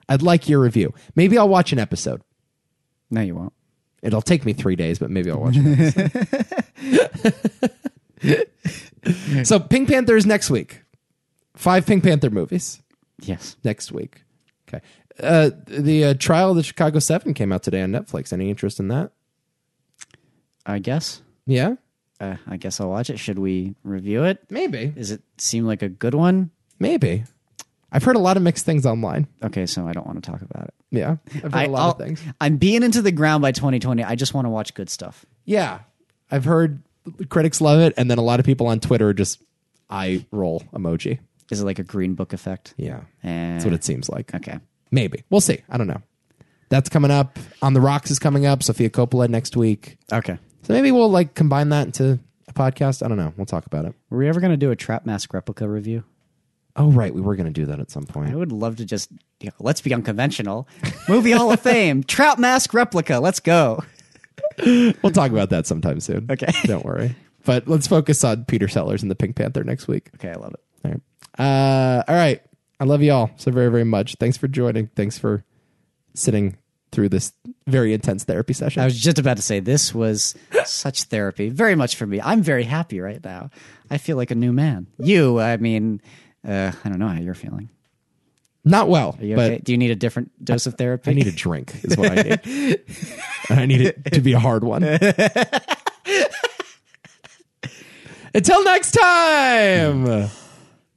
Speaker 1: I'd like your review. Maybe I'll watch an episode.
Speaker 2: No, you won't.
Speaker 1: It'll take me three days, but maybe I'll watch it. so Pink Panther is next week. Five Pink Panther movies
Speaker 2: Yes.
Speaker 1: next week. Okay. Uh, the uh, Trial of the Chicago Seven came out today on Netflix. Any interest in that?
Speaker 2: I guess.
Speaker 1: Yeah,
Speaker 2: Uh, I guess I'll watch it. Should we review it?
Speaker 1: maybe,
Speaker 2: Does it seem like a good one?
Speaker 1: maybe. I've heard a lot of mixed things online.
Speaker 2: Okay, so I don't want to talk about it.
Speaker 1: Yeah, I've heard
Speaker 2: I,
Speaker 1: a lot of
Speaker 2: I'll-
Speaker 1: things.
Speaker 2: I'm being into the ground by 2020. I just want to watch good stuff.
Speaker 1: Yeah, I've heard critics love it, and then a lot of people on Twitter are just eye roll emoji.
Speaker 2: Is it like a green book effect?
Speaker 1: Yeah,
Speaker 2: Eh,
Speaker 1: that's what it seems like.
Speaker 2: Okay.
Speaker 1: Maybe. We'll see. I don't know. That's coming up. On the Rocks is coming up. Sophia Coppola next week.
Speaker 2: Okay.
Speaker 1: So maybe we'll like combine that into a podcast. I don't know. We'll talk about it.
Speaker 2: Were we ever going to do a trap mask replica review?
Speaker 1: Oh right, we were going to do that at some
Speaker 2: I
Speaker 1: point.
Speaker 2: would love to just you know, let's be unconventional. Movie Hall of Fame, trap mask replica. Let's go.
Speaker 1: We'll talk about that sometime soon.
Speaker 2: Okay.
Speaker 1: don't worry. But let's focus on Peter Sellers and the Pink Panther next week.
Speaker 2: Okay, I love it.
Speaker 1: All right. Uh, all right. I love you all so very, very much. Thanks for joining. Thanks for sitting through this very intense therapy session.
Speaker 2: I was just about to say this was such therapy, very much for me. I'm very happy right now. I feel like a new man. You, I mean, uh, I don't know how you're feeling.
Speaker 1: Not well,
Speaker 2: Are you
Speaker 1: but
Speaker 2: okay? Do you need a different dose of therapy?
Speaker 1: I need a drink is what I need. and I need it to be a hard one. Until next time.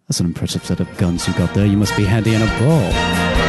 Speaker 2: That's an impressive set of guns you got there. You must be handy in a brawl.